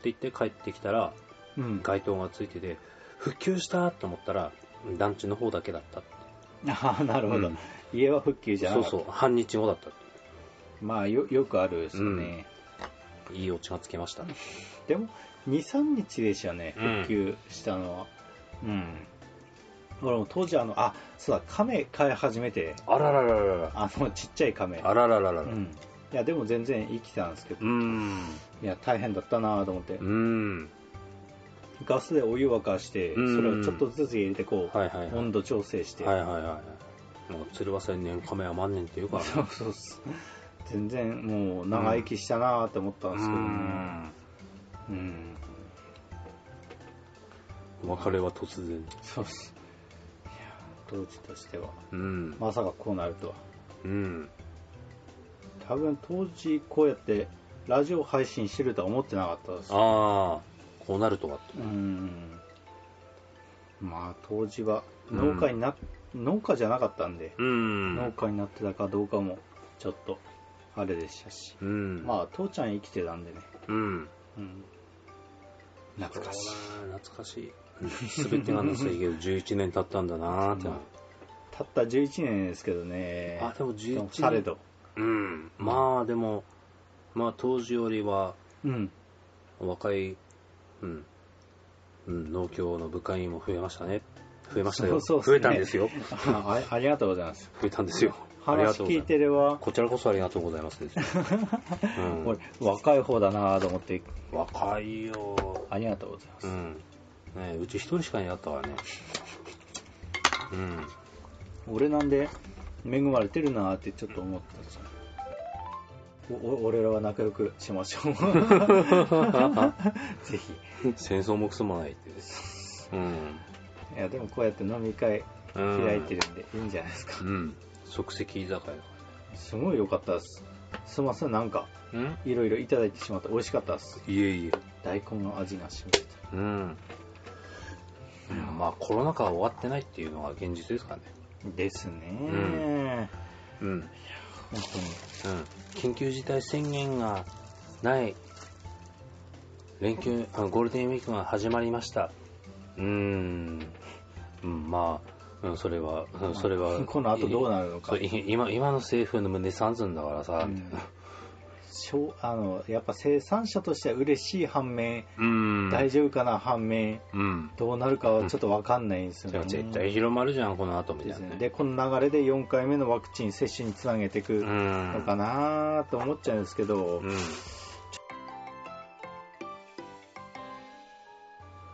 Speaker 2: って言って帰ってきたら
Speaker 1: うん、
Speaker 2: 街灯がついてて復旧したと思ったら団地の方だけだったって
Speaker 1: ああ、なるほど、
Speaker 2: うん
Speaker 1: 家は復旧じゃな
Speaker 2: そ
Speaker 1: か
Speaker 2: う
Speaker 1: った
Speaker 2: そう半日後だったって
Speaker 1: まあよ、よくあるですよね、
Speaker 2: いいオチがつけました
Speaker 1: でも、2、3日でしたね、
Speaker 2: うん
Speaker 1: 復旧したのは。うん俺も当時あの、あ、そうだ、亀飼い始めて、
Speaker 2: あららららら
Speaker 1: あのちっちゃい亀
Speaker 2: あららららら
Speaker 1: う、
Speaker 2: うん
Speaker 1: いやでも全然生きてたんですけど、
Speaker 2: ーん
Speaker 1: いや大変だったなと思って、
Speaker 2: うーん
Speaker 1: ガスでお湯沸かして、
Speaker 2: うん
Speaker 1: それをちょっとずつ入れてこう、
Speaker 2: はいはいはい
Speaker 1: 温度調整して、
Speaker 2: はいはいはいもう釣りは千年亀は万年っていうからね
Speaker 1: そう そうそう全然もう長生きしたなと思ったんですけどね、うん
Speaker 2: うん別れは突然
Speaker 1: そうっすいや当時としては
Speaker 2: うん
Speaker 1: まさかこうなるとは
Speaker 2: うん
Speaker 1: 多分当時こうやってラジオ配信してるとは思ってなかったです
Speaker 2: ああこうなるとはって
Speaker 1: うんまあ当時は農家にな、農家じゃなかったんで、
Speaker 2: うん。
Speaker 1: 農家になってたかどうかもちょっとあれでしたし、
Speaker 2: うん。
Speaker 1: まあ父ちゃん生きてたんでね、
Speaker 2: うん。
Speaker 1: うん、懐かしい、
Speaker 2: そうだな懐かしい。すべてがなさいけど、11年経ったんだなーってな
Speaker 1: ま。あたった11年ですけどね
Speaker 2: あ、でも11
Speaker 1: で
Speaker 2: 年
Speaker 1: も。されど
Speaker 2: うん。まあ、でも、まあ、当時よりは、
Speaker 1: うん
Speaker 2: 若い、うん。うん、農協の部会員も増えましたね。増えましたよ。
Speaker 1: そうそう
Speaker 2: 増
Speaker 1: っすね
Speaker 2: えたんですよ。
Speaker 1: ああありがとうございます
Speaker 2: 増えたんですよ。ありが
Speaker 1: 話
Speaker 2: とうご
Speaker 1: 聞い
Speaker 2: ざいます。
Speaker 1: てれば
Speaker 2: こちらこそありがとうございますですよ。うん
Speaker 1: 俺若い方だなと思って
Speaker 2: 若いよ。
Speaker 1: ありがとうございます、
Speaker 2: うん。ねえうち一人しかいなかったからね。うん。
Speaker 1: 俺なんで恵まれてるなってちょっと思ったんですよおお俺らは仲良くしまし ょうぜひ
Speaker 2: 戦争もくそもないっていう。うん。
Speaker 1: いやでもこうやって飲み会
Speaker 2: う ん
Speaker 1: 開いてるんでいいんじゃないですか、
Speaker 2: うん。即席居酒屋。
Speaker 1: すごい良かったですすみませんなんか
Speaker 2: うん
Speaker 1: いろいろいただいてしまって美味しかったです
Speaker 2: いえいえ。
Speaker 1: 大根の味がしみて
Speaker 2: うん。うんまあコロナ禍は終わってないっていうのが現実ですかね。
Speaker 1: たですね、
Speaker 2: んうん。うん。
Speaker 1: 本当に
Speaker 2: 緊急事態宣言がない連休、あゴールデンウィークが始まりました。うーん。うん、まあ、うん、それは、うんそれは。
Speaker 1: この後どうなるのか
Speaker 2: そうい今今の政府の胸三寸だからさ、 みたいな
Speaker 1: しょうあのやっぱ生産者としては嬉しい反面、
Speaker 2: うん
Speaker 1: 大丈夫かな反面
Speaker 2: うん
Speaker 1: どうなるかはちょっと分かんないんですよね、
Speaker 2: 絶対広まるじゃんこの後み
Speaker 1: で
Speaker 2: た
Speaker 1: す
Speaker 2: いな、
Speaker 1: ね
Speaker 2: ね、
Speaker 1: でこの流れで4回目のワクチン接種につなげていく
Speaker 2: うん
Speaker 1: のかなと思っちゃうんですけど、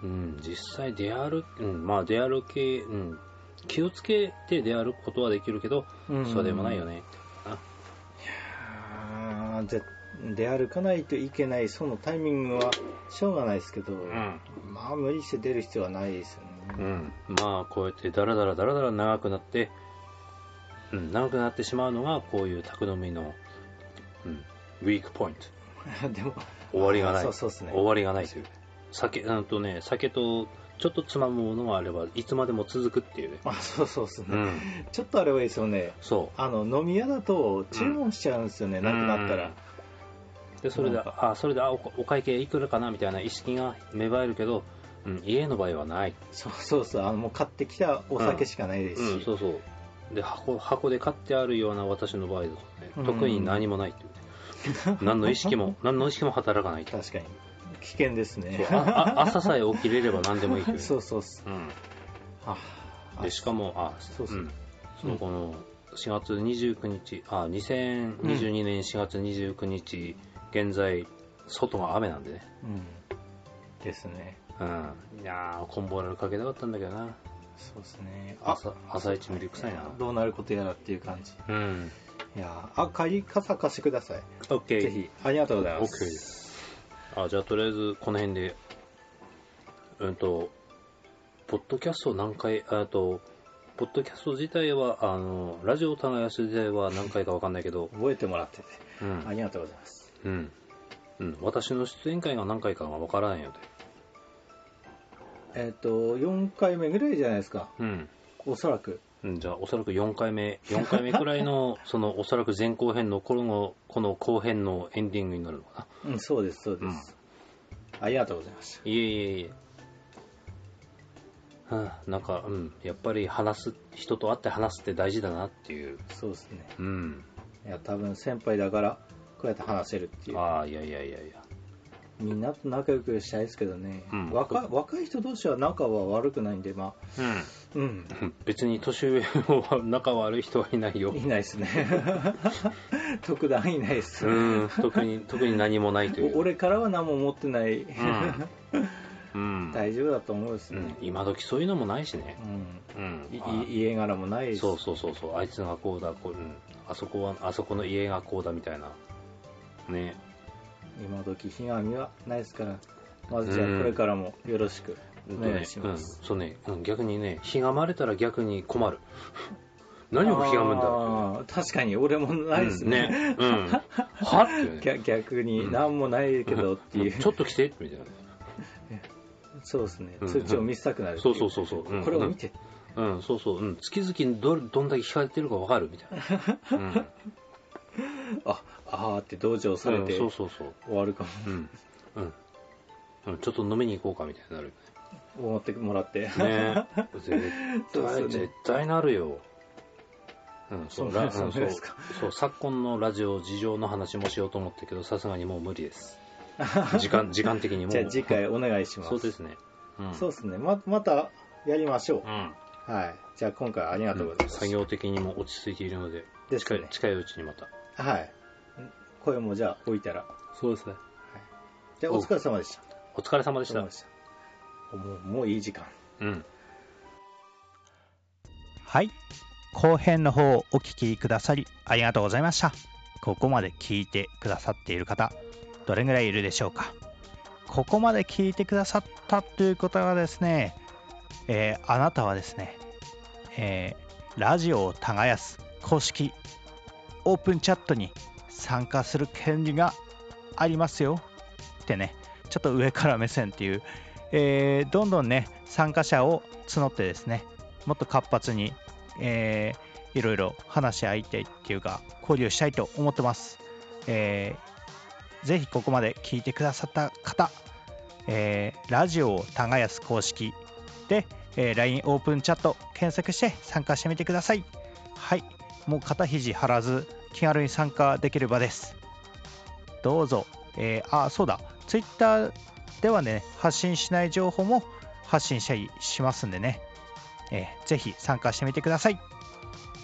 Speaker 2: うん、実際出歩き、うん、まあ出歩き、うん、気をつけて出歩くことはできるけど、
Speaker 1: うん
Speaker 2: そうでもないよね。
Speaker 1: あーぜ出歩かないといけないそのタイミングはしょうがないですけど、
Speaker 2: うん。
Speaker 1: まあ無理して出る必要はないですよね、
Speaker 2: うん。まあこうやってだらだらだらだら長くなって、うん、長くなってしまうのがこういう宅飲みの、うん、ウィークポイント。
Speaker 1: でも
Speaker 2: 終わりがない。
Speaker 1: そうそうっすね
Speaker 2: 終わりがないという。酒、あとね、酒とちょっとつまむものがあれば、いつまでも続くっていうね。
Speaker 1: あそうそうですね、
Speaker 2: うん。
Speaker 1: ちょっとあれはいいですよね
Speaker 2: そう。
Speaker 1: あの飲み屋だと注文しちゃうんですよね、なくなったら、
Speaker 2: でそれで
Speaker 1: なん
Speaker 2: あそれであおお会計いくらかなみたいな意識が芽生えるけど、うん、家の場合はない、
Speaker 1: そうそうそうあのもう買ってきたお酒しかないですし、
Speaker 2: うん、そうそうで箱箱で買ってあるような私の場合だとね、
Speaker 1: うん
Speaker 2: 特に何もないっていう ね何の意識も何の意識も働かないと
Speaker 1: 確かに危険です
Speaker 2: そう
Speaker 1: ね
Speaker 2: ああ朝さえ起きれれば何でもいいという
Speaker 1: そうそうっす
Speaker 2: う
Speaker 1: あ
Speaker 2: ん、でしかもあ、
Speaker 1: そうそうん
Speaker 2: そのこの4月29日あ2022年4月29日、現在外が雨なんでね
Speaker 1: うんですね
Speaker 2: うん、いやー、コンボーラルかけたかったんだけどな。
Speaker 1: そうですねあ
Speaker 2: 朝、朝一無理臭いな。
Speaker 1: どうなることやらっていう感じ
Speaker 2: うん。
Speaker 1: いやーあ借り傘貸してください、
Speaker 2: オッケー。
Speaker 1: ぜひありがとうござい
Speaker 2: オ
Speaker 1: ま
Speaker 2: ッケーですす。あ、じゃあとりあえず、この辺で、うんと、ポッドキャスト何回、あと、ポッドキャスト自体は、あの、ラジオ耕す自体は何回かわかんないけど、
Speaker 1: 覚えてもらってて
Speaker 2: うん
Speaker 1: あ。りがとうございます
Speaker 2: うん。うん、私の出演会が何回かがわからないので。
Speaker 1: えっ、と4回目ぐらいじゃないですか
Speaker 2: うん。
Speaker 1: おそらく
Speaker 2: うん、じゃあ、おそらく4回目、4回目くら いの、その、おそらく前後編の頃の、この後編のエンディングになるのかな。
Speaker 1: うんそうですそうです、ありがとうございました
Speaker 2: いえいえいえ。はあ、なんか、うん、やっぱり話す、人と会って話すって大事だなっていう。
Speaker 1: そうですね
Speaker 2: うん。
Speaker 1: いや多分先輩だからこうやって話せるっていう
Speaker 2: ああ、いやいやいやいや。
Speaker 1: みんなと仲良くしたいですけどね、
Speaker 2: うん
Speaker 1: 若い若い人同士は仲は悪くないんでまあうん
Speaker 2: うん。 別に年上は仲悪い人はいないよ。
Speaker 1: いないですね 特段いないです、
Speaker 2: うん、特に、特に何もないという。
Speaker 1: お 俺からは何も持ってない、
Speaker 2: うん。うん。
Speaker 1: 大丈夫だと思うんです
Speaker 2: う
Speaker 1: ね、
Speaker 2: ん、今時そういうのもないしね。
Speaker 1: うん
Speaker 2: うん。
Speaker 1: い
Speaker 2: あ
Speaker 1: い家柄もないし
Speaker 2: そうそうそうそうあいつがこうだこう、うん、あそこはあそこの家がこうだみたいなね
Speaker 1: 今時ひがみはないですからまずじゃあこれからもよろしくお願いします、
Speaker 2: うん、そうね、うん、逆にねひがまれたら逆に困る 何をひがむんだろ
Speaker 1: あー確かに俺も
Speaker 2: う
Speaker 1: ないです
Speaker 2: うん
Speaker 1: ね,、
Speaker 2: ね うん、はっていうね
Speaker 1: 逆に何もないけどっていう、
Speaker 2: ちょっと来てみたいな
Speaker 1: そうですね
Speaker 2: うん
Speaker 1: 通知を見せたくなるってい
Speaker 2: そうそうそうそううん
Speaker 1: これを見て
Speaker 2: うん、そうそう、うん、月々どれどんだけ引かれてるか分かるみたい な。うん
Speaker 1: ああーって同情され
Speaker 2: う
Speaker 1: て
Speaker 2: んそう
Speaker 1: 終
Speaker 2: そうそう。
Speaker 1: わるかも
Speaker 2: うん。うん。うんちょっと飲みに行こうかみたいになる
Speaker 1: 思ってもらって
Speaker 2: よね。ね絶
Speaker 1: そうですよ
Speaker 2: 対、
Speaker 1: ね
Speaker 2: 絶対なるよ。うん、
Speaker 1: そう
Speaker 2: ラ
Speaker 1: なんそうなん
Speaker 2: そう
Speaker 1: ですか
Speaker 2: そう、昨今のラジオ事情の話もしようと思ったけど、さすがにもう無理 です。時間、時間的にもう。
Speaker 1: じゃあ次回お願いします
Speaker 2: そうですね。うん。
Speaker 1: そうですねままたやりましょ
Speaker 2: うん。
Speaker 1: うはいじゃあ今回はありがとうございます
Speaker 2: 作業的にも落ち着いているので、
Speaker 1: です
Speaker 2: 近
Speaker 1: ね
Speaker 2: い近いうちにまた。
Speaker 1: はい声もじゃあ置いたら
Speaker 2: そうですね。
Speaker 1: じゃあお疲れ様でした
Speaker 2: お疲れ様で
Speaker 1: お
Speaker 2: し
Speaker 1: 疲れ様
Speaker 2: た
Speaker 1: で。したもうもういい時間
Speaker 2: うん。
Speaker 3: はい。後編の方をお聞きくださりありがとうございました。ここまで聞いてくださっている方、どれぐらいいるでしょうか。ここまで聞いてくださったということはですね、えーあなたはですね、えーラジオを耕す公式オープンチャットに参加する権利がありますよってね、ちょっと上から目線っていう、えーどんどんね、参加者を募ってですね、もっと活発に、えーいろいろ話し合いたいっていうか交流したいと思ってます、えーぜひここまで聞いてくださった方、えーラジオを耕す公式で、えー LINE オープンチャット検索して参加してみてくださいはいもう肩肘張らず気軽に参加できる場ですどうぞ、えーあそうだ Twitter ではね発信しない情報も発信したりしますんでねえーぜひ参加してみてください。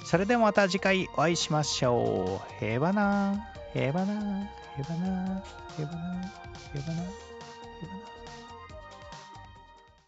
Speaker 3: それではまた次回お会いしましょう。へばな、へばな、へばな、へばな、へばな、へばな。